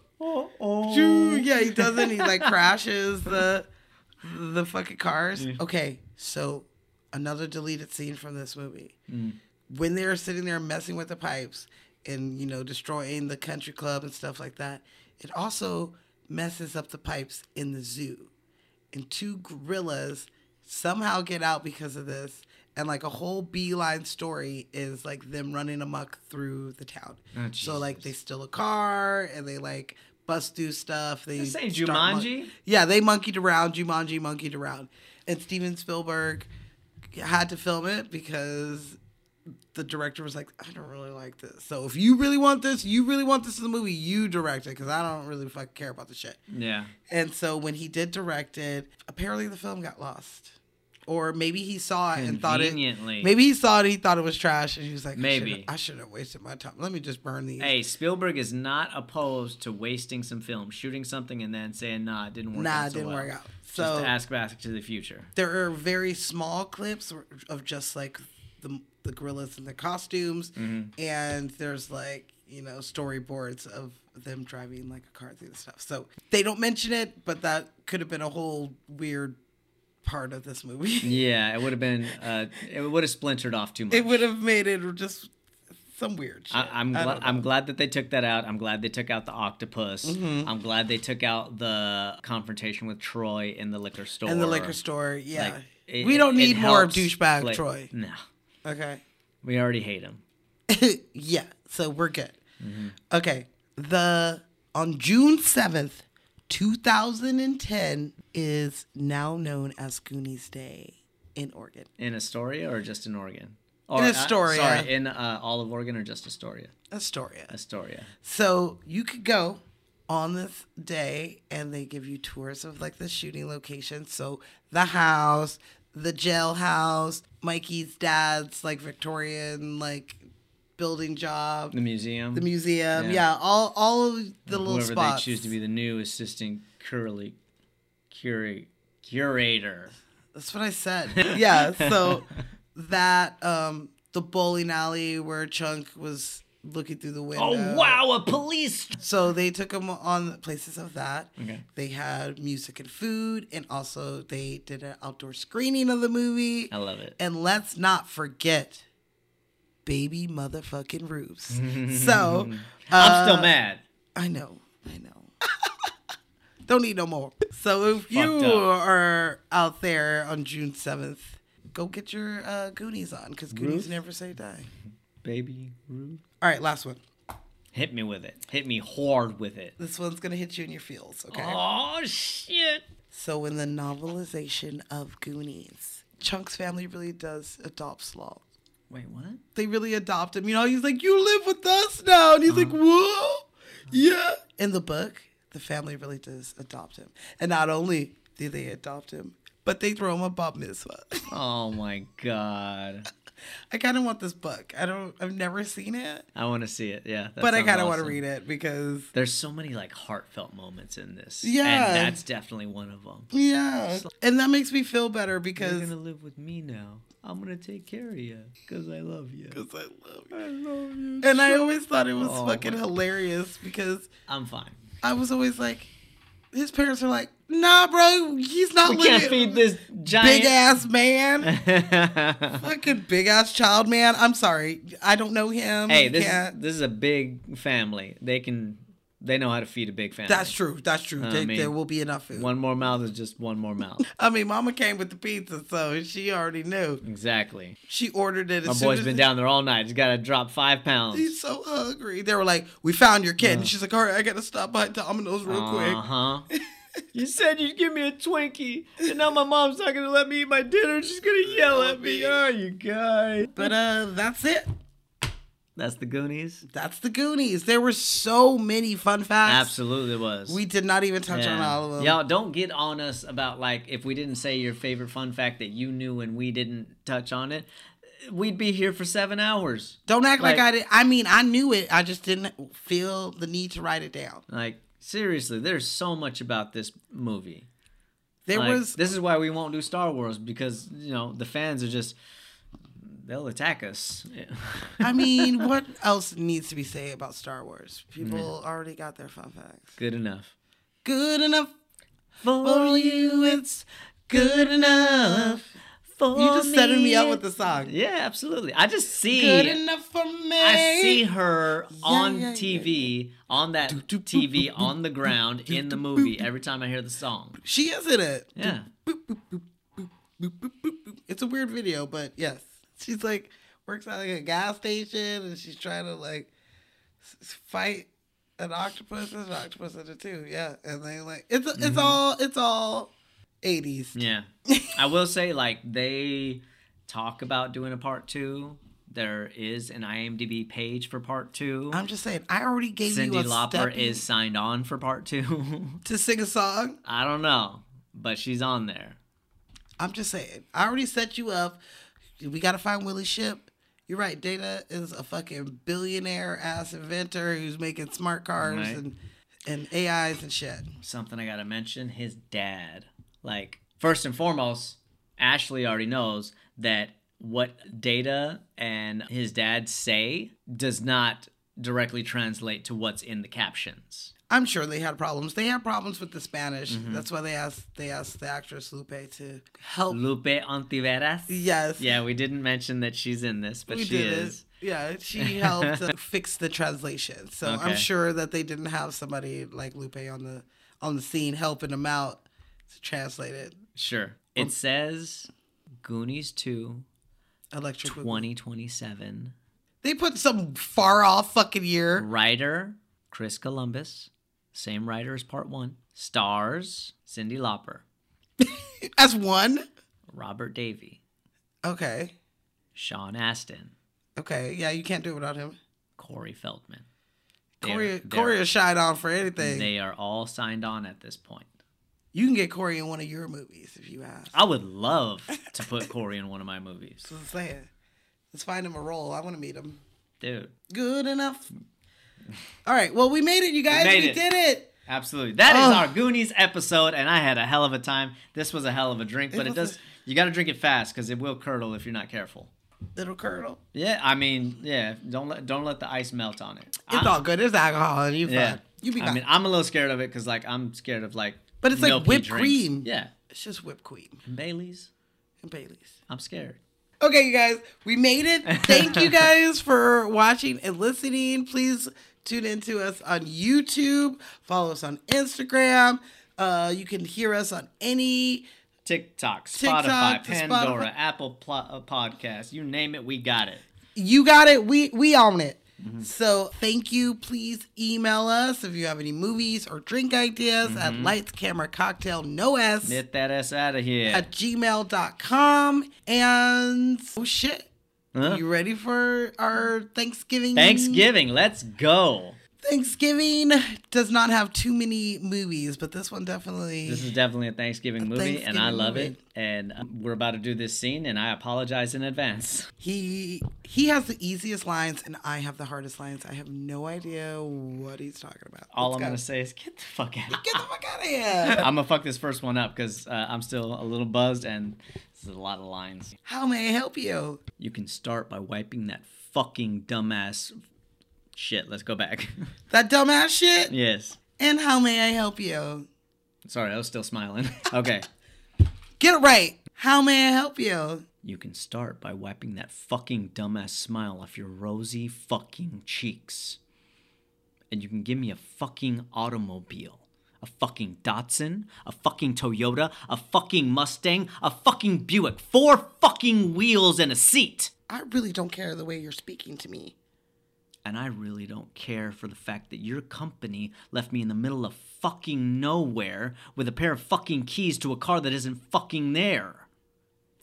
Shoo, Yeah, he doesn't. He like crashes the the fucking cars. Okay, so another deleted scene from this movie. When they are sitting there messing with the pipes and you know destroying the country club and stuff like that, it also messes up the pipes in the zoo. And two gorillas somehow get out because of this. And like a whole beeline story is like them running amok through the town. Oh, so like they steal a car and they like bust through stuff. They This ain't start mon- Jumanji. yeah, they monkeyed around. Jumanji monkeyed around, and Steven Spielberg had to film it because the director was like, "I don't really like this. So if you really want this, you really want this in the movie, you direct it because I don't really fucking care about the shit." Yeah. And so when he did direct it, apparently the film got lost. Or maybe he saw it and thought it. Conveniently. Maybe he saw it. He thought it was trash, and he was like, Maybe. "Maybe I should have wasted my time. Let me just burn these." Hey, Spielberg is not opposed to wasting some film, shooting something, and then saying, "Nah, it didn't work nah, out." it so didn't well." work out. So Just to ask back to the future. there are very small clips of just like the the gorillas in their costumes, Mm-hmm. and there's like you know storyboards of them driving like a car through the stuff. So they don't mention it, but that could have been a whole weird part of this movie. *laughs* Yeah, it would have been. Uh, it would have splintered off too much. It would have made it just some weird shit. I, I'm I glad. don't know. I'm glad that they took that out. I'm glad they took out the octopus. Mm-hmm. I'm glad they took out the confrontation with Troy in the liquor store. in the liquor store. Yeah, Like, it- we don't it- it need more of helps, douchebag like, Troy. No, Okay. we already hate him. *laughs* yeah, so we're good. Okay, the on June seventh, two thousand and ten is now known as Goonies Day in Oregon. In Astoria or just in Oregon? Or, uh, Astoria. sorry, in uh, all of Oregon or just Astoria? Astoria. Astoria. So you could go on this day and they give you tours of like the shooting location. So the house, the jailhouse, Mikey's dad's like Victorian like building job, The museum. the museum. Yeah. Yeah, all all of the little Whoever spots. they choose to be the new assistant curly, curate, curator. That's what I said. *laughs* Yeah. So that um the bowling alley where Chunk was looking through the window. Oh wow, a police. So they took him on places of that. Okay. They had music and food, and also they did an outdoor screening of the movie. I love it. And let's not forget, baby motherfucking Roops. *laughs* so I'm still mad. I know. I know. *laughs* Don't need no more. So if you Fucked up. are out there on June 7th, go get your uh, Goonies on because Goonies never say die. Baby Ruth. All right, last one. Hit me with it. Hit me hard with it. This one's going to hit you in your feels, okay? Oh shit. So in the novelization of Goonies, Chunk's family really does adopt Slaw. Wait, what? They really adopt him. You know, he's like, you live with us now. And he's like, whoa, yeah. Uh-huh. In the book, the family really does adopt him. And not only do they adopt him, but they throw him a bat mitzvah. *laughs* Oh my god. I kind of want this book. I don't, I've never seen it, I want to see it. Yeah. that but I sounds kind of want to awesome. read it because, There's so many like heartfelt moments in this. Yeah. And that's definitely one of them. yeah. And that makes me feel better You're because gonna live with me now. I'm gonna take care of you because I love you. I love you. And I always thought it was Oh, fucking my- hilarious because I'm fine. I was always like, his parents are like, nah, bro, he's not We living. can't feed this big giant. *laughs* ass man, fucking big ass child man. I'm sorry, I don't know him. hey, this is, Can't- this is a big family. They can. They know how to feed a big family. that's true. That's true. Uh, I There- mean, there will be enough food. One more mouth is just one more mouth. *laughs* I mean, Mama came with the pizza, so she already knew. exactly. She ordered it. As My soon boy's as been it- down there all night. He's got to drop five pounds. He's so hungry. They were like, "We found your kid," and she's like, "All right, I gotta stop by Domino's real Uh quick." huh. *laughs* you said you'd give me a Twinkie, and now my mom's not gonna let me eat my dinner. She's gonna yell at me. Oh, you guys. But uh, that's it. That's the Goonies. That's the Goonies. There were so many fun facts. Absolutely was. We did not even touch on Yeah. all of them. Y'all don't get on us about like if we didn't say your favorite fun fact that you knew and we didn't touch on it, we'd be here for seven hours. Don't act like, Like- I did. I mean, I knew it. I just didn't feel the need to write it down. Like seriously, there's so much about this movie. There Like, was this is why we won't do Star Wars because you know the fans are just they'll attack us. *laughs* I mean, what else needs to be said about Star Wars? People already got their fun facts. good enough Good enough for for Oh, you. It's good enough. for You just setting me up me. with the song. Yeah, absolutely. I just see Good enough for me. I see her on yeah, yeah, TV, on that TV, on the ground in the movie every time I hear the song. She is in it. Yeah. Boop, boop, boop, boop. It's a weird video, but yes, she's like works at like a gas station and she's trying to like s- s- fight an octopus. There's an octopus in it too. Yeah, and they like it's it's all it's all eighties. Yeah. I will say, like, they talk about doing a part two. There is an IMDb page for part two. I'm just saying. I already gave Cindy you a Lauper step is signed on for part two. *laughs* to sing a song. I don't know, but she's on there. I'm just saying. I already set you up. We gotta find Willie Ship. You're right. Data is a fucking billionaire ass inventor who's making smart cars Right. and and AIs and shit. something I gotta mention his dad. Like, first and foremost, Ashley already knows that what Data and his dad say does not directly translate to what's in the captions. I'm sure they had problems. They had problems with the Spanish. Mm-hmm. That's why they asked they asked the actress Lupe to help. Lupe Antiveras. yes. Yeah, we didn't mention that she's in this, but we she did is. it. Yeah, *laughs* she helped uh, fix the translation. So I'm Okay. sure that they didn't have somebody like Lupe on the on the scene helping them out to translate it. Sure. Um, It says Goonies 2, Electric Boogaloo. 2027. They put some far off fucking year. Writer Chris Columbus, same writer as part one. Stars Cindy Lauper, That's one. Robert Davey, Okay. Sean Astin, Okay. Yeah, you can't do it without him. Corey Feldman. They're- Corey, they're- Corey is shied on for anything. They are all signed on at this point. you can get Corey in one of your movies if you ask. I would love to *laughs* put Corey in one of my movies. That's what I'm saying. Let's find him a role. I want to meet him. Dude, Good *laughs* enough. All right. Well, we made it, you guys. We, made it. did it. absolutely. That is Oh. our Goonies episode, and I had a hell of a time. This was a hell of a drink, but it, was does, a- you got to drink it fast because it will curdle if you're not careful. Little curdle. Yeah, I mean, yeah, don't let don't let the ice melt on it. It's all good. There's alcohol in you. Yeah. You be fine. I mean, I'm a little scared of it because like I'm scared of like. But it's like milky whipped drinks. cream. Yeah, it's just whipped cream and Bailey's. and Bailey's. I'm scared. Okay, you guys, we made it. Thank *laughs* you guys for watching and listening. Please tune in to us on YouTube. Follow us on Instagram. Uh, you can hear us on any. TikTok, TikTok, Spotify, the Spotify- Pandora, Apple pl- uh, Podcast. You name it, we got it. You got it. We we own it. Mm-hmm. So thank you. Please email us if you have any movies or drink ideas at Mm-hmm. lights camera cocktail no s Get that ass out of here. at gmail.com. And oh shit. Huh? You ready for our Thanksgiving? Thanksgiving, let's go. Thanksgiving does not have too many movies, but this one definitely. This is definitely a Thanksgiving movie, and I Thanksgiving love movie. it. And um, we're about to do this scene, and I apologize in advance. he he has the easiest lines, and I have the hardest lines. I have no idea what he's talking about. All Let's I'm go. gonna say is get the fuck out. Get the fuck out of here! *laughs* I'm gonna fuck this first one up because uh, I'm still a little buzzed, and this is a lot of lines. How may I help you? You can start by wiping that fucking dumbass shit. Let's go back. *laughs* That dumbass shit. yes. And how may I help you? Sorry, I was still smiling. *laughs* Okay. Get it right. How may I help you? You can start by wiping that fucking dumbass smile off your rosy fucking cheeks. And you can give me a fucking automobile. A fucking Datsun, a fucking Toyota, a fucking Mustang, a fucking Buick, four fucking wheels and a seat. I really don't care the way you're speaking to me. And I really don't care for the fact that your company left me in the middle of fucking nowhere with a pair of fucking keys to a car that isn't fucking there.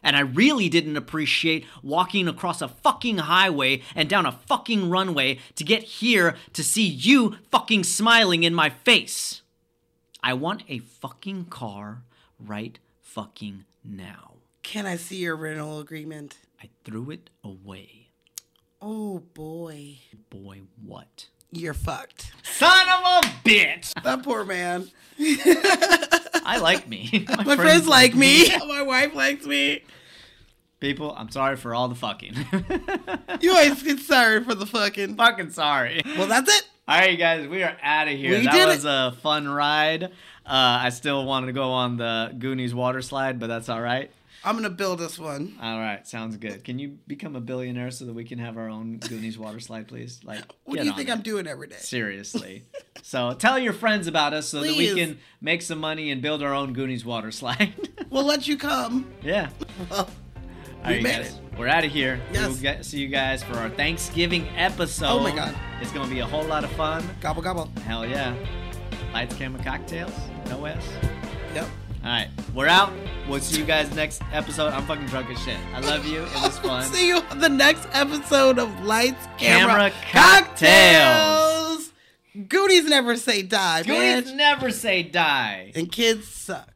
And I really didn't appreciate walking across a fucking highway and down a fucking runway to get here to see you fucking smiling in my face. I want a fucking car right fucking now. Can I see your rental agreement? I threw it away. Oh boy, Boy, what? you're fucked. Son of a bitch! That poor man. I like me. *laughs* My, My friends like me. *laughs* My wife likes me. *laughs* People, I'm sorry for all the fucking. *laughs* You always get sorry for the fucking. fucking sorry. Well, that's it. All right, guys, we are out of here. We that did was it. a fun ride. Uh, I still wanted to go on the Goonies water slide, but that's all right. I'm gonna build this one. All right, sounds good. Can you become a billionaire so that we can have our own Goonies water slide, please? Like, *laughs* What get do you on think it. I'm doing every day? Seriously. so tell your friends about us so Please. that we can make some money and build our own Goonies water slide. *laughs* We'll let you come. yeah. Well, All right, made guys. We're out of here. Yes. We'll get, see you guys for our Thanksgiving episode. Oh my God. It's gonna be a whole lot of fun. gobble gobble. Hell yeah. Lights, camera, cocktails. No S. Yep. All right, we're out. We'll see you guys next episode. I'm fucking drunk as shit. I love you. It *laughs* was fun. See you on the next episode of Lights, Camera, Camera, cocktails. Cocktails. Goonies never say die, Goonies man. never say die. And kids suck.